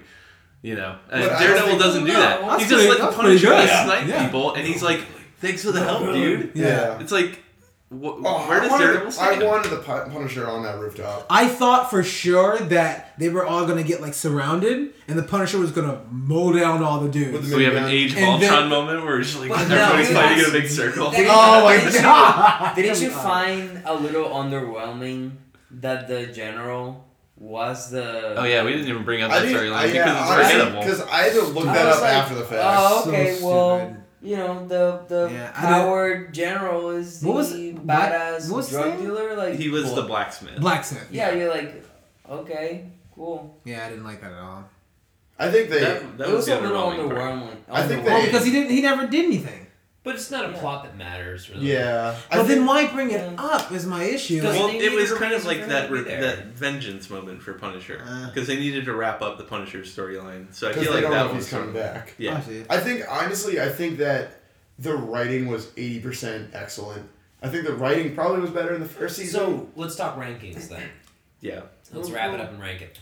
[SPEAKER 4] You know, and
[SPEAKER 1] But I
[SPEAKER 4] Daredevil
[SPEAKER 1] think-
[SPEAKER 4] doesn't do
[SPEAKER 2] No,
[SPEAKER 4] that.
[SPEAKER 2] that's
[SPEAKER 4] He just
[SPEAKER 6] pretty-
[SPEAKER 4] let the
[SPEAKER 6] that's pretty
[SPEAKER 4] Punisher
[SPEAKER 6] good.
[SPEAKER 4] snipe
[SPEAKER 6] Yeah.
[SPEAKER 4] people, and he's like, thanks for the help, dude.
[SPEAKER 1] yeah
[SPEAKER 4] It's like, What,
[SPEAKER 1] Oh, I
[SPEAKER 4] where does
[SPEAKER 1] wanted-
[SPEAKER 4] Daredevil stand?
[SPEAKER 1] I wanted the Pu- Punisher on that rooftop.
[SPEAKER 6] I thought for sure that they were all gonna get like surrounded, and the Punisher was gonna mow down all the dudes.
[SPEAKER 1] With the
[SPEAKER 4] So we have an
[SPEAKER 1] minigun.
[SPEAKER 4] Age of
[SPEAKER 6] And
[SPEAKER 4] Ultron
[SPEAKER 6] then-
[SPEAKER 4] moment where we're just like
[SPEAKER 5] Well, no,
[SPEAKER 4] everybody's
[SPEAKER 5] we
[SPEAKER 4] fighting in a
[SPEAKER 5] lost-
[SPEAKER 4] big circle.
[SPEAKER 5] They-
[SPEAKER 6] Oh my
[SPEAKER 5] Didn't you-
[SPEAKER 6] god! (laughs)
[SPEAKER 5] Didn't you find a little underwhelming that the general was the?
[SPEAKER 4] Oh yeah, we didn't even bring up
[SPEAKER 1] I
[SPEAKER 4] that
[SPEAKER 1] didn't. I,
[SPEAKER 4] storyline
[SPEAKER 1] yeah,
[SPEAKER 4] because it's
[SPEAKER 1] honestly,
[SPEAKER 4] forgettable.
[SPEAKER 1] because I had to look
[SPEAKER 5] I
[SPEAKER 1] that
[SPEAKER 5] was
[SPEAKER 1] up
[SPEAKER 5] like,
[SPEAKER 1] after the fact.
[SPEAKER 5] Oh,
[SPEAKER 6] So
[SPEAKER 5] okay. well,
[SPEAKER 6] stupid.
[SPEAKER 5] you know the the
[SPEAKER 6] Yeah, I don't-
[SPEAKER 5] powered general is
[SPEAKER 6] What was-
[SPEAKER 5] the
[SPEAKER 6] what-
[SPEAKER 5] badass
[SPEAKER 6] what was
[SPEAKER 5] drug
[SPEAKER 6] that?
[SPEAKER 5] dealer. Like
[SPEAKER 4] he was the
[SPEAKER 5] well,
[SPEAKER 4] blacksmith.
[SPEAKER 6] Blacksmith.
[SPEAKER 5] Yeah, you're like, okay, cool.
[SPEAKER 6] Yeah, I didn't like that at all.
[SPEAKER 1] I think they.
[SPEAKER 4] That, that
[SPEAKER 5] it was,
[SPEAKER 4] the
[SPEAKER 5] a little
[SPEAKER 4] underwhelming part.
[SPEAKER 5] underwhelming.
[SPEAKER 1] I think
[SPEAKER 5] Underwhelming.
[SPEAKER 6] Well, because he didn't. He never did anything.
[SPEAKER 2] But it's not a
[SPEAKER 5] Yeah.
[SPEAKER 2] plot that matters, really.
[SPEAKER 1] yeah. I
[SPEAKER 6] But
[SPEAKER 1] think,
[SPEAKER 6] then why bring it
[SPEAKER 5] Yeah.
[SPEAKER 6] up is my issue.
[SPEAKER 5] Because-
[SPEAKER 4] Well,
[SPEAKER 5] they
[SPEAKER 4] it
[SPEAKER 5] needed
[SPEAKER 4] was
[SPEAKER 5] a
[SPEAKER 4] kind of
[SPEAKER 5] reason
[SPEAKER 4] like
[SPEAKER 5] for
[SPEAKER 4] that
[SPEAKER 5] him to
[SPEAKER 4] re-
[SPEAKER 5] be there.
[SPEAKER 4] that vengeance moment for Punisher
[SPEAKER 6] Uh.
[SPEAKER 4] because they needed to wrap up the Punisher storyline. So I
[SPEAKER 1] Ah. because
[SPEAKER 4] feel
[SPEAKER 1] they
[SPEAKER 4] like
[SPEAKER 1] don't know
[SPEAKER 4] that
[SPEAKER 1] if he's
[SPEAKER 4] was
[SPEAKER 1] coming back.
[SPEAKER 4] Yeah,
[SPEAKER 6] Honestly.
[SPEAKER 1] I think honestly, I think that the writing was eighty percent excellent. I think the writing probably was better in the first season.
[SPEAKER 2] So let's talk rankings then.
[SPEAKER 4] yeah.
[SPEAKER 2] Let's wrap it up and rank it.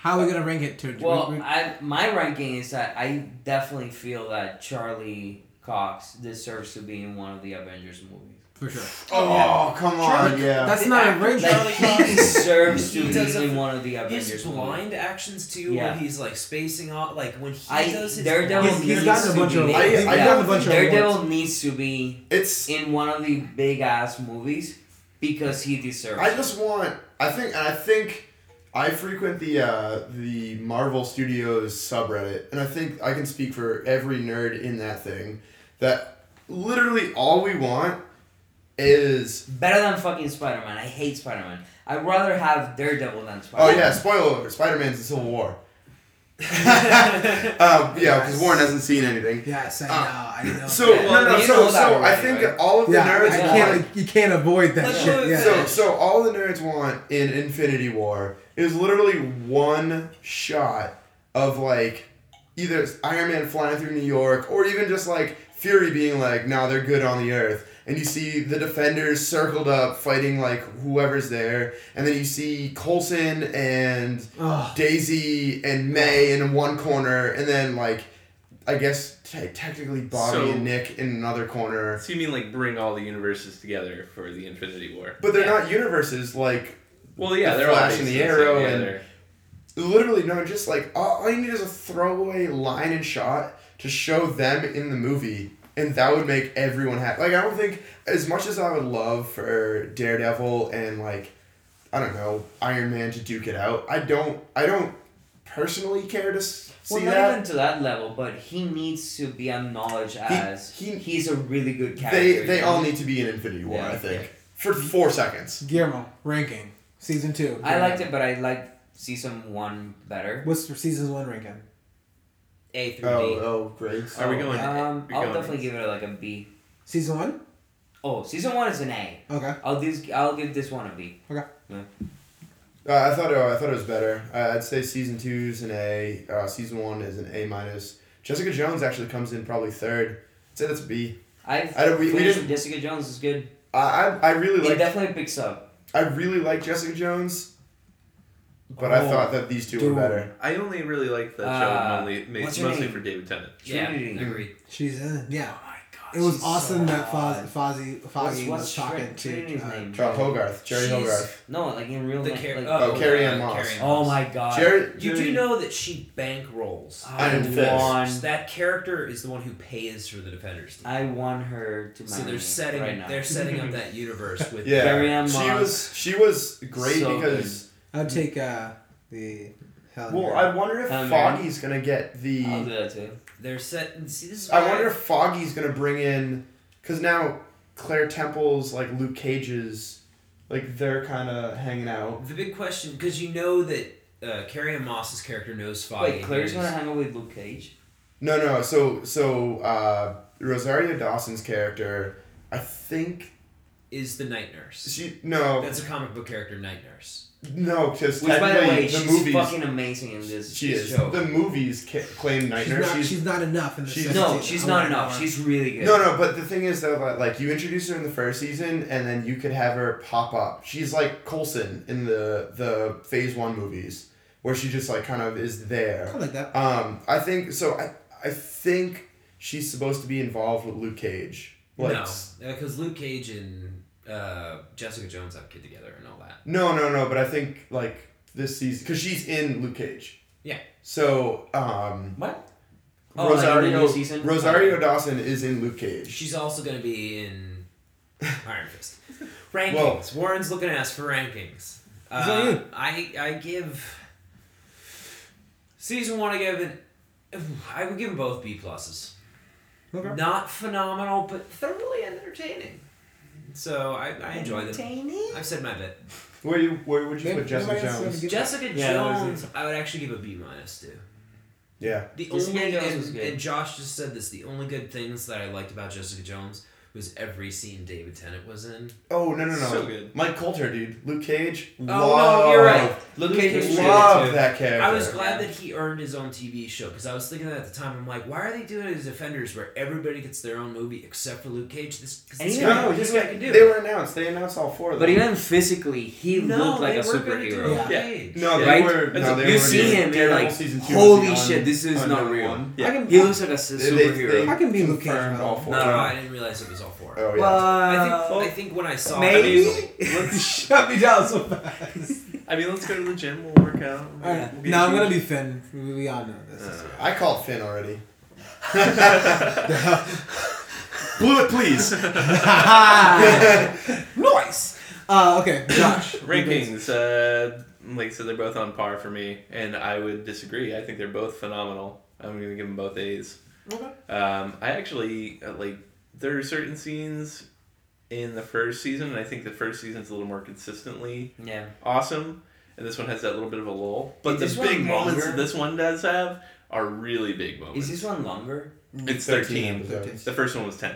[SPEAKER 6] How are we gonna rank it to?
[SPEAKER 5] Well, I my ranking is that I definitely feel that Charlie Cox deserves to be in one of the Avengers movies.
[SPEAKER 6] for sure.
[SPEAKER 1] oh come on,
[SPEAKER 6] Charlie,
[SPEAKER 1] yeah.
[SPEAKER 6] That's
[SPEAKER 2] The
[SPEAKER 6] not a
[SPEAKER 2] actor
[SPEAKER 6] ranking.
[SPEAKER 5] Like
[SPEAKER 2] Charlie Cox.
[SPEAKER 5] he deserves
[SPEAKER 2] He
[SPEAKER 5] to be
[SPEAKER 2] does a-
[SPEAKER 5] in one of the
[SPEAKER 2] His
[SPEAKER 5] Avengers movies.
[SPEAKER 2] blind actions too,
[SPEAKER 5] Yeah.
[SPEAKER 2] where he's like spacing off, like when he
[SPEAKER 5] I-
[SPEAKER 2] does his
[SPEAKER 5] Daredevil
[SPEAKER 2] blind
[SPEAKER 6] he's
[SPEAKER 5] needs
[SPEAKER 6] gotten a
[SPEAKER 5] to
[SPEAKER 6] bunch
[SPEAKER 5] be
[SPEAKER 6] of.
[SPEAKER 5] made.
[SPEAKER 6] He's
[SPEAKER 1] I- I
[SPEAKER 6] gotten a
[SPEAKER 1] definitely-
[SPEAKER 6] bunch of. awards.
[SPEAKER 5] Daredevil needs to be
[SPEAKER 1] it's.
[SPEAKER 5] in one of the big ass movies because he deserves.
[SPEAKER 1] I
[SPEAKER 5] it.
[SPEAKER 1] just want. I think, and I think. I frequent the uh, the Marvel Studios subreddit, and I think I can speak for every nerd in that thing. That literally all we want is
[SPEAKER 5] better than fucking Spider Man. I hate Spider Man. I'd rather have Daredevil than Spider
[SPEAKER 1] oh
[SPEAKER 5] Man.
[SPEAKER 1] yeah, spoiler alert: Spider Man's in Civil
[SPEAKER 6] (laughs)
[SPEAKER 1] War. um, yeah, because Warren hasn't seen anything.
[SPEAKER 6] Yes, I know.
[SPEAKER 1] Uh,
[SPEAKER 6] I know.
[SPEAKER 1] So
[SPEAKER 5] Yeah.
[SPEAKER 1] no, no,
[SPEAKER 5] Well, you
[SPEAKER 1] so
[SPEAKER 5] know that
[SPEAKER 1] so I
[SPEAKER 5] already,
[SPEAKER 1] think
[SPEAKER 5] right?
[SPEAKER 1] all of the
[SPEAKER 6] yeah,
[SPEAKER 1] nerds
[SPEAKER 6] I
[SPEAKER 1] want
[SPEAKER 6] can't. you can't avoid that
[SPEAKER 2] Like,
[SPEAKER 6] shit.
[SPEAKER 2] look,
[SPEAKER 6] Yeah. (laughs)
[SPEAKER 1] So, so all the nerds want in Infinity War is literally one shot of like either it's Iron Man flying through New York or even just like Fury being like, "No, they're good on the Earth." And you see the defenders circled up fighting like whoever's there, and then you see Coulson and
[SPEAKER 6] Ugh.
[SPEAKER 1] Daisy and May in one corner, and then like I guess te- technically Bobby
[SPEAKER 4] So-
[SPEAKER 1] and Nick in another corner.
[SPEAKER 4] So you mean like bring all the universes together for the Infinity War?
[SPEAKER 1] But they're
[SPEAKER 5] Yeah.
[SPEAKER 1] not universes like
[SPEAKER 4] Well, yeah,
[SPEAKER 1] The
[SPEAKER 4] they're all
[SPEAKER 1] Flash
[SPEAKER 4] based
[SPEAKER 1] and the
[SPEAKER 4] in same-
[SPEAKER 1] Arrow
[SPEAKER 4] yeah,
[SPEAKER 1] and-
[SPEAKER 4] they're-
[SPEAKER 1] literally no just like all, all you need is a throwaway line and shot to show them in the movie and that would make everyone happy like i don't think as much as i would love for daredevil and like i don't know iron man to duke it out i don't i don't personally care to s- see
[SPEAKER 5] Well, not
[SPEAKER 1] that
[SPEAKER 5] even to that level, but he needs to be acknowledged as
[SPEAKER 1] he-
[SPEAKER 5] he's a really good character.
[SPEAKER 1] they they
[SPEAKER 5] you
[SPEAKER 1] all
[SPEAKER 5] know?
[SPEAKER 1] need to be in infinity war
[SPEAKER 5] Yeah,
[SPEAKER 1] i think
[SPEAKER 5] yeah.
[SPEAKER 1] for four seconds
[SPEAKER 6] Guillermo ranking season two.
[SPEAKER 5] I liked it, but I liked season one better.
[SPEAKER 6] What's for season one ranking?
[SPEAKER 5] A through
[SPEAKER 1] oh
[SPEAKER 5] D.
[SPEAKER 1] oh great
[SPEAKER 4] Are we going?
[SPEAKER 5] Um,
[SPEAKER 4] we're
[SPEAKER 5] I'll
[SPEAKER 4] going-
[SPEAKER 5] definitely give it like a B.
[SPEAKER 6] Season one.
[SPEAKER 5] Oh, season one is an A.
[SPEAKER 6] Okay.
[SPEAKER 5] I'll dis- I'll give this one a B.
[SPEAKER 1] uh, i thought oh, i thought it was better uh, i'd say season two is an a uh, season one is an a minus jessica jones actually comes in probably third i'd say that's a b
[SPEAKER 5] I've
[SPEAKER 1] I don't- we- we
[SPEAKER 5] finished
[SPEAKER 1] didn't-
[SPEAKER 5] Jessica Jones is good.
[SPEAKER 1] I I, I really
[SPEAKER 5] It
[SPEAKER 1] like
[SPEAKER 5] definitely picks up.
[SPEAKER 1] I really like Jessica Jones, but I
[SPEAKER 5] Oh,
[SPEAKER 1] thought that these two
[SPEAKER 6] dude.
[SPEAKER 1] were better.
[SPEAKER 4] I only really like that show
[SPEAKER 5] Uh,
[SPEAKER 4] only, ma-
[SPEAKER 5] what's
[SPEAKER 4] mostly
[SPEAKER 5] her name?
[SPEAKER 4] for David Tennant.
[SPEAKER 2] Yeah,
[SPEAKER 5] Trinity.
[SPEAKER 2] agreed.
[SPEAKER 6] She's in. Yeah.
[SPEAKER 5] my god.
[SPEAKER 6] It was
[SPEAKER 5] she's so
[SPEAKER 6] awesome that
[SPEAKER 5] hot.
[SPEAKER 6] Foz, Fozzie,
[SPEAKER 5] What's-
[SPEAKER 6] Fozzie was
[SPEAKER 5] what's
[SPEAKER 6] talking
[SPEAKER 5] Trin-
[SPEAKER 6] to.
[SPEAKER 5] Trinity's
[SPEAKER 6] Uh,
[SPEAKER 5] name?
[SPEAKER 1] Uh, Hogarth, Jerry
[SPEAKER 2] She's-
[SPEAKER 1] Hogarth.
[SPEAKER 5] No, like in real
[SPEAKER 2] The
[SPEAKER 5] life.
[SPEAKER 2] char-
[SPEAKER 5] like,
[SPEAKER 2] oh,
[SPEAKER 1] Oh, Carrie Ann
[SPEAKER 2] uh,
[SPEAKER 1] Moss.
[SPEAKER 2] Carrie Ann
[SPEAKER 5] oh
[SPEAKER 2] Moss.
[SPEAKER 5] my god.
[SPEAKER 1] Jerry,
[SPEAKER 2] You do know that she bankrolls.
[SPEAKER 5] I
[SPEAKER 1] Iron Fist.
[SPEAKER 5] want.
[SPEAKER 2] That character is the one who pays for the defenders.
[SPEAKER 5] Um, I want her to.
[SPEAKER 2] So
[SPEAKER 5] marry
[SPEAKER 2] they're
[SPEAKER 5] me
[SPEAKER 2] setting
[SPEAKER 5] right now.
[SPEAKER 2] they're setting
[SPEAKER 5] (laughs)
[SPEAKER 2] up that universe with
[SPEAKER 1] Yeah,
[SPEAKER 5] Carrie Ann
[SPEAKER 1] she
[SPEAKER 5] Moss.
[SPEAKER 1] was she was great
[SPEAKER 5] So
[SPEAKER 1] because.
[SPEAKER 6] I'll take uh, the. Helen
[SPEAKER 1] Well,
[SPEAKER 6] Mirren.
[SPEAKER 1] I wonder if
[SPEAKER 5] Um,
[SPEAKER 1] Foggy's gonna get
[SPEAKER 5] I'll do
[SPEAKER 1] the.
[SPEAKER 5] that too.
[SPEAKER 2] they're set. and See, this is
[SPEAKER 1] I
[SPEAKER 2] why-
[SPEAKER 1] wonder if Foggy's gonna bring in, cause now Claire Temple's like Luke Cage's, like they're kind of hanging out.
[SPEAKER 2] the big question because you know that uh, Carrie Ann Moss's character knows Foggy.
[SPEAKER 5] Wait, Claire's
[SPEAKER 2] and is-
[SPEAKER 5] gonna hang out with Luke Cage.
[SPEAKER 1] No, no. So so uh, Rosario Dawson's character, I think
[SPEAKER 2] is the night nurse.
[SPEAKER 1] she no
[SPEAKER 2] That's a comic book character, night nurse.
[SPEAKER 1] No, because
[SPEAKER 5] Which, by the
[SPEAKER 1] technically,
[SPEAKER 5] way,
[SPEAKER 1] the
[SPEAKER 5] she's
[SPEAKER 1] movies.
[SPEAKER 5] fucking amazing in this,
[SPEAKER 1] she
[SPEAKER 5] this
[SPEAKER 1] is.
[SPEAKER 5] show.
[SPEAKER 1] The movies ca- claim Night
[SPEAKER 6] she's
[SPEAKER 1] Nurse.
[SPEAKER 6] not.
[SPEAKER 1] She's-
[SPEAKER 6] She's, not enough in the.
[SPEAKER 1] she's-
[SPEAKER 6] second
[SPEAKER 5] no,
[SPEAKER 6] season.
[SPEAKER 5] she's
[SPEAKER 6] I
[SPEAKER 5] not
[SPEAKER 6] want
[SPEAKER 5] enough.
[SPEAKER 6] more.
[SPEAKER 5] She's really good.
[SPEAKER 1] no, no, but the thing is though, that, like you introduce her in the first season, and then you could have her pop up. She's like Coulson in the the Phase One movies, where she just like kind of is there.
[SPEAKER 6] I like that.
[SPEAKER 1] Um, I think so. I I think she's supposed to be involved with Luke Cage. Like,
[SPEAKER 2] no, because Luke uh, Cage and uh, Jessica Jones have a kid together and all that.
[SPEAKER 1] No, no, no. But I think like this season because she's in Luke Cage.
[SPEAKER 2] Yeah.
[SPEAKER 1] So um,
[SPEAKER 5] What?
[SPEAKER 1] Rosario
[SPEAKER 5] new season?
[SPEAKER 1] Rosario Dawson is in Luke Cage.
[SPEAKER 2] She's also going to be
[SPEAKER 5] (laughs)
[SPEAKER 2] in Iron Fist. Rankings. Warren's looking at us for rankings.
[SPEAKER 6] that
[SPEAKER 2] Uh,
[SPEAKER 6] you?
[SPEAKER 2] I I give season one. I give an. I would give them both B pluses.
[SPEAKER 6] Okay.
[SPEAKER 2] Not phenomenal, but thoroughly entertaining. So I, I enjoy them. I've said my bit.
[SPEAKER 1] Where you where would you
[SPEAKER 6] Maybe-
[SPEAKER 1] put Jessica
[SPEAKER 6] nobody else
[SPEAKER 1] Jones?
[SPEAKER 6] wanna get-
[SPEAKER 2] Jessica
[SPEAKER 5] Yeah, that was
[SPEAKER 2] Jones, I would actually give a B minus to.
[SPEAKER 1] Yeah.
[SPEAKER 2] The
[SPEAKER 5] Jessica
[SPEAKER 2] only
[SPEAKER 5] Jones was
[SPEAKER 2] and,
[SPEAKER 5] good.
[SPEAKER 2] and Josh just said this. The only good things that I liked about Jessica Jones was every scene David Tennant was in.
[SPEAKER 1] Oh no no no.
[SPEAKER 4] So good.
[SPEAKER 1] Mike Coulter, dude. Luke Cage. Oh
[SPEAKER 2] no, you're right.
[SPEAKER 5] Luke
[SPEAKER 2] Luke
[SPEAKER 5] Cage
[SPEAKER 2] Cage
[SPEAKER 5] was
[SPEAKER 2] was
[SPEAKER 5] good
[SPEAKER 1] Love
[SPEAKER 5] too.
[SPEAKER 1] that character.
[SPEAKER 2] I was glad
[SPEAKER 5] Yeah.
[SPEAKER 2] that he earned his own TV show because I was thinking that at the time. I'm like, why are they doing it as Defenders where everybody gets their own movie except for Luke Cage? This, 'cause
[SPEAKER 5] And
[SPEAKER 2] this
[SPEAKER 5] even-
[SPEAKER 2] guy,
[SPEAKER 1] No,
[SPEAKER 2] this
[SPEAKER 1] you-
[SPEAKER 2] guy can do
[SPEAKER 1] They
[SPEAKER 2] it.
[SPEAKER 1] were announced. They announced all four of them.
[SPEAKER 5] But even physically, he
[SPEAKER 2] no,
[SPEAKER 5] looked like
[SPEAKER 2] they
[SPEAKER 5] a
[SPEAKER 2] were gonna do
[SPEAKER 5] superhero.
[SPEAKER 2] Luke
[SPEAKER 6] Yeah.
[SPEAKER 2] Cage.
[SPEAKER 1] no, they
[SPEAKER 5] right?
[SPEAKER 1] were.
[SPEAKER 4] It's a-
[SPEAKER 1] No, they
[SPEAKER 5] You
[SPEAKER 1] were
[SPEAKER 5] see
[SPEAKER 1] doing
[SPEAKER 5] him, and you're
[SPEAKER 1] Daredevil
[SPEAKER 5] like,
[SPEAKER 1] season two
[SPEAKER 5] holy
[SPEAKER 1] was
[SPEAKER 5] shit,
[SPEAKER 1] on-
[SPEAKER 5] this is
[SPEAKER 1] on
[SPEAKER 5] not
[SPEAKER 1] number
[SPEAKER 5] real.
[SPEAKER 1] one.
[SPEAKER 6] I can.
[SPEAKER 5] He looks like a s-
[SPEAKER 1] They- they-
[SPEAKER 5] superhero.
[SPEAKER 1] they
[SPEAKER 6] I can be Luke Cage,
[SPEAKER 1] confirmed
[SPEAKER 6] bro.
[SPEAKER 1] all four.
[SPEAKER 2] No,
[SPEAKER 1] of them.
[SPEAKER 2] I didn't realize it was all four.
[SPEAKER 1] Oh yeah.
[SPEAKER 2] I
[SPEAKER 5] Well,
[SPEAKER 2] think I think when I
[SPEAKER 6] Oh,
[SPEAKER 2] saw
[SPEAKER 5] uh, maybe.
[SPEAKER 2] it,
[SPEAKER 6] (laughs)
[SPEAKER 5] (laughs)
[SPEAKER 6] Shut me down so fast.
[SPEAKER 4] I mean, let's go to the gym. We'll work out.
[SPEAKER 6] All right.
[SPEAKER 4] We'll get
[SPEAKER 6] Now I'm
[SPEAKER 4] huge.
[SPEAKER 6] gonna be Finn. We, we all know this.
[SPEAKER 1] I called Finn already. (laughs) Blew it, please.
[SPEAKER 6] Nice. Uh, okay, Josh.
[SPEAKER 4] Rankings, uh, like I said, they're both on par for me, and I would disagree. I think they're both phenomenal. I'm gonna give them both A's. Um, I actually uh, like there are certain scenes in the first season, and I think the first season's a little more consistently
[SPEAKER 5] yeah.
[SPEAKER 4] awesome, and this one has that little bit of a lull. But
[SPEAKER 5] Is
[SPEAKER 4] the
[SPEAKER 5] this one
[SPEAKER 4] big moments
[SPEAKER 5] longer?
[SPEAKER 4] that this one does have are really big moments.
[SPEAKER 5] Is this one longer?
[SPEAKER 4] It's thirteen.
[SPEAKER 1] episodes.
[SPEAKER 4] The first one was ten.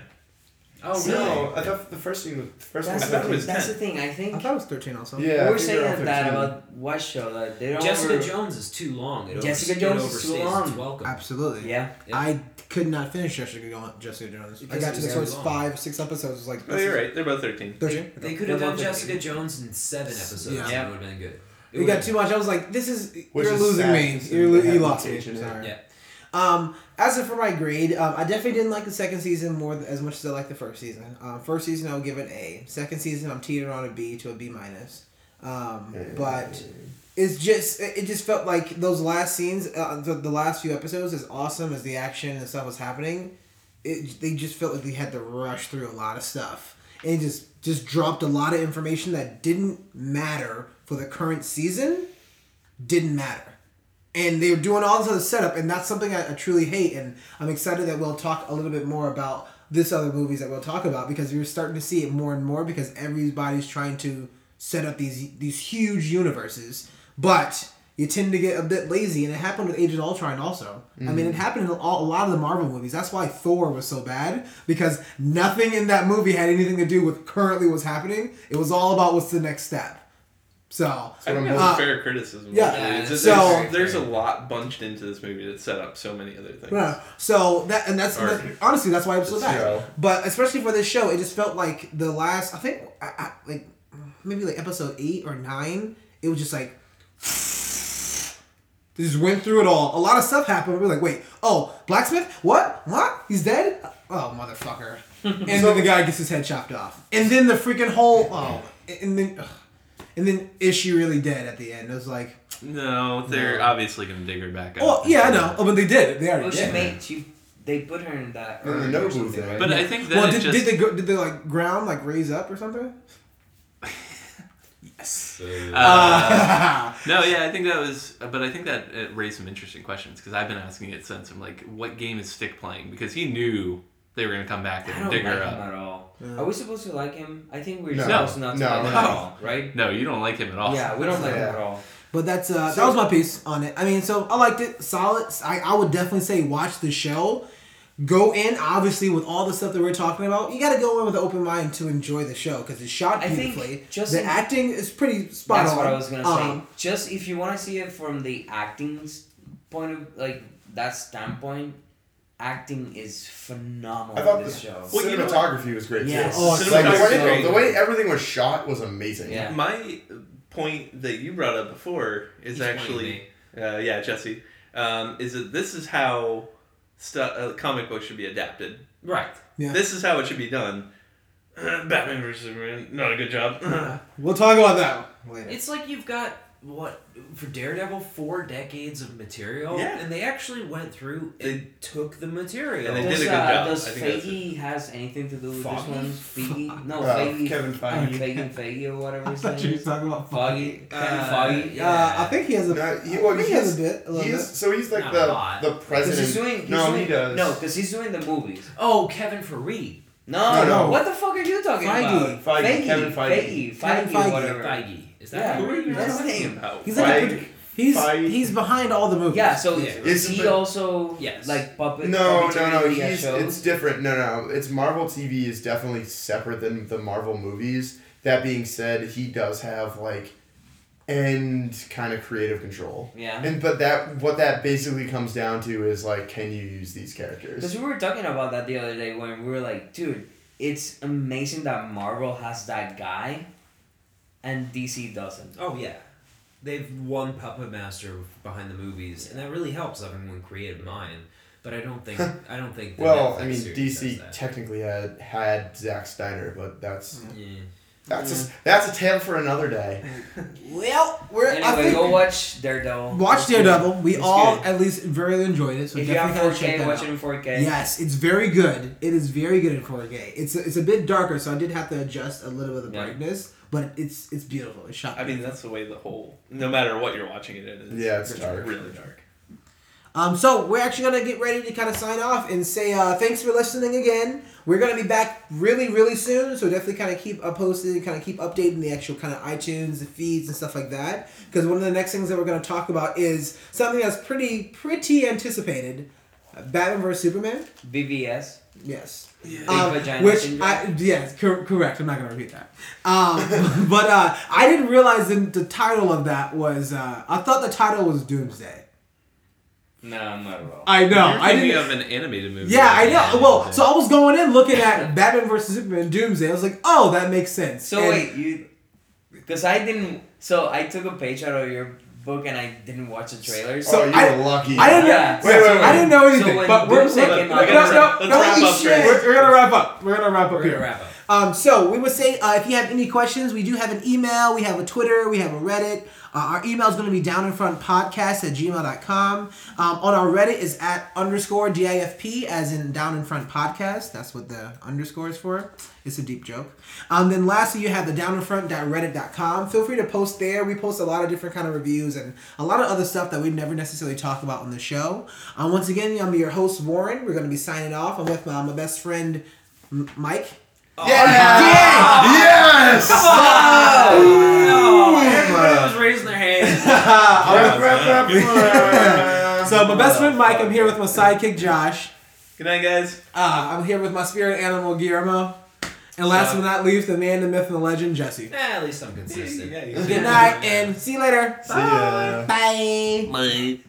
[SPEAKER 2] oh
[SPEAKER 5] See,
[SPEAKER 2] no,
[SPEAKER 1] No, I thought the first scene was the first
[SPEAKER 5] That's,
[SPEAKER 1] one.
[SPEAKER 4] I thought it
[SPEAKER 5] the,
[SPEAKER 4] was
[SPEAKER 5] that's
[SPEAKER 4] 10.
[SPEAKER 5] the thing. I
[SPEAKER 6] I
[SPEAKER 5] think
[SPEAKER 6] thought it was 13 also.
[SPEAKER 1] Yeah.
[SPEAKER 5] we
[SPEAKER 1] I
[SPEAKER 5] were
[SPEAKER 1] think they all
[SPEAKER 5] saying that
[SPEAKER 1] 13.
[SPEAKER 5] about what show that they don't.
[SPEAKER 2] Jessica
[SPEAKER 5] ever-
[SPEAKER 2] Jones is too long. It over-
[SPEAKER 5] Jessica
[SPEAKER 2] it
[SPEAKER 5] Jones is too
[SPEAKER 2] overstays
[SPEAKER 5] long.
[SPEAKER 2] Its welcome.
[SPEAKER 6] Absolutely.
[SPEAKER 5] Yeah.
[SPEAKER 6] I could not finish Jessica Jones. Jessica Jones. I
[SPEAKER 2] Because
[SPEAKER 6] got
[SPEAKER 2] it
[SPEAKER 6] to the
[SPEAKER 2] was
[SPEAKER 6] first
[SPEAKER 2] so long.
[SPEAKER 6] five, six episodes. Was like,
[SPEAKER 4] Oh,
[SPEAKER 6] this
[SPEAKER 4] you're
[SPEAKER 6] is-
[SPEAKER 4] right. They're both thirteen.
[SPEAKER 6] Thirteen.
[SPEAKER 2] They could have
[SPEAKER 5] They're
[SPEAKER 2] done
[SPEAKER 5] both
[SPEAKER 2] Jessica Jones in seven episodes.
[SPEAKER 6] Yeah.
[SPEAKER 2] Yeah, it would have been good. It
[SPEAKER 6] We
[SPEAKER 2] would've
[SPEAKER 6] got too much. I was like, this is
[SPEAKER 1] Which
[SPEAKER 6] you're
[SPEAKER 1] is
[SPEAKER 6] losing
[SPEAKER 1] sad
[SPEAKER 6] me.
[SPEAKER 1] since
[SPEAKER 6] You're,
[SPEAKER 1] they
[SPEAKER 6] lo-
[SPEAKER 1] had
[SPEAKER 6] you lost me.
[SPEAKER 1] vacation, yeah.
[SPEAKER 6] Sorry.
[SPEAKER 2] Yeah.
[SPEAKER 6] Um, as for my grade, um, I definitely didn't like the second season more th- as much as I liked the first season. Um, first season, I would give an A. Second season, I'm teetering on a B to a B minus. Um,
[SPEAKER 1] Mm.
[SPEAKER 6] but it's just it it just felt like those last scenes, uh, the, the last few episodes, as awesome as the action and stuff was happening, it they just felt like they had to rush through a lot of stuff and it just just dropped a lot of information that didn't matter for the current season didn't matter. And they were doing all this other setup, and that's something I, I truly hate. And I'm excited that we'll talk a little bit more about this other movies that we'll talk about because we're starting to see it more and more because everybody's trying to set up these these huge universes, but you tend to get a bit lazy, and it happened with Age of Ultron also. I mean, it happened in all, a lot of the Marvel movies. That's why Thor was so bad because nothing in that movie had anything to do with currently what's happening. It was all about what's the next step. So
[SPEAKER 4] I think that's
[SPEAKER 6] Uh,
[SPEAKER 4] a fair criticism.
[SPEAKER 6] yeah.
[SPEAKER 4] actually. It's just-
[SPEAKER 6] So-
[SPEAKER 4] there's, there's a lot bunched into this movie that set up so many other things.
[SPEAKER 6] No, so that and that's,
[SPEAKER 4] Or-
[SPEAKER 6] that- honestly that's why I'm so
[SPEAKER 4] It's
[SPEAKER 6] bad.
[SPEAKER 4] zero.
[SPEAKER 6] But especially for this show, it just felt like the last I think I, I, like maybe like episode eight or nine. It was just like (laughs) they just went through it all. A lot of stuff happened. We were like, wait, oh, blacksmith, what, what? He's dead. Oh, motherfucker! and then the guy gets his head chopped off. And then the freaking whole oh, and then ugh. and then is she really dead at the end? It was like,
[SPEAKER 4] No, they're
[SPEAKER 6] No.
[SPEAKER 4] obviously going to dig her back up.
[SPEAKER 6] oh yeah, I know. Oh, but they did. They already
[SPEAKER 5] Well, she
[SPEAKER 6] did.
[SPEAKER 5] made she. They put her in that.
[SPEAKER 1] In the
[SPEAKER 5] urn or
[SPEAKER 1] Nobu
[SPEAKER 5] something,
[SPEAKER 1] thing.
[SPEAKER 5] right?
[SPEAKER 4] But I think that
[SPEAKER 6] Well,
[SPEAKER 4] it
[SPEAKER 6] did,
[SPEAKER 4] just
[SPEAKER 6] did they go? Did they like ground like raise up or something?
[SPEAKER 4] uh,
[SPEAKER 6] (laughs) Uh,
[SPEAKER 4] no, yeah, I think that was. But I think that it raised some interesting questions because I've been asking it since. I'm like, what game is Stick playing? Because he knew they were going to come back there
[SPEAKER 5] I
[SPEAKER 4] and
[SPEAKER 5] don't
[SPEAKER 4] dig
[SPEAKER 5] like
[SPEAKER 4] her
[SPEAKER 5] him
[SPEAKER 4] up.
[SPEAKER 5] at all.
[SPEAKER 6] Yeah.
[SPEAKER 5] Are we supposed to like him? I think we're
[SPEAKER 1] No.
[SPEAKER 5] supposed not to
[SPEAKER 1] No,
[SPEAKER 5] like him
[SPEAKER 1] no.
[SPEAKER 5] at all, right?
[SPEAKER 4] No, you don't like him at all.
[SPEAKER 5] Yeah, we don't like him
[SPEAKER 1] Yeah.
[SPEAKER 5] at all.
[SPEAKER 6] but that's uh, that was my piece on it. I mean, so I liked it. Solid. I, I would definitely say watch the show. Go in obviously with all the stuff that we're talking about. You got to go in with an open mind to enjoy the show because it's shot
[SPEAKER 5] I think
[SPEAKER 6] beautifully.
[SPEAKER 5] just
[SPEAKER 6] the
[SPEAKER 5] in-
[SPEAKER 6] acting is pretty spot
[SPEAKER 5] That's
[SPEAKER 6] on.
[SPEAKER 5] what I was gonna
[SPEAKER 6] Um,
[SPEAKER 5] say. Just if you want to see it from the acting s- point of like that standpoint, acting is phenomenal
[SPEAKER 1] I thought
[SPEAKER 5] in this
[SPEAKER 1] the-
[SPEAKER 5] show.
[SPEAKER 4] Well, you know-
[SPEAKER 1] cinematography was great
[SPEAKER 5] Yes.
[SPEAKER 1] too.
[SPEAKER 6] Oh,
[SPEAKER 1] Like,
[SPEAKER 6] it's
[SPEAKER 1] the,
[SPEAKER 6] so
[SPEAKER 1] way,
[SPEAKER 5] good.
[SPEAKER 1] the way everything was shot was amazing.
[SPEAKER 5] Yeah.
[SPEAKER 4] My point that you brought up before is
[SPEAKER 2] He's pointing
[SPEAKER 4] actually.
[SPEAKER 2] me.
[SPEAKER 4] uh, yeah, Jesse, um, is that this is how stu- uh, comic books should be adapted.
[SPEAKER 2] right.
[SPEAKER 6] Yeah.
[SPEAKER 4] This is how it should be done. (clears throat) Batman versus Superman, not a good job. (clears throat)
[SPEAKER 6] We'll talk about that (laughs) later.
[SPEAKER 2] It's like you've got what for Daredevil four decades of material,
[SPEAKER 4] Yeah.
[SPEAKER 2] and they actually went through and took the material.
[SPEAKER 4] And they
[SPEAKER 5] Does,
[SPEAKER 4] did a good
[SPEAKER 5] uh,
[SPEAKER 4] job.
[SPEAKER 5] does
[SPEAKER 4] I think that's
[SPEAKER 5] Feige has anything to do with
[SPEAKER 2] Foggy?
[SPEAKER 5] this one? Feige? No,
[SPEAKER 9] Uh,
[SPEAKER 5] Feige.
[SPEAKER 9] Kevin
[SPEAKER 5] Feige.
[SPEAKER 9] Feige.
[SPEAKER 5] Feige, Feige, or
[SPEAKER 6] (laughs)
[SPEAKER 5] whatever his
[SPEAKER 3] thought you
[SPEAKER 5] name
[SPEAKER 3] were
[SPEAKER 5] is.
[SPEAKER 3] talking about
[SPEAKER 5] Foggy. Kevin
[SPEAKER 2] Uh,
[SPEAKER 5] Foggy.
[SPEAKER 2] yeah.
[SPEAKER 6] Uh, I think he has a.
[SPEAKER 9] No, he-
[SPEAKER 6] I
[SPEAKER 9] well,
[SPEAKER 6] think he
[SPEAKER 9] he's-
[SPEAKER 6] has a bit, a little
[SPEAKER 9] He
[SPEAKER 6] bit.
[SPEAKER 9] is, so he's like
[SPEAKER 2] Not a
[SPEAKER 9] the
[SPEAKER 2] lot.
[SPEAKER 9] the
[SPEAKER 5] Because
[SPEAKER 9] president.
[SPEAKER 5] he's doing. He's
[SPEAKER 9] no,
[SPEAKER 5] doing,
[SPEAKER 9] he does.
[SPEAKER 5] No, because he's doing the movies.
[SPEAKER 2] oh, Kevin Faree,
[SPEAKER 5] No,
[SPEAKER 9] No, no.
[SPEAKER 5] What the fuck are you talking
[SPEAKER 6] Feige.
[SPEAKER 5] about?
[SPEAKER 9] Feige, Kevin
[SPEAKER 5] Feige.
[SPEAKER 9] Feige.
[SPEAKER 5] Feige.
[SPEAKER 6] Kevin Feige.
[SPEAKER 5] Whatever.
[SPEAKER 2] Feige, is
[SPEAKER 5] Yeah.
[SPEAKER 2] that
[SPEAKER 5] Who
[SPEAKER 2] who
[SPEAKER 5] are you talking about?
[SPEAKER 6] He's like a
[SPEAKER 9] Like,
[SPEAKER 6] produ- he's
[SPEAKER 9] Feige.
[SPEAKER 6] he's behind all the movies.
[SPEAKER 5] Yeah. So
[SPEAKER 2] Yeah.
[SPEAKER 5] is
[SPEAKER 9] Isn't
[SPEAKER 5] he
[SPEAKER 9] the-
[SPEAKER 5] also
[SPEAKER 2] Yes.
[SPEAKER 5] like puppet?
[SPEAKER 9] No, no,
[SPEAKER 5] puppeteering
[SPEAKER 9] no.
[SPEAKER 5] via
[SPEAKER 9] He's,
[SPEAKER 5] shows?
[SPEAKER 9] it's different. No, no. It's Marvel TV is definitely separate than the Marvel movies. That being said, he does have like end kind of creative control.
[SPEAKER 5] Yeah.
[SPEAKER 9] And but that what that basically comes down to is like, can you use these
[SPEAKER 5] Because
[SPEAKER 9] characters?
[SPEAKER 5] we were talking about that the other day when we were like, dude, it's amazing that Marvel has that guy and DC doesn't.
[SPEAKER 2] Oh yeah, they've one puppet master behind the movies, and that really helps everyone creative mind. But I don't think I don't think. the
[SPEAKER 9] Well,
[SPEAKER 2] Netflix
[SPEAKER 9] I mean,
[SPEAKER 2] series does
[SPEAKER 9] DC
[SPEAKER 2] that.
[SPEAKER 9] technically had had Zack Snyder, but that's
[SPEAKER 2] Yeah.
[SPEAKER 9] that's a, that's a tale for another day.
[SPEAKER 6] Well, we're I
[SPEAKER 5] Anyway,
[SPEAKER 6] think,
[SPEAKER 5] go watch Daredevil.
[SPEAKER 6] watch
[SPEAKER 5] It's good.
[SPEAKER 6] Daredevil. We
[SPEAKER 5] It's
[SPEAKER 6] all
[SPEAKER 5] good.
[SPEAKER 6] at least very enjoyed it. So
[SPEAKER 5] If you have
[SPEAKER 6] definitely gotta check
[SPEAKER 5] 4K,
[SPEAKER 6] that
[SPEAKER 5] watch
[SPEAKER 6] out.
[SPEAKER 5] it in 4K.
[SPEAKER 6] Yes, it's very good. It is very good in 4K. It's it's a bit darker, so I did have to adjust a little bit of the
[SPEAKER 5] Yeah.
[SPEAKER 6] brightness, but it's it's beautiful. It's shot.
[SPEAKER 4] I mean, that's the way the whole. No matter what you're watching it in, it's,
[SPEAKER 9] Yeah, it's dark.
[SPEAKER 4] really dark.
[SPEAKER 6] Um, so we're actually gonna get ready to kind of sign off and say uh, thanks for listening again. We're gonna be back really, really soon, so definitely kind of keep uh, posting, and kind of keep updating the actual kind of iTunes, the feeds, and stuff like that. Because one of the next things that we're gonna talk about is something that's pretty, pretty anticipated: uh, Batman vs Superman.
[SPEAKER 5] BVS.
[SPEAKER 6] Yes.
[SPEAKER 5] Big
[SPEAKER 6] Um,
[SPEAKER 5] vagina
[SPEAKER 6] which
[SPEAKER 5] syndrome.
[SPEAKER 6] I yes, cor- correct. I'm not gonna repeat that. Um, (laughs) but uh, I didn't realize the, the title of that was. Uh, I thought the title was Doomsday.
[SPEAKER 5] no, not at all.
[SPEAKER 6] I know.
[SPEAKER 4] you're
[SPEAKER 6] I
[SPEAKER 4] thinking
[SPEAKER 6] didn't.
[SPEAKER 4] of an animated movie.
[SPEAKER 6] Yeah, I
[SPEAKER 4] like
[SPEAKER 6] know.
[SPEAKER 4] that.
[SPEAKER 6] Well, so I was going in looking at Batman versus Superman Doomsday. I was like, oh, that makes sense.
[SPEAKER 5] So
[SPEAKER 6] And-
[SPEAKER 5] wait, you. Because I didn't. So I took a page out of your book and I didn't watch the trailers.
[SPEAKER 6] So
[SPEAKER 9] oh, you
[SPEAKER 6] I-
[SPEAKER 9] were lucky.
[SPEAKER 6] I didn't.
[SPEAKER 5] Yeah.
[SPEAKER 6] Wait, wait, wait. I didn't know
[SPEAKER 5] So
[SPEAKER 6] anything.
[SPEAKER 5] when
[SPEAKER 6] but we're,
[SPEAKER 5] Doomsday
[SPEAKER 6] we're-
[SPEAKER 5] came
[SPEAKER 6] no,
[SPEAKER 5] out-
[SPEAKER 6] no, no,
[SPEAKER 4] Let's
[SPEAKER 6] no,
[SPEAKER 4] wrap up,
[SPEAKER 6] shit.
[SPEAKER 4] Greg.
[SPEAKER 6] We're, we're gonna wrap up. We're gonna wrap up
[SPEAKER 2] We're
[SPEAKER 6] here.
[SPEAKER 2] gonna wrap up.
[SPEAKER 6] Um, so we would say uh, if you have any questions, we do have an email, we have a Twitter, we have a Reddit. Uh, our email is going to be down in front podcast at gmail.com. Um, on our Reddit is at underscore DIFP, as in down in front podcast. That's what the underscore is for. It's a deep joke. Um, then lastly, you have the down in front.reddit.com. Feel free to post there. We post a lot of different kind of reviews and a lot of other stuff that we never necessarily talk about on the show. Um, once again, I'm your host, Warren. We're going to be signing off. I'm with uh, my best friend, M- Mike.
[SPEAKER 9] Yeah. Yes.
[SPEAKER 2] Oh, everybody was raising their hands.
[SPEAKER 9] Rap, rap, rap.
[SPEAKER 6] So my best friend Mike, I'm here with my sidekick Josh.
[SPEAKER 4] Good night, guys.
[SPEAKER 6] Uh, I'm here with my spirit animal Guillermo, and last
[SPEAKER 2] So-
[SPEAKER 6] but not least, the man, the myth, and the legend Jesse.
[SPEAKER 2] Eh, at least I'm consistent.
[SPEAKER 4] Yeah, yeah, yeah.
[SPEAKER 6] Good night, and see you later.
[SPEAKER 9] See ya.
[SPEAKER 6] Bye.
[SPEAKER 5] Mate.